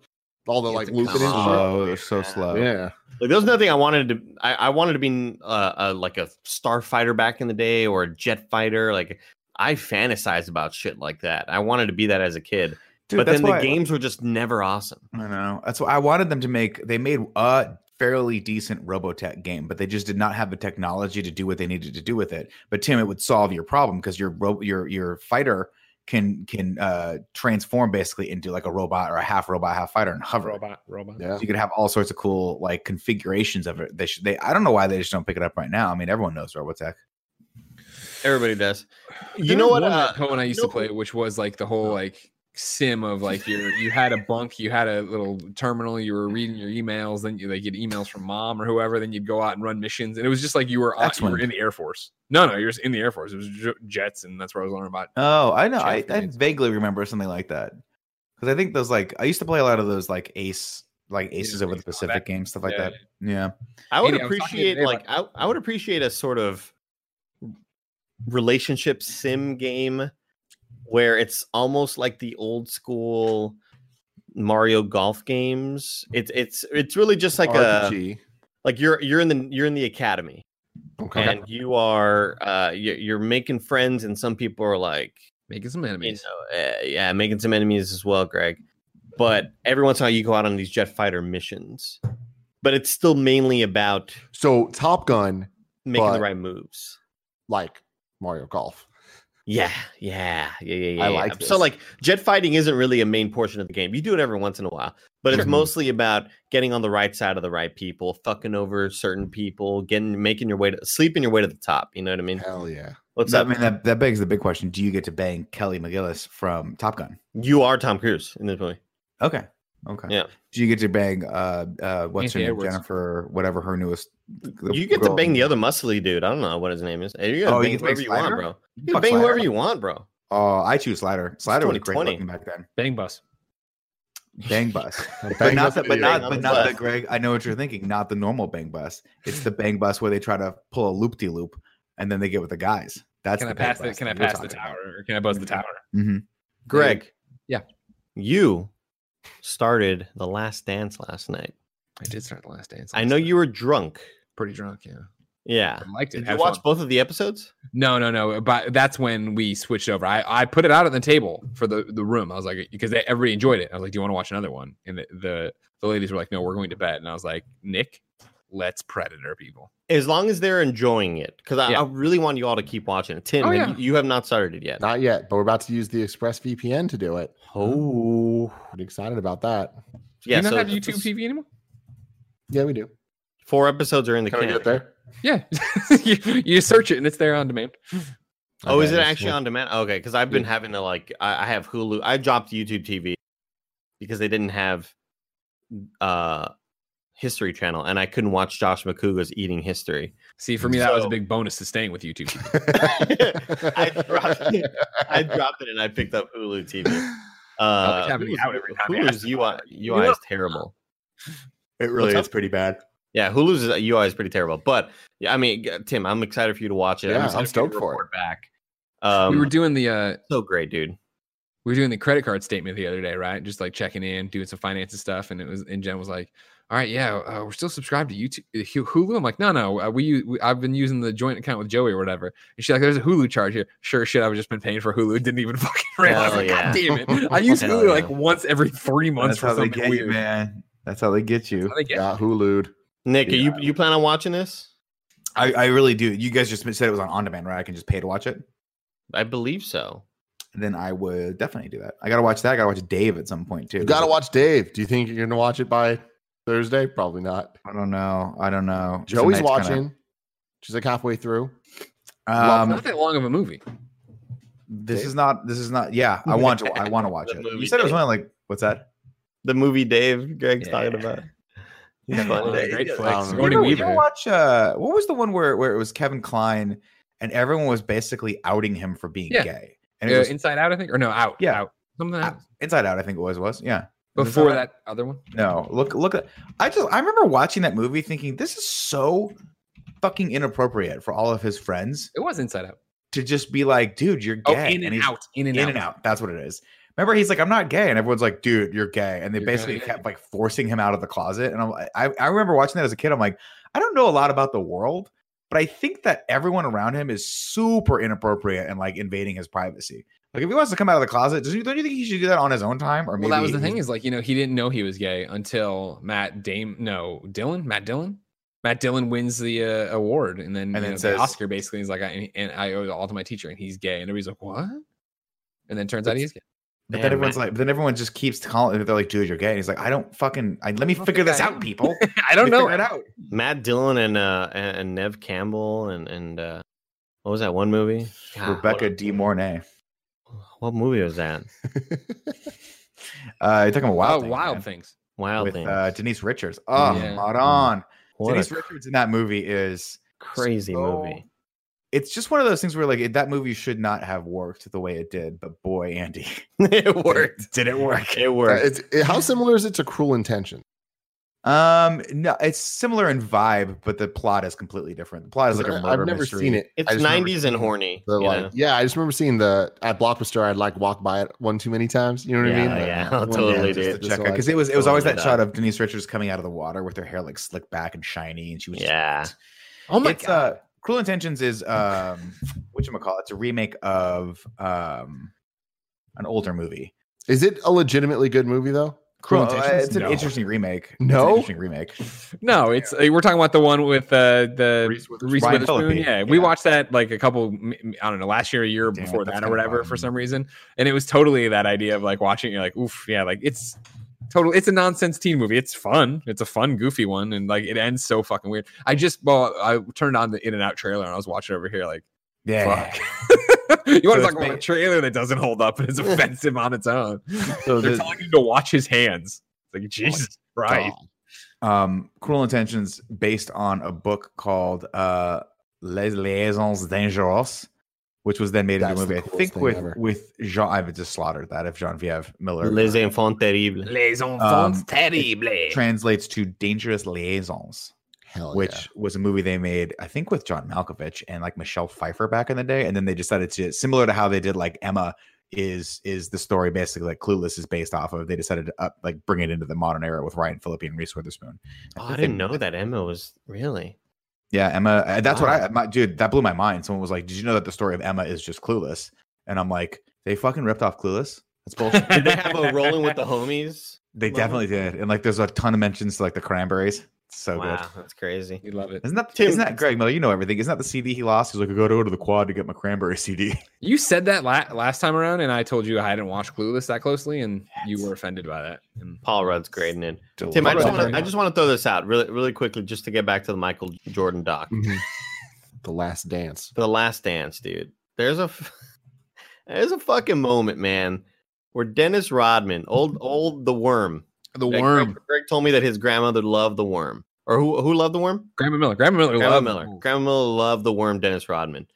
Speaker 4: all the
Speaker 3: You have
Speaker 4: like
Speaker 3: to
Speaker 4: looping and
Speaker 3: come
Speaker 4: shit.
Speaker 2: Slow. They're oh, so slow.
Speaker 4: Yeah.
Speaker 3: like there was nothing i wanted to i, I wanted to be uh, uh like a starfighter back in the day or a jet fighter like i fantasized about shit like that i wanted to be that as a kid
Speaker 2: Dude,
Speaker 3: but
Speaker 2: that's
Speaker 3: then the
Speaker 2: why-
Speaker 3: games were just never awesome
Speaker 2: I know. That's what I wanted them to make. They made a fairly decent Robotech game, but they just did not have the technology to do what they needed to do with it. But Tim, it would solve your problem because your ro- your your fighter can can uh transform basically into like a robot or a half robot, half fighter and hover.
Speaker 1: robot.
Speaker 4: Yeah.
Speaker 2: So you could have all sorts of cool like configurations of it. They should they I don't know why they just don't pick it up right now. I mean, everyone knows Robotech.
Speaker 3: everybody does you
Speaker 1: There
Speaker 3: know
Speaker 1: was
Speaker 3: what
Speaker 1: one
Speaker 3: uh,
Speaker 1: that Poe and I used
Speaker 3: you
Speaker 1: to
Speaker 3: know-
Speaker 1: play, which was like the whole like sim of like your you had a bunk, you had a little terminal, you were reading your emails, then you like get emails from mom or whoever, then you'd go out and run missions, and it was just like you were, out- you were
Speaker 2: X-Wing.
Speaker 1: in the air force. No, no, you're just in the air force. It was j- jets, and that's where I was learning about.
Speaker 2: Oh, I know.
Speaker 1: Chance
Speaker 2: I,
Speaker 1: to
Speaker 2: I
Speaker 1: make-
Speaker 2: vaguely remember something like that because I think those like I used to play a lot of those like Ace, like Aces over the
Speaker 1: Combat.
Speaker 2: Pacific games, stuff like
Speaker 1: Yeah,
Speaker 2: that. Yeah,
Speaker 3: I would
Speaker 1: Andy, I was talking to you
Speaker 3: appreciate
Speaker 1: today
Speaker 3: like I, I would appreciate a sort of relationship sim game where it's almost like the old school Mario golf games. It's it's it's really just like a
Speaker 4: RPG.
Speaker 3: like you're you're in the you're in the academy
Speaker 4: okay.
Speaker 3: and you are uh you're, you're making friends and some people are like
Speaker 1: Making some
Speaker 3: you
Speaker 1: enemies.
Speaker 3: know, uh, yeah, making some enemies as well, Greg. But every once in a while you go out on these jet fighter missions. But it's still mainly about
Speaker 4: so Top Gun,
Speaker 3: making
Speaker 4: But-
Speaker 3: the right moves.
Speaker 4: like Mario Golf.
Speaker 3: Yeah, yeah, yeah, yeah, yeah.
Speaker 2: I
Speaker 3: yeah.
Speaker 2: like
Speaker 3: so
Speaker 2: this.
Speaker 3: like jet fighting isn't really a main portion of the game. You do it every once in a while, but it's
Speaker 2: Mm-hmm.
Speaker 4: Sure.
Speaker 3: mostly about getting on the right side of the right people, fucking over certain people, getting making your way to sleeping your way to the top. You know what I mean?
Speaker 4: Hell yeah.
Speaker 3: What's
Speaker 2: I
Speaker 3: up?
Speaker 2: mean, uh, that, that begs the big question: Do you get to bang Kelly McGillis from Top Gun?
Speaker 3: You are Tom Cruise in this movie.
Speaker 2: Okay, okay.
Speaker 3: Yeah.
Speaker 2: Do you get to bang uh uh what's her
Speaker 1: Anthony
Speaker 2: name?
Speaker 1: Edwards.
Speaker 2: Jennifer, whatever her newest. the
Speaker 3: You get to
Speaker 2: girl-
Speaker 3: bang the other muscly dude. I don't know what his name is. You gotta
Speaker 2: Oh, you get to
Speaker 3: bang
Speaker 2: bang
Speaker 3: whoever you want,
Speaker 2: Slider?
Speaker 3: bro.
Speaker 2: You
Speaker 3: You can
Speaker 2: fuck
Speaker 3: bang
Speaker 2: Slider.
Speaker 3: whoever you want, bro.
Speaker 2: Oh, I choose Slider. Slider was great
Speaker 3: 2020.
Speaker 2: looking back then.
Speaker 1: Bang bus.
Speaker 2: Bang bus, but
Speaker 4: Bang
Speaker 2: not
Speaker 4: Bus
Speaker 2: the,
Speaker 4: is
Speaker 2: but
Speaker 4: the-
Speaker 2: not
Speaker 3: Bang
Speaker 2: but
Speaker 3: Bus.
Speaker 2: not the Greg. I know what you're thinking. Not the normal bang bus. It's the bang bus where they try to pull a loop de loop and then they get with the guys. That's
Speaker 1: Can I
Speaker 2: the bang
Speaker 1: pass the
Speaker 2: bus
Speaker 1: Can I
Speaker 2: that we're
Speaker 1: pass the
Speaker 2: talking about.
Speaker 1: tower? Or can I buzz the tower?
Speaker 2: Mhm.
Speaker 3: Greg.
Speaker 1: Yeah.
Speaker 3: You started the last dance last night.
Speaker 1: I did start the last dance.
Speaker 3: I
Speaker 1: last
Speaker 3: know
Speaker 1: night.
Speaker 3: you were drunk.
Speaker 1: pretty drunk. Yeah,
Speaker 3: Yeah.
Speaker 1: I liked it.
Speaker 3: Did
Speaker 1: Had
Speaker 3: you watch
Speaker 1: fun.
Speaker 3: both of the episodes?
Speaker 1: No, no, no. But that's when we switched over. I, I put it out on the table for the, the room. I was like, because they, everybody enjoyed it. I was like, do you want to watch another one? And the, the the ladies were like, no, we're going to bed. And I was like, Nick, let's predator people.
Speaker 3: As long as they're enjoying it, because I,
Speaker 1: Yeah.
Speaker 3: I really want you all to keep watching it. Tim,
Speaker 1: Oh,
Speaker 3: have
Speaker 1: yeah.
Speaker 3: you, you have not started it yet.
Speaker 4: Not yet, but we're about to use the Express VPN to do it.
Speaker 3: oh,
Speaker 4: Pretty excited about that.
Speaker 1: Yeah,
Speaker 3: yeah.
Speaker 1: you not
Speaker 3: so
Speaker 1: have
Speaker 3: the
Speaker 1: YouTube
Speaker 3: first
Speaker 1: TV anymore?
Speaker 4: Yeah, we do.
Speaker 3: Four episodes are in the
Speaker 4: Can we
Speaker 3: can.
Speaker 4: get there?
Speaker 1: Yeah, you, you search it and it's there on demand.
Speaker 3: Oh, is
Speaker 4: Okay,
Speaker 3: it
Speaker 4: that's
Speaker 3: actually
Speaker 4: cool.
Speaker 3: on demand? Okay, because I've been having to like I, I have Hulu. I dropped YouTube TV because they didn't have uh History Channel, and I couldn't watch Josh McCouga's Eating History.
Speaker 1: See, for me, that was a
Speaker 3: Mm, So-
Speaker 1: big bonus to staying with YouTube. TV.
Speaker 3: I dropped it. I dropped it, and I picked up Hulu TV. Uh,
Speaker 1: having me
Speaker 3: Hulu's,
Speaker 1: out every time they
Speaker 3: Hulu's UI, UI is terrible.
Speaker 2: It really
Speaker 3: What's
Speaker 2: is pretty bad.
Speaker 3: Yeah, Hulu's UI is pretty terrible, but yeah, I mean, g- Tim, I'm excited for you to watch it.
Speaker 4: Yeah, I'm
Speaker 3: excited
Speaker 4: stoked
Speaker 3: you to
Speaker 4: for it.
Speaker 3: report Back, um,
Speaker 1: we were doing the uh,
Speaker 3: so great, dude.
Speaker 1: we were doing the credit card statement the other day, right? Just like checking in, doing some finances stuff, and it was and Jen was like, "All right, yeah, uh, we're still subscribed to YouTube uh, Hu- Hulu." I'm like, "No, no, uh, we, u- we I've been using the joint account with Joey or whatever." And she's like, "There's a Hulu charge here." Sure, shit, I've just been paying for Hulu. Didn't even fucking realize.
Speaker 3: Hell
Speaker 1: Like, God
Speaker 4: yeah.
Speaker 1: damn it! I use
Speaker 3: Hell
Speaker 1: Hulu
Speaker 3: yeah.
Speaker 1: like once every three months
Speaker 2: That's
Speaker 1: for
Speaker 2: how they
Speaker 1: something
Speaker 2: get
Speaker 1: weird.
Speaker 2: you, man. That's how they get you.
Speaker 1: How they get-
Speaker 4: Got Hulu'd.
Speaker 3: Nick, are you
Speaker 2: Yeah.
Speaker 3: you plan on watching this?
Speaker 2: I, I really do. You guys just said it was on on demand, right? I can just pay to watch it.
Speaker 3: I believe so.
Speaker 2: Then I would definitely do that. I gotta watch that. I gotta watch Dave at some point too.
Speaker 4: You gotta watch Dave. Do you think you're gonna watch it by Thursday? Probably not.
Speaker 2: I don't know. I don't know.
Speaker 4: Joey's
Speaker 2: Tonight's
Speaker 4: watching.
Speaker 2: kinda-
Speaker 4: She's like halfway through.
Speaker 1: Well, it's
Speaker 2: um,
Speaker 1: not that long of a movie.
Speaker 2: this
Speaker 4: Dave?
Speaker 2: is not. This is not. Yeah, I want to. I want to watch
Speaker 3: The
Speaker 2: it.
Speaker 3: movie
Speaker 2: You said it was
Speaker 3: Dave.
Speaker 2: only like what's that?
Speaker 3: The movie Dave Greg's talking
Speaker 1: Yeah.
Speaker 3: about. He's
Speaker 2: Yeah,
Speaker 3: fun,
Speaker 1: One of the
Speaker 3: Dave.
Speaker 1: great
Speaker 4: yeah,
Speaker 1: flicks.
Speaker 4: um,
Speaker 2: You
Speaker 1: Sigourney
Speaker 2: ever, you ever
Speaker 1: Weaver.
Speaker 2: watch? Uh, what was the one where where it was Kevin Klein and everyone was basically outing him for being
Speaker 1: Yeah.
Speaker 2: gay? And it
Speaker 1: Uh,
Speaker 2: was
Speaker 1: Inside Out, I think, or no, Out.
Speaker 2: Yeah.
Speaker 1: Out. Something
Speaker 2: Out.
Speaker 1: like that.
Speaker 2: Inside Out. I think it was was yeah. Was it
Speaker 1: before
Speaker 2: Inside Out?
Speaker 1: that other one.
Speaker 2: No, look, look. at- I just I remember watching that movie thinking this is so fucking inappropriate for all of his friends
Speaker 1: It was Inside Out.
Speaker 2: to just be like, dude, you're gay.
Speaker 1: Oh, in and,
Speaker 2: he's-
Speaker 1: out, in and
Speaker 2: in
Speaker 1: out,
Speaker 2: and out. That's what it is. Remember, he's like, I'm not gay, and everyone's like, dude, you're gay, and they
Speaker 1: You're
Speaker 2: basically
Speaker 1: gay.
Speaker 2: kept like forcing him out of the closet. And I'm, I, I remember watching that as a kid. I'm like, I don't know a lot about the world, but I think that everyone around him is super inappropriate and like invading his privacy. Like, if he wants to come out of the closet, does he, don't you think he should do that on his own time? Or maybe
Speaker 1: Well, that was the
Speaker 2: he's-
Speaker 1: thing is like you know he didn't know he was gay until Matt Dame no Dylan Matt Dylan Matt Dylan wins the uh, award and then
Speaker 2: And
Speaker 1: you
Speaker 2: then
Speaker 1: know,
Speaker 2: says-
Speaker 1: the Oscar basically is like I, and I owe it all to my teacher and he's gay and everybody's like what and then turns out he's gay.
Speaker 2: But
Speaker 3: Damn,
Speaker 2: then everyone's
Speaker 3: Matt.
Speaker 2: like, but then everyone just keeps calling. They're like, dude, you're gay. And he's like, I don't fucking. I, let me
Speaker 1: don't
Speaker 2: figure
Speaker 1: think
Speaker 2: this
Speaker 1: I
Speaker 2: out,
Speaker 1: am."
Speaker 2: people.
Speaker 1: I don't
Speaker 2: Let me
Speaker 1: know.
Speaker 2: figure it out.
Speaker 3: Matt Dillon and uh and, and Nev Campbell and and uh what was that one movie? God, what-
Speaker 2: Rebecca De Mornay.
Speaker 3: What, movie was that?
Speaker 2: Uh, you're talking about
Speaker 1: Wild,
Speaker 2: wild,
Speaker 1: oh, wild
Speaker 2: Thing, man,
Speaker 1: things.
Speaker 3: Wild
Speaker 2: with
Speaker 3: Thing.
Speaker 2: uh, Denise Richards. Oh,
Speaker 1: Yeah. Mm,
Speaker 2: hold on.
Speaker 3: what
Speaker 2: Denise
Speaker 3: a
Speaker 2: Richards in that movie is
Speaker 3: crazy
Speaker 2: so-
Speaker 3: movie.
Speaker 2: It's just one of those things where like it- that movie should not have worked the way it did, but boy, Andy,
Speaker 3: it worked.
Speaker 2: Did it work?
Speaker 3: It
Speaker 4: Uh,
Speaker 3: worked.
Speaker 4: it's, it- how similar is it to Cruel Intention?
Speaker 2: Um, no, it's similar in vibe, but the plot is completely different. The plot is like a murder
Speaker 4: I've never
Speaker 2: mystery.
Speaker 4: seen it.
Speaker 3: It's
Speaker 4: I just remember
Speaker 3: 90s and horny.
Speaker 4: The,
Speaker 3: you
Speaker 4: like,
Speaker 3: know?
Speaker 4: yeah, I just remember seeing the at Blockbuster. I'd like walk by it one too many times. You know what I
Speaker 3: Yeah,
Speaker 4: mean?
Speaker 3: yeah,
Speaker 4: Like,
Speaker 3: I'll
Speaker 4: one day
Speaker 3: totally
Speaker 4: just
Speaker 3: do
Speaker 4: to-
Speaker 3: it.
Speaker 4: just to, like-
Speaker 2: because it was it was always
Speaker 3: totally
Speaker 2: that shot
Speaker 3: done.
Speaker 2: of Denise Richards coming out of the water with her hair like slicked back and shiny, and she was just-
Speaker 3: Yeah.
Speaker 1: Oh my
Speaker 2: it's
Speaker 1: god!
Speaker 2: uh, Cruel Intentions is um, what you call it's a remake of um, an older movie.
Speaker 4: is it a legitimately good movie though? Cruel
Speaker 2: Well,
Speaker 4: Intentions?
Speaker 2: it's an
Speaker 4: No.
Speaker 2: interesting remake. It's an
Speaker 4: No?
Speaker 2: interesting remake.
Speaker 1: No, it's uh, we're talking about the one with uh, the
Speaker 4: Reese Witherspoon.
Speaker 1: Reese
Speaker 2: Ryan
Speaker 1: Witherspoon.
Speaker 2: Phillippe.
Speaker 1: Yeah, we
Speaker 2: Yeah.
Speaker 1: watched that like a couple. m- m- I don't know, last year, a year
Speaker 2: Damn it,
Speaker 1: before
Speaker 2: that's
Speaker 1: that, or
Speaker 2: kinda
Speaker 1: whatever, for
Speaker 2: wild.
Speaker 1: some reason. And it was totally that idea of like watching. You're like, oof, yeah, like it's total. It's a nonsense teen movie. It's fun. It's a fun, goofy one, and like it ends so fucking weird. I just well, I turned on the In and Out trailer and I was watching over here like,
Speaker 2: Yeah.
Speaker 1: fuck. you want
Speaker 2: it's
Speaker 1: to talk about
Speaker 2: ba-
Speaker 1: a trailer that doesn't hold up and is offensive on its own?
Speaker 2: So
Speaker 1: They're
Speaker 2: the- Oh
Speaker 1: telling you to watch his hands. It's like Jesus Christ.
Speaker 4: Oh,
Speaker 2: um, Cruel Intentions based on a book called uh, Les Liaisons Dangereuses, which was then made into a
Speaker 4: That's the
Speaker 2: movie. I
Speaker 4: coolest
Speaker 2: think
Speaker 4: thing
Speaker 2: with
Speaker 4: ever.
Speaker 2: with Jean. I've just slaughtered that. If Genevieve Miller
Speaker 3: Les enfants terribles.
Speaker 1: Les Um,
Speaker 2: enfants
Speaker 1: terribles.
Speaker 2: translates to dangerous liaisons,
Speaker 4: Hell
Speaker 2: which
Speaker 4: yeah.
Speaker 2: was a movie they made, I think, with John Malkovich and like Michelle Pfeiffer back in the day. And then they decided to similar to how they did like Emma is is the story basically like Clueless is based off of. They decided to up like bring it into the modern era with Ryan Phillippe and Reese Witherspoon.
Speaker 3: Oh,
Speaker 2: think
Speaker 3: I
Speaker 2: they-
Speaker 3: didn't know that Emma was really.
Speaker 2: Yeah, Emma. uh, That's what
Speaker 3: Wow.
Speaker 2: I, my, dude. That blew my mind. Someone was like, "Did you know that the story of Emma is just Clueless?" And I'm like, "They fucking ripped off Clueless. That's bullshit."
Speaker 3: Did they have a rolling with the homies?
Speaker 2: they
Speaker 3: Wow.
Speaker 2: definitely did. And like, there's a ton of mentions to like the cranberries. It's so
Speaker 3: wow,
Speaker 2: good.
Speaker 3: that's crazy.
Speaker 1: You love it.
Speaker 2: Isn't that
Speaker 3: Tim-
Speaker 2: not that Greg Miller? You know everything. Isn't that the CD he lost? He's like, "I got to go to the quad to get my cranberry CD."
Speaker 1: You said that la- last time around, and I told you I hadn't watched Clueless that closely, and you were offended by that. And
Speaker 3: Paul Rudd's grading in. Tim,
Speaker 2: Delicious.
Speaker 3: I just,
Speaker 1: Rudd's
Speaker 3: want
Speaker 1: grading
Speaker 3: to, I just want to throw this out really, really quickly, just to get back to the Michael Jordan doc
Speaker 4: Mhm. the Last Dance.
Speaker 3: for the Last Dance, dude. There's a, f- there's a fucking moment, man, where Dennis Rodman, old, old the worm,
Speaker 4: The
Speaker 3: Greg- Greg, Greg told me that his grandmother loved the worm, or who, who loved the worm?
Speaker 1: Grandma Miller, Grandma Miller,
Speaker 3: Grandma
Speaker 1: Oh, loved-
Speaker 3: Miller. Grandma Miller loved the worm, Dennis Rodman,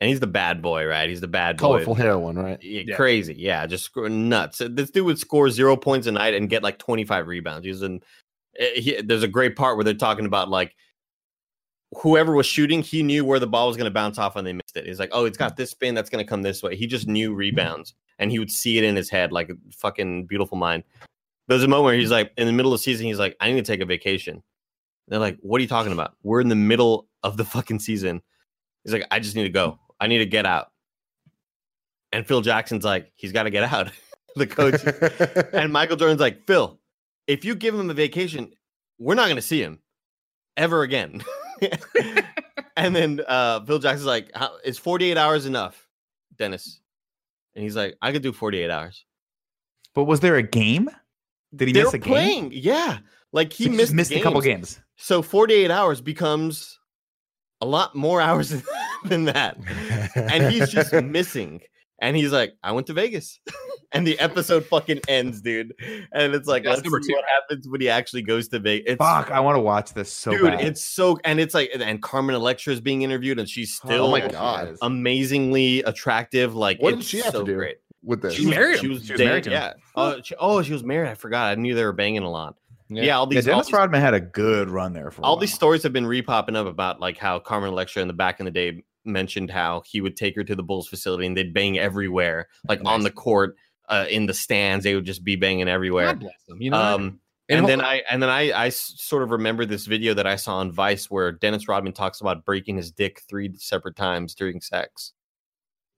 Speaker 3: and he's the bad boy, right? He's the bad boy.
Speaker 4: Colorful heroin, right?
Speaker 3: Yeah,
Speaker 1: Yeah.
Speaker 3: crazy. Yeah, just sc- nuts. Uh, This dude would score zero points a night and get like 25 rebounds. He's in. uh, He, there's a great part where they're talking about like whoever was shooting, he knew where the ball was going to bounce off and they missed it. He's like, oh, it's got this spin that's going to come this way. He just knew rebounds and he would see it in his head like a fucking beautiful mind. There's a moment where he's like, in the middle of the season, he's like, I need to take a vacation. They're like, what are you talking about? We're in the middle of the fucking season. He's like, I just need to go. I need to get out. And Phil Jackson's like, he's got to get out. the coach. and Michael Jordan's like, Phil, if you give him a vacation, we're not going to see him ever again. and then uh, Phil Jackson's like, How, is 48 hours enough, Dennis? And he's like, I could do 48 hours.
Speaker 2: But was there a game? Did he
Speaker 3: They're
Speaker 2: miss a game?
Speaker 3: playing. Yeah. Like he
Speaker 2: So just
Speaker 3: missed,
Speaker 2: missed a couple
Speaker 3: games.
Speaker 2: games.
Speaker 3: So 48 hours becomes a lot more hours than that. And he's just
Speaker 4: Oh
Speaker 3: missing. And he's like, I went to Vegas. and the episode fucking ends, dude. And it's like,
Speaker 1: That's
Speaker 3: let's
Speaker 1: number
Speaker 3: see
Speaker 1: two,
Speaker 3: what happens when he actually goes to Vegas. It's,
Speaker 2: Fuck, I want to watch this so
Speaker 3: dude,
Speaker 2: bad.
Speaker 3: it's so, and it's like, and Carmen Electra is being interviewed, and she's still
Speaker 4: oh my god,
Speaker 3: Um, amazingly attractive. Like,
Speaker 4: What did
Speaker 3: it's
Speaker 4: she have to
Speaker 3: so
Speaker 4: do?
Speaker 3: Great.
Speaker 4: with this.
Speaker 1: She married
Speaker 3: She
Speaker 1: him.
Speaker 3: was,
Speaker 2: She was married
Speaker 3: dating-
Speaker 2: to him.
Speaker 3: Yeah. Oh she, oh, she was married. I forgot. I knew they were banging a lot.
Speaker 1: Yeah.
Speaker 3: Yeah. all
Speaker 2: yeah,
Speaker 3: these, all
Speaker 2: Dennis
Speaker 3: these
Speaker 2: Rodman had a good run there for a
Speaker 3: all
Speaker 2: while.
Speaker 3: these stories have been repopping up about like how Carmen Electra in the back in the day mentioned how he would take her to the Bulls facility and they'd bang everywhere, like on the court, uh, in the stands, they would just be banging everywhere.
Speaker 1: God bless them, you know.
Speaker 3: Um, and then I and then I I s- sort of remember this video that I saw on Vice where Dennis Rodman talks about breaking his dick three separate times during sex,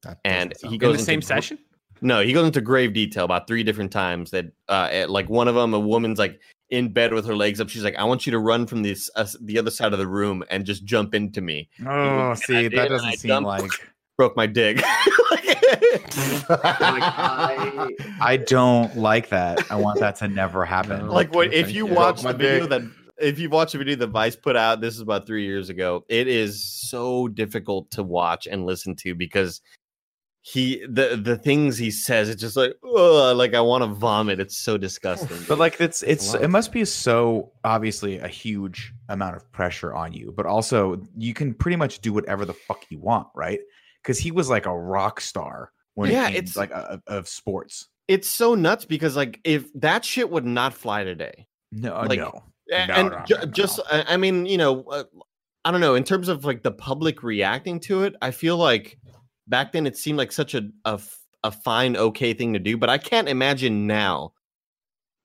Speaker 4: That doesn't
Speaker 3: and
Speaker 4: sound
Speaker 3: he
Speaker 1: in
Speaker 3: goes
Speaker 1: the same
Speaker 3: into gr-
Speaker 1: session.
Speaker 3: no, he goes into grave detail about three different times that, uh, at- like one of them, a woman's like in bed with her legs up. She's like, "I want you to run from this uh, the other side of the room and just jump into me."
Speaker 2: Oh,
Speaker 3: And I
Speaker 2: see,
Speaker 3: did,
Speaker 2: that
Speaker 3: and I
Speaker 2: doesn't seem
Speaker 3: dumped-
Speaker 2: like
Speaker 3: Broke my dick.
Speaker 4: I-
Speaker 2: I don't like that. I want that to never happen.
Speaker 1: No.
Speaker 3: like what
Speaker 1: Okay,
Speaker 3: if
Speaker 1: thank
Speaker 3: you
Speaker 1: you.
Speaker 3: watch
Speaker 4: Broke
Speaker 3: the
Speaker 4: my
Speaker 3: video
Speaker 4: dick.
Speaker 3: that if you watch the video that Vice put out, this is about three years ago. It is so difficult to watch and listen to because he the the things he says it's just like oh like I want to vomit. It's so disgusting.
Speaker 2: But like it's it's
Speaker 1: lot.
Speaker 2: it must be so obviously a huge amount of pressure on you, but also you can pretty much do whatever the fuck you want, right? Because he was like a rock star when
Speaker 3: Yeah,
Speaker 2: yeah, it
Speaker 3: it's-
Speaker 2: it's like a, of of sports.
Speaker 3: it's so nuts because like if that shit would not fly today
Speaker 2: No,
Speaker 3: Like,
Speaker 2: no,
Speaker 3: A-
Speaker 2: No,
Speaker 3: and
Speaker 2: no,
Speaker 3: ju-
Speaker 2: no, no.
Speaker 3: just I i mean you know uh, i don't know in terms of like the public reacting to it i feel like back then it seemed like such a a f- a fine okay thing to do but i can't imagine now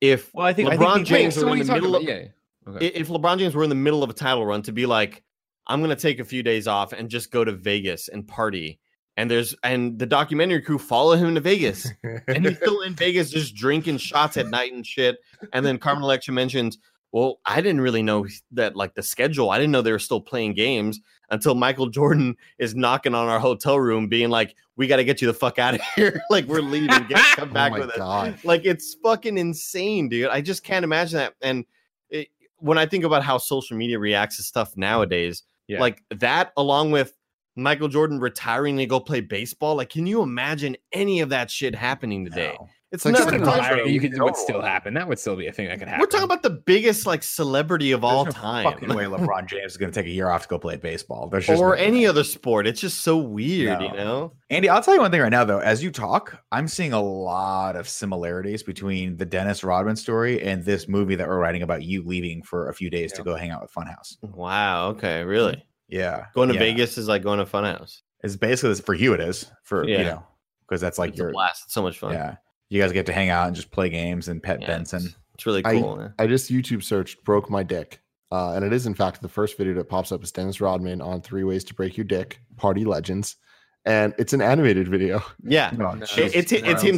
Speaker 3: if
Speaker 2: Well, I think- I think
Speaker 3: lebron
Speaker 2: he-
Speaker 3: james
Speaker 1: so
Speaker 3: were
Speaker 1: what
Speaker 3: in
Speaker 1: are
Speaker 3: the
Speaker 1: you talking
Speaker 3: middle
Speaker 1: about?
Speaker 3: of,
Speaker 1: Yeah.
Speaker 3: i-
Speaker 1: Okay.
Speaker 3: if lebron james were in the middle of a title run to be like i'm gonna take a few days off and just go to vegas and party And there's and the documentary crew follow him to Vegas, and he's still in Vegas just drinking shots at night and shit. And then Carmen Electra mentions, "Well, I didn't really know that like the schedule. I didn't know they were still playing games until Michael Jordan is knocking on our hotel room, being like, "We got to get you the fuck out of here. like we're leaving. Get, come back
Speaker 4: oh my
Speaker 3: with us."
Speaker 4: god.
Speaker 3: Like it's fucking insane, dude. I just can't imagine that. And it, when I think about how social media reacts to stuff nowadays,
Speaker 1: Yeah.
Speaker 3: like that, along with Michael Jordan retiring to go play baseball, like can you imagine any of that shit happening today?
Speaker 2: No.
Speaker 3: It's
Speaker 4: Like,
Speaker 3: not.
Speaker 4: just
Speaker 3: We're
Speaker 4: an
Speaker 3: talking-
Speaker 4: environment
Speaker 1: you could, would
Speaker 4: over
Speaker 1: still
Speaker 4: with.
Speaker 1: happen. That would still be a thing that could happen.
Speaker 3: we're talking about the biggest like celebrity of all
Speaker 2: There's no
Speaker 3: time,
Speaker 2: Fucking way LeBron James is going to take a year off to go play baseball. There's just
Speaker 3: or
Speaker 2: no
Speaker 3: any
Speaker 2: way.
Speaker 3: other sport. It's just so weird, you
Speaker 2: No.
Speaker 3: know.
Speaker 2: Andy, I'll tell you one thing right now, though. As you talk, I'm seeing a lot of similarities between the Dennis Rodman story and this movie that we're writing about you leaving for a few days to
Speaker 1: Yeah.
Speaker 2: go hang out with Funhouse.
Speaker 3: Wow. Okay. Really.
Speaker 2: Yeah,
Speaker 3: Going to
Speaker 2: yeah.
Speaker 3: Vegas is like going to Funhouse.
Speaker 2: It's basically for you. It is for
Speaker 3: Yeah.
Speaker 2: you know because that's like
Speaker 3: It's a
Speaker 2: your
Speaker 3: blast. It's so much fun.
Speaker 2: yeah. You guys get to hang out and just play games and pet
Speaker 3: Yeah,
Speaker 2: Benson.
Speaker 3: It's, it's really
Speaker 4: I-
Speaker 3: cool. man.
Speaker 4: I just YouTube searched broke my dick. Uh, and it is in fact the first video that pops up is Dennis Rodman on three ways to break your dick, party legends. And it's an animated video.
Speaker 3: yeah.
Speaker 2: No,
Speaker 1: No.
Speaker 3: It- it's
Speaker 1: No,
Speaker 3: it's him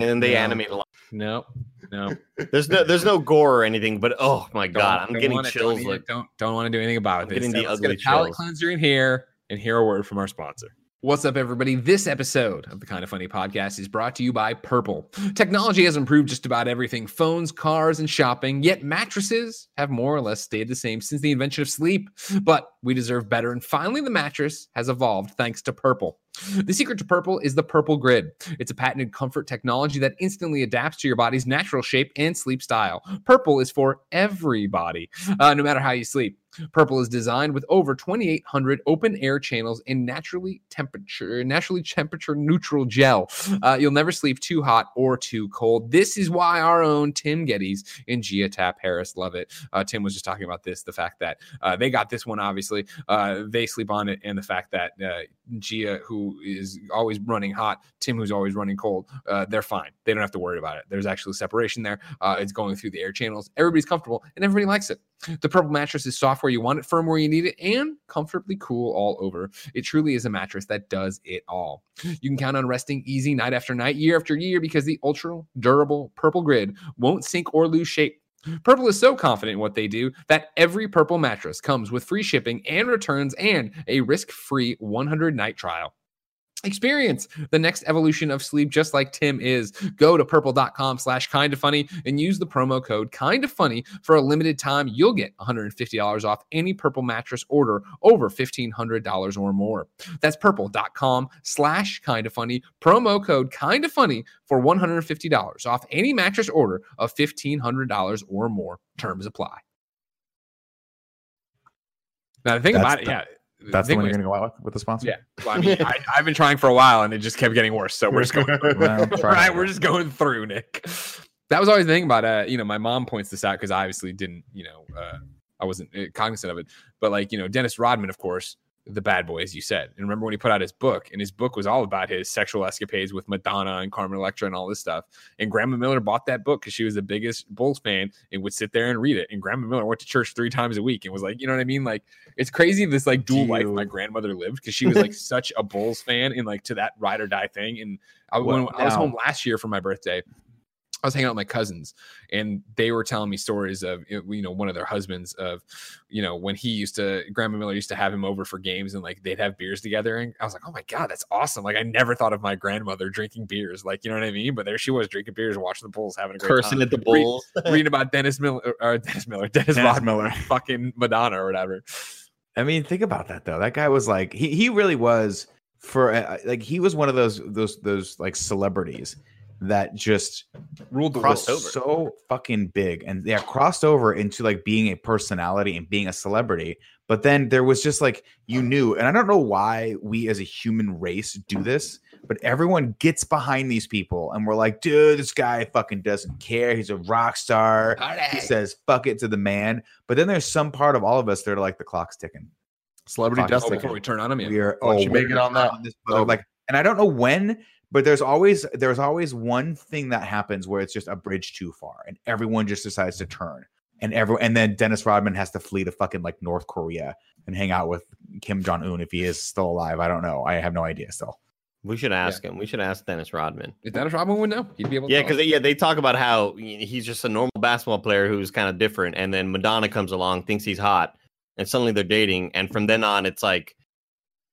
Speaker 1: no,
Speaker 3: and then they
Speaker 1: no.
Speaker 3: animate a lot.
Speaker 1: No, no.
Speaker 3: There's no there's no gore or anything, but oh my god, I'm
Speaker 1: Don't- don't
Speaker 3: getting
Speaker 1: wanna- don't
Speaker 3: chills.
Speaker 1: even-
Speaker 3: Like
Speaker 1: don't don't want to do anything about
Speaker 3: I'm
Speaker 1: this.
Speaker 3: getting the
Speaker 1: So let's get
Speaker 3: ugly
Speaker 1: a palate
Speaker 3: chills.
Speaker 1: cleanser in here and hear a word from our sponsor. What's up, everybody? This episode of the Kind of Funny podcast is brought to you by Purple. Technology has improved just about everything phones, cars, and shopping, yet mattresses have more or less stayed the same since the invention of sleep. But we deserve better, and finally, the mattress has evolved thanks to Purple. The secret to Purple is the Purple Grid. It's a patented comfort technology that instantly adapts to your body's natural shape and sleep style. Purple is for everybody, uh, no matter how you sleep. Purple is designed with over 2,800 open air channels and naturally temperature naturally temperature neutral gel. Uh, you'll never sleep too hot or too cold. This is why our own Tim Geddes and Gia Tap Harris love it. Uh, Tim was just talking about this, the fact that uh, they got this one. Obviously, uh, they sleep on it, and the fact that uh, Gia, who is always running hot, Tim, who's always running cold, uh, they're fine. They don't have to worry about it. There's actually separation there. Uh, it's going through the air channels. Everybody's comfortable, and everybody likes it. The Purple mattress is soft where you want it, firm where you need it, and comfortably cool all over. It truly is a mattress that does it all. You can count on resting easy night after night, year after year, because the ultra durable Purple Grid won't sink or lose shape. Purple is so confident in what they do that every Purple mattress comes with free shipping and returns and a risk free 100 night trial. Experience the next evolution of sleep just like Tim is. Go to purple.com slash kind of funny and use the promo code kind of funny for a limited time. You'll get $150 off any purple mattress order over $1,500 or more. That's purple.com slash kind of funny, promo code kind of funny for $150 off any mattress order of $1,500 or more. Terms apply. Now, the thing
Speaker 2: That's
Speaker 1: about it,
Speaker 2: the-
Speaker 1: yeah.
Speaker 2: That's the
Speaker 1: thing
Speaker 2: one you're
Speaker 1: was-
Speaker 2: going to go out with, with the sponsor.
Speaker 1: Yeah. well, I mean, I, I've been trying for a while and it just kept getting worse. So we're just going
Speaker 2: Well, try
Speaker 1: right,
Speaker 2: it.
Speaker 1: we're just going through, Nick. That was always the thing about uh, you know, my mom points this out because I obviously didn't, you know, uh, I wasn't uh, cognizant of it. But like, you know, Dennis Rodman, of course, the bad boy, as you said. And remember when he put out his book, and his book was all about his sexual escapades with Madonna and Carmen Electra and all this stuff. And Grandma Miller bought that book because she was the biggest Bulls fan and would sit there and read it. And Grandma Miller went to church three times a week and was like, you know what I mean? Like, it's crazy this like dual
Speaker 2: Do
Speaker 1: life
Speaker 2: you-
Speaker 1: my grandmother lived because she was like such a Bulls fan and like to that ride or die thing. And I, when
Speaker 2: What
Speaker 1: I was
Speaker 2: now?
Speaker 1: home last year for my birthday, I was hanging out with my cousins, and they were telling me stories of you know one of their husbands of you know when he used to Grandma Miller used to have him over for games and like they'd have beers together, and I was like, oh my god, that's awesome! Like I never thought of my grandmother drinking beers, like you know what I mean? But there she was drinking beers, watching the Bulls, having a great
Speaker 3: cursing
Speaker 1: time.
Speaker 3: at the
Speaker 1: Read-
Speaker 3: Bulls.
Speaker 1: reading about Dennis Miller or Dennis Miller, Dennis,
Speaker 2: Dennis
Speaker 1: Rodman,
Speaker 2: Miller.
Speaker 1: fucking Madonna or whatever.
Speaker 2: I mean, think about that though. That guy was like he he really was for uh, like he was one of those those those like celebrities that just
Speaker 1: Ruled the
Speaker 2: crossed
Speaker 1: world.
Speaker 3: over.
Speaker 2: so fucking big and yeah crossed over into like being a personality and being a celebrity. But then there was just like you knew, and I don't know why we as a human race do this, but everyone gets behind these people and we're like, dude, this guy fucking doesn't care. He's a rock star. He says fuck it to the man. But then there's some part of all of us that are like the clock's ticking.
Speaker 4: Celebrity
Speaker 2: Fuck,
Speaker 1: Oh,
Speaker 4: death
Speaker 2: okay.
Speaker 1: before
Speaker 4: Ticket.
Speaker 1: we turn on him, yeah.
Speaker 2: We are
Speaker 4: Once
Speaker 2: oh,
Speaker 4: you make
Speaker 2: we're
Speaker 4: it on that,
Speaker 2: on Oh. this
Speaker 4: over.
Speaker 2: like, and I don't know when, but there's always there's always one thing that happens where it's just a bridge too far, and everyone just decides to turn, and every and then Dennis Rodman has to flee to fucking like North Korea and hang out with Kim Jong Un if he is still alive. I don't know. I have no idea still.
Speaker 3: We should ask him. We should ask Dennis Rodman.
Speaker 1: Is that a problem? Would know. He'd be able. To
Speaker 3: Yeah,
Speaker 1: tell us.
Speaker 3: because yeah, they talk about how he's just a normal basketball player who's kind of different, and then Madonna comes along, thinks he's hot, and suddenly they're dating, and from then on, it's like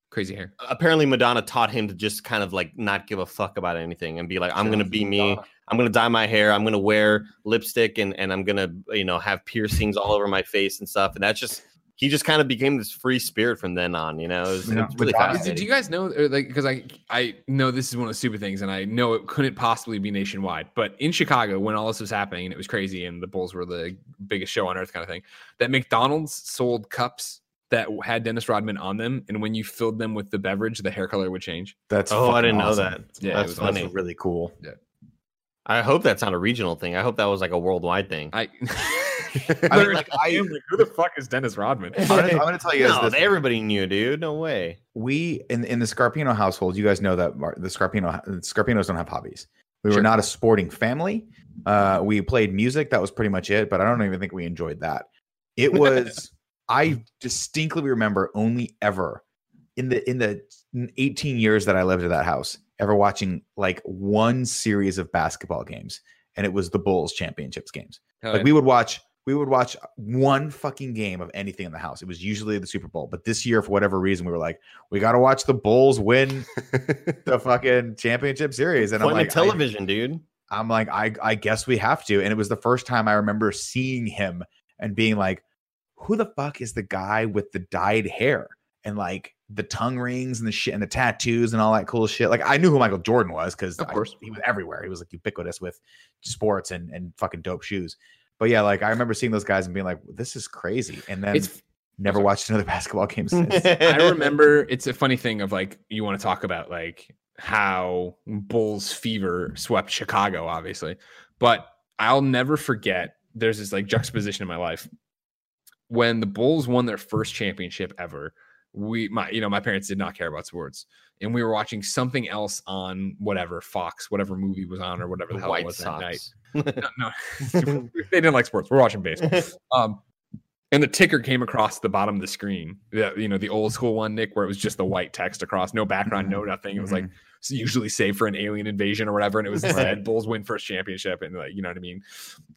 Speaker 1: crazy hair.
Speaker 3: apparently Madonna taught him to just kind of like not give a fuck about anything and be like, I'm gonna be me. I'm gonna dye my hair. I'm gonna wear lipstick and and I'm gonna you know have piercings all over my face and stuff. And that's just he just kind of became this free spirit from then on. You know, it was,
Speaker 2: Yeah.
Speaker 3: it's really
Speaker 2: Madonna-
Speaker 1: Is it- do
Speaker 3: fascinating.
Speaker 1: you guys know or, like because I I know this is one of the stupid things and I know it couldn't possibly be nationwide, but in Chicago when all this was happening and it was crazy and the Bulls were the biggest show on earth kind of thing, that McDonald's sold cups that had Dennis Rodman on them, and when you filled them with the beverage, the hair color would change.
Speaker 2: That's
Speaker 3: Oh, I
Speaker 2: fucking
Speaker 3: didn't
Speaker 2: awesome.
Speaker 3: know that.
Speaker 1: Yeah, it
Speaker 3: that's
Speaker 1: was
Speaker 3: funny.
Speaker 2: That's really cool.
Speaker 3: I hope that's not a regional thing. I hope that was like a worldwide thing.
Speaker 1: I.
Speaker 2: I mean, like, I-
Speaker 1: who the fuck is Dennis Rodman?
Speaker 2: I'm gonna, I'm gonna tell you guys
Speaker 3: No,
Speaker 2: this.
Speaker 3: everybody knew, dude. No way.
Speaker 2: we in in the Scarpino household, you guys know that Mar- the Scarpino Scarpinos don't have hobbies. We
Speaker 1: Sure.
Speaker 2: were not a sporting family. Uh, we played music. That was pretty much it. But I don't even think we enjoyed that. It was. I distinctly remember only ever in the in the 18 years that I lived at that house ever watching like one series of basketball games, and it was the Bulls championships games.
Speaker 1: Hell
Speaker 2: Like
Speaker 1: yeah.
Speaker 2: we would watch, we would watch one fucking game of anything in the house. It was usually the Super Bowl, but this year, for whatever reason, we were like, we got to watch the Bulls win the fucking championship series. And I'm
Speaker 3: Point
Speaker 2: like,
Speaker 3: of television, dude.
Speaker 2: I, am like, I, I guess we have to. And it was the first time I remember seeing him and being like, who the fuck is the guy with the dyed hair and like the tongue rings and the shit and the tattoos and all that cool shit? Like I knew who Michael Jordan was because
Speaker 1: Of course.
Speaker 2: he was everywhere. He was like ubiquitous with sports and and fucking dope shoes. But yeah, like I remember seeing those guys and being like, this is crazy. And then
Speaker 1: It's
Speaker 2: never watched another basketball game since.
Speaker 1: I remember it's a funny thing of like you want to talk about like how Bulls fever swept Chicago, obviously. But I'll never forget there's this like juxtaposition in my life. When the Bulls won their first championship ever, we my you know, my parents did not care about sports. And we were watching something else on whatever Fox, whatever movie was on or whatever the hell it
Speaker 3: White
Speaker 1: was that night
Speaker 3: Sox.
Speaker 1: no, no. they didn't like sports. We're watching baseball. Um, and the ticker came across the bottom of the screen. Yeah, you know, the old school one, Nick, where it was just the white text across, no background, no nothing. It was like s- usually saved for an alien invasion or whatever. And it was
Speaker 3: Right.
Speaker 1: said Bulls win first championship, and like you know what I mean.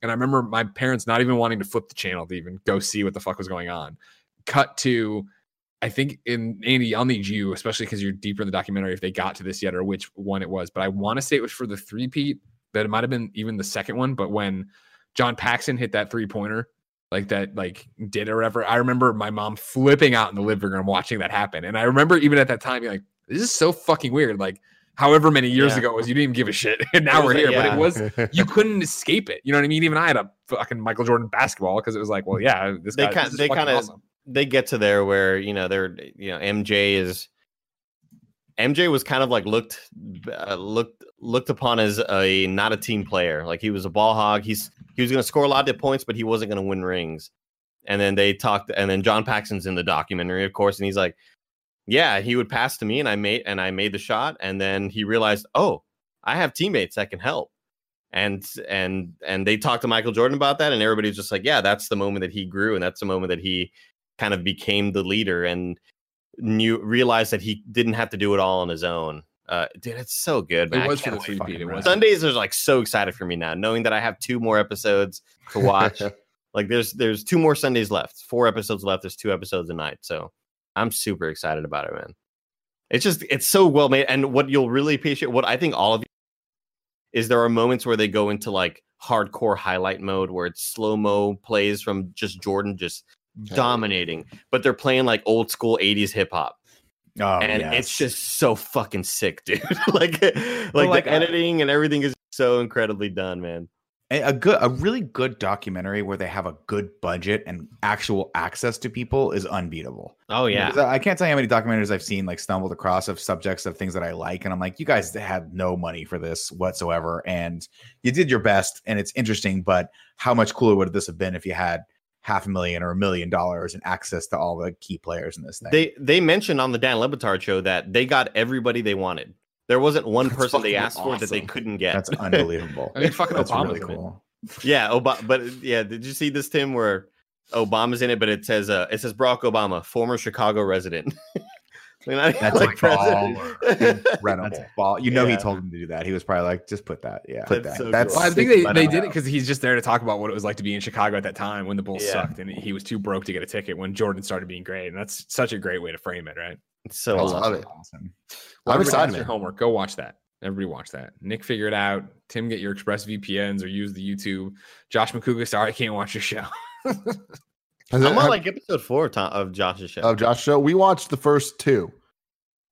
Speaker 1: And I remember my parents not even wanting to flip the channel to even go see what the fuck was going on. Cut to. I think in Andy, I'll need you, especially because you're deeper in the documentary. If they got to this yet, or which one it was, but I want to say it was for the three peat that it might have been even the second one, but when John Paxson hit that three pointer, like that, like did or whatever, I remember my mom flipping out in the living room watching that happen. And I remember even at that time, being like, this is so fucking weird. Like, however many years
Speaker 3: Yeah.
Speaker 1: ago it was, you didn't even give a shit. And now
Speaker 3: was
Speaker 1: we're
Speaker 3: like,
Speaker 1: here, but
Speaker 3: yeah.
Speaker 1: it was, you couldn't escape it. You know what I mean? Even I had a fucking Michael Jordan basketball because it was like, well, yeah, this
Speaker 3: They
Speaker 1: guy,
Speaker 3: kin-
Speaker 1: this is
Speaker 3: they
Speaker 1: fucking
Speaker 3: kinda-
Speaker 1: awesome.
Speaker 3: they get to there where you know they're you know MJ is MJ was kind of like looked uh, looked looked upon as a not a team player. Like he was a ball hog. He's he was going to score a lot of points, but he wasn't going to win rings. And then they talked, and then John Paxson's in the documentary, of course, and he's like, "Yeah, he would pass to me, and I made and I made the shot." And then he realized, "Oh, I have teammates that can help." And and and they talked to Michael Jordan about that, and everybody's just like, "Yeah, that's the moment that he grew, and that's the moment that he kind of became the leader and knew realized that he didn't have to do it all on his own." Uh, dude, it's so good. man. I
Speaker 1: It was for
Speaker 3: can't
Speaker 1: the
Speaker 3: wait.
Speaker 1: three peat. It
Speaker 2: fucking
Speaker 1: was.
Speaker 3: Sundays are like so excited for me now, knowing that I have two more episodes to watch. like there's there's two more Sundays left, four episodes left. There's two episodes a night, so I'm super excited about it, man. It's just it's so well made, and what you'll really appreciate, what I think all of you is there are moments where they go into like hardcore highlight mode, where it's slow mo plays from just Jordan just dominating, but they're playing like old school '80s hip hop
Speaker 2: Oh,
Speaker 3: and
Speaker 2: yes.
Speaker 3: it's just so fucking sick, dude. like, like,
Speaker 2: like,
Speaker 3: the
Speaker 2: I-
Speaker 3: editing and everything is so incredibly done, man.
Speaker 2: a a good a really good documentary where they have a good budget and actual access to people is unbeatable.
Speaker 3: Oh
Speaker 2: Because I I can't tell you how many documentaries I've seen like stumbled across of subjects of things that I like, and I'm like, you guys had no money for this whatsoever, and you did your best, and it's interesting, but how much cooler would this have been if you had half a million or a million dollars and access to all the key players in this thing?
Speaker 3: They they mentioned on the Dan Lebitard show that they got everybody they wanted. There wasn't one
Speaker 4: That's
Speaker 3: person they
Speaker 4: fucking
Speaker 3: asked for that they
Speaker 4: awesome.
Speaker 3: couldn't get.
Speaker 2: That's unbelievable.
Speaker 1: I mean, fucking
Speaker 2: That's
Speaker 1: Obama's
Speaker 2: really
Speaker 1: in it.
Speaker 2: cool.
Speaker 3: yeah, Obama. But yeah, did you see this Tim where Obama's in it? But it says uh, it says Barack Obama, former Chicago resident. They're not
Speaker 2: That's
Speaker 3: like
Speaker 2: like
Speaker 3: president.
Speaker 2: incredible. Ball. You know he
Speaker 3: Yeah.
Speaker 2: told him to do that. He was probably like, just put that. Yeah,
Speaker 3: That's
Speaker 2: put that.
Speaker 3: so
Speaker 2: That's
Speaker 3: cool.
Speaker 1: Well, I think
Speaker 2: sick,
Speaker 1: they,
Speaker 2: but
Speaker 1: they
Speaker 2: no.
Speaker 1: did it because he's just there to talk about what it was like to be in Chicago at that time when the Bulls
Speaker 3: Yeah.
Speaker 1: sucked and he was too broke to get a ticket when Jordan started being great. And that's such a great way to frame it, right?
Speaker 3: It's so
Speaker 4: I
Speaker 3: awesome.
Speaker 4: love it.
Speaker 2: Awesome.
Speaker 4: I'm
Speaker 1: Everybody,
Speaker 4: excited,
Speaker 1: that's your
Speaker 4: man.
Speaker 1: homework. Go watch that. Everybody watch that. Nick figure it out. Tim, get your Express VPNs or use the YouTube. Josh McCouga, sorry, I can't watch your show.
Speaker 4: Has
Speaker 3: I'm
Speaker 4: it-
Speaker 3: on
Speaker 4: have-
Speaker 3: like episode four of, Tom, of Josh's show.
Speaker 4: of Josh show. We watched the first two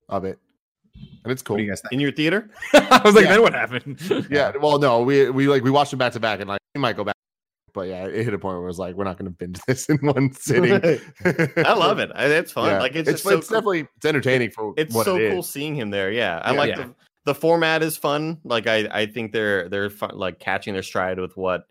Speaker 4: of it, and it's
Speaker 2: What
Speaker 4: cool.
Speaker 2: do you guys think?
Speaker 3: In your theater?
Speaker 1: I was like,
Speaker 4: Yeah.
Speaker 1: then what happened?
Speaker 4: Yeah. Well, no, we we like we watched it back to back, and like we might go back, but yeah, it hit a point where it was like we're not going to binge this in one sitting.
Speaker 3: I love it. I, it's fun. Like it's,
Speaker 4: it's,
Speaker 3: just so
Speaker 4: it's
Speaker 3: cool.
Speaker 4: definitely it's entertaining for
Speaker 3: it's
Speaker 4: what
Speaker 3: so
Speaker 4: it is.
Speaker 3: cool seeing him there. Yeah, I
Speaker 4: Yeah.
Speaker 3: like
Speaker 1: Yeah.
Speaker 3: the the format is fun. Like I I think they're they're fun, like catching their stride with what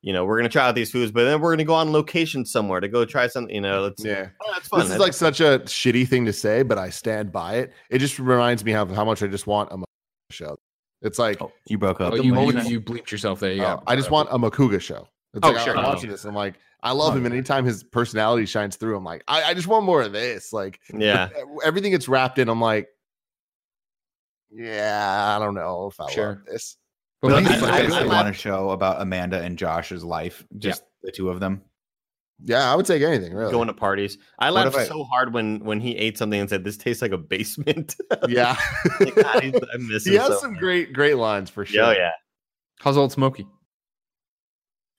Speaker 3: you know. We're gonna try out these foods, but then we're gonna go on location somewhere to go try something. You know, it's
Speaker 4: Yeah.
Speaker 3: oh, that's fun.
Speaker 4: This is
Speaker 3: That's-
Speaker 4: like such a shitty thing to say, but I stand by it. It just reminds me how, how much I just want a Makuga show. It's like
Speaker 2: Oh, you broke up.
Speaker 1: Oh,
Speaker 4: The
Speaker 1: you, you,
Speaker 4: moment-
Speaker 1: you bleeped yourself there. You
Speaker 4: uh, I just want a Makuga show. It's
Speaker 1: Oh,
Speaker 4: like
Speaker 1: sure.
Speaker 4: I, am watching this. And I'm like, I love him. And anytime his personality shines through, I'm like, I, I just want more of this. Like e-,
Speaker 3: yeah,
Speaker 4: everything it's wrapped in, I'm like, yeah, I don't know if I love
Speaker 1: Sure.
Speaker 4: this.
Speaker 2: I,
Speaker 1: But
Speaker 4: But
Speaker 1: he's
Speaker 4: he's
Speaker 1: like,
Speaker 4: like-
Speaker 2: I- I
Speaker 4: I'm
Speaker 2: want a show about Amanda and Josh's life, just the two of them.
Speaker 4: Yeah, I would take anything really.
Speaker 3: going to parties. I
Speaker 4: What
Speaker 3: laughed
Speaker 4: if I-
Speaker 3: so hard when when he ate something and said, "This tastes like a basement."
Speaker 4: yeah.
Speaker 3: like, God, he's, I miss
Speaker 4: he
Speaker 3: him
Speaker 4: has
Speaker 3: so
Speaker 4: some
Speaker 3: much.
Speaker 4: great, great lines for sure.
Speaker 3: Yeah, yeah.
Speaker 1: how's old Smokey?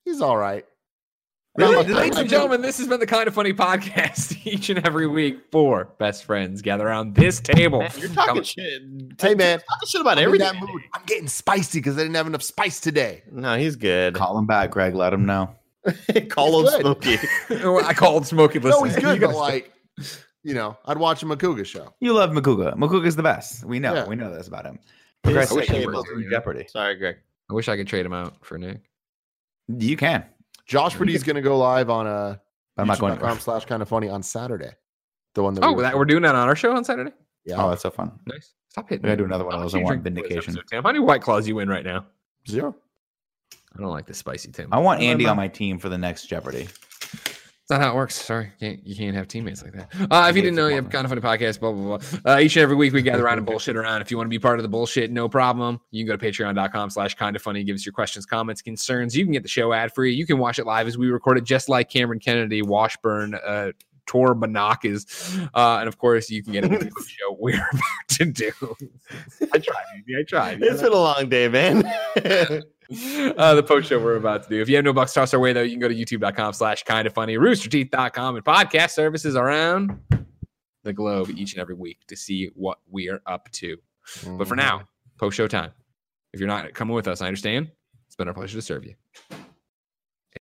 Speaker 4: He's all right.
Speaker 2: Really?
Speaker 4: Not much-
Speaker 1: Ladies
Speaker 4: I- I
Speaker 1: and
Speaker 4: do-
Speaker 1: gentlemen, this has been the kind of funny podcast each and every week. Four best friends gather around this table.
Speaker 3: Man, you're talking
Speaker 1: Come-
Speaker 3: shit.
Speaker 4: Hey man,
Speaker 3: Talking shit about
Speaker 4: I'm in
Speaker 3: everything.
Speaker 4: that mood. I'm getting spicy because I didn't have enough spice today.
Speaker 3: No, he's good.
Speaker 2: Call him back, Greg. Let him know.
Speaker 3: Call
Speaker 4: he's
Speaker 3: him
Speaker 4: good.
Speaker 3: Smokey.
Speaker 1: I called Smokey. Listen,
Speaker 4: no, he's
Speaker 1: you
Speaker 4: good,
Speaker 1: gotta
Speaker 4: but like, you know, I'd watch a Makuga show.
Speaker 2: You love Makuga. Makuga's the best. We know.
Speaker 4: Yeah.
Speaker 2: We know this about him.
Speaker 3: He's
Speaker 2: Progressive
Speaker 3: so
Speaker 1: wish he
Speaker 2: cables
Speaker 1: was
Speaker 2: are in
Speaker 1: here.
Speaker 2: Jeopardy.
Speaker 3: Sorry, Greg.
Speaker 1: I wish I could trade him out for Nick.
Speaker 2: You can,
Speaker 4: Josh Pretty's going to go live on uh,
Speaker 2: but I'm not going.
Speaker 4: YouTube.com
Speaker 2: To,
Speaker 4: slash kind of funny on Saturday. The one that
Speaker 1: Oh,
Speaker 4: were-
Speaker 1: that we're doing that on our show on Saturday.
Speaker 4: yeah,
Speaker 2: oh, that's so fun.
Speaker 1: Nice. Stop hitting.
Speaker 2: We gotta
Speaker 1: me.
Speaker 2: do another one of
Speaker 1: How
Speaker 2: those.
Speaker 1: much
Speaker 2: I
Speaker 1: you drink
Speaker 2: want
Speaker 1: for this
Speaker 2: vindication.
Speaker 1: episode, Tim, how many White Claws you win right now?
Speaker 4: zero.
Speaker 1: I don't like the spicy Tim.
Speaker 2: I want
Speaker 1: No,
Speaker 2: Andy
Speaker 1: no.
Speaker 2: on my team for the next Jeopardy.
Speaker 1: It's not how it works. Sorry, can't, you can't have teammates like that. Uh, if you
Speaker 2: Yeah,
Speaker 1: didn't know,
Speaker 2: it's
Speaker 1: you
Speaker 2: a
Speaker 1: have kind
Speaker 2: bummer.
Speaker 1: of funny podcast. Blah blah blah. Uh, each and every week, we gather around and bullshit around. If you want to be part of the bullshit, no problem. You can go to Patreon.com/slash Kind of Funny. Give us your questions, comments, concerns. You can get the show ad free. You can watch it live as we record it, just like Cameron Kennedy, Washburn, uh, Tor Manak is, uh, and of course, you can get a video of the show we're about to do. I tried, baby. I tried.
Speaker 3: It's been a long day, man.
Speaker 1: uh, the post show we're about to do. If you have no bucks tossed our way, though, you can go to youtube.com slash kind of funny, roosterteeth.com, and podcast services around the globe each and every week to see what we are up to.
Speaker 4: Mm-hmm.
Speaker 1: But for now, post show time. If you're not coming with us, I understand. It's been our pleasure to serve you.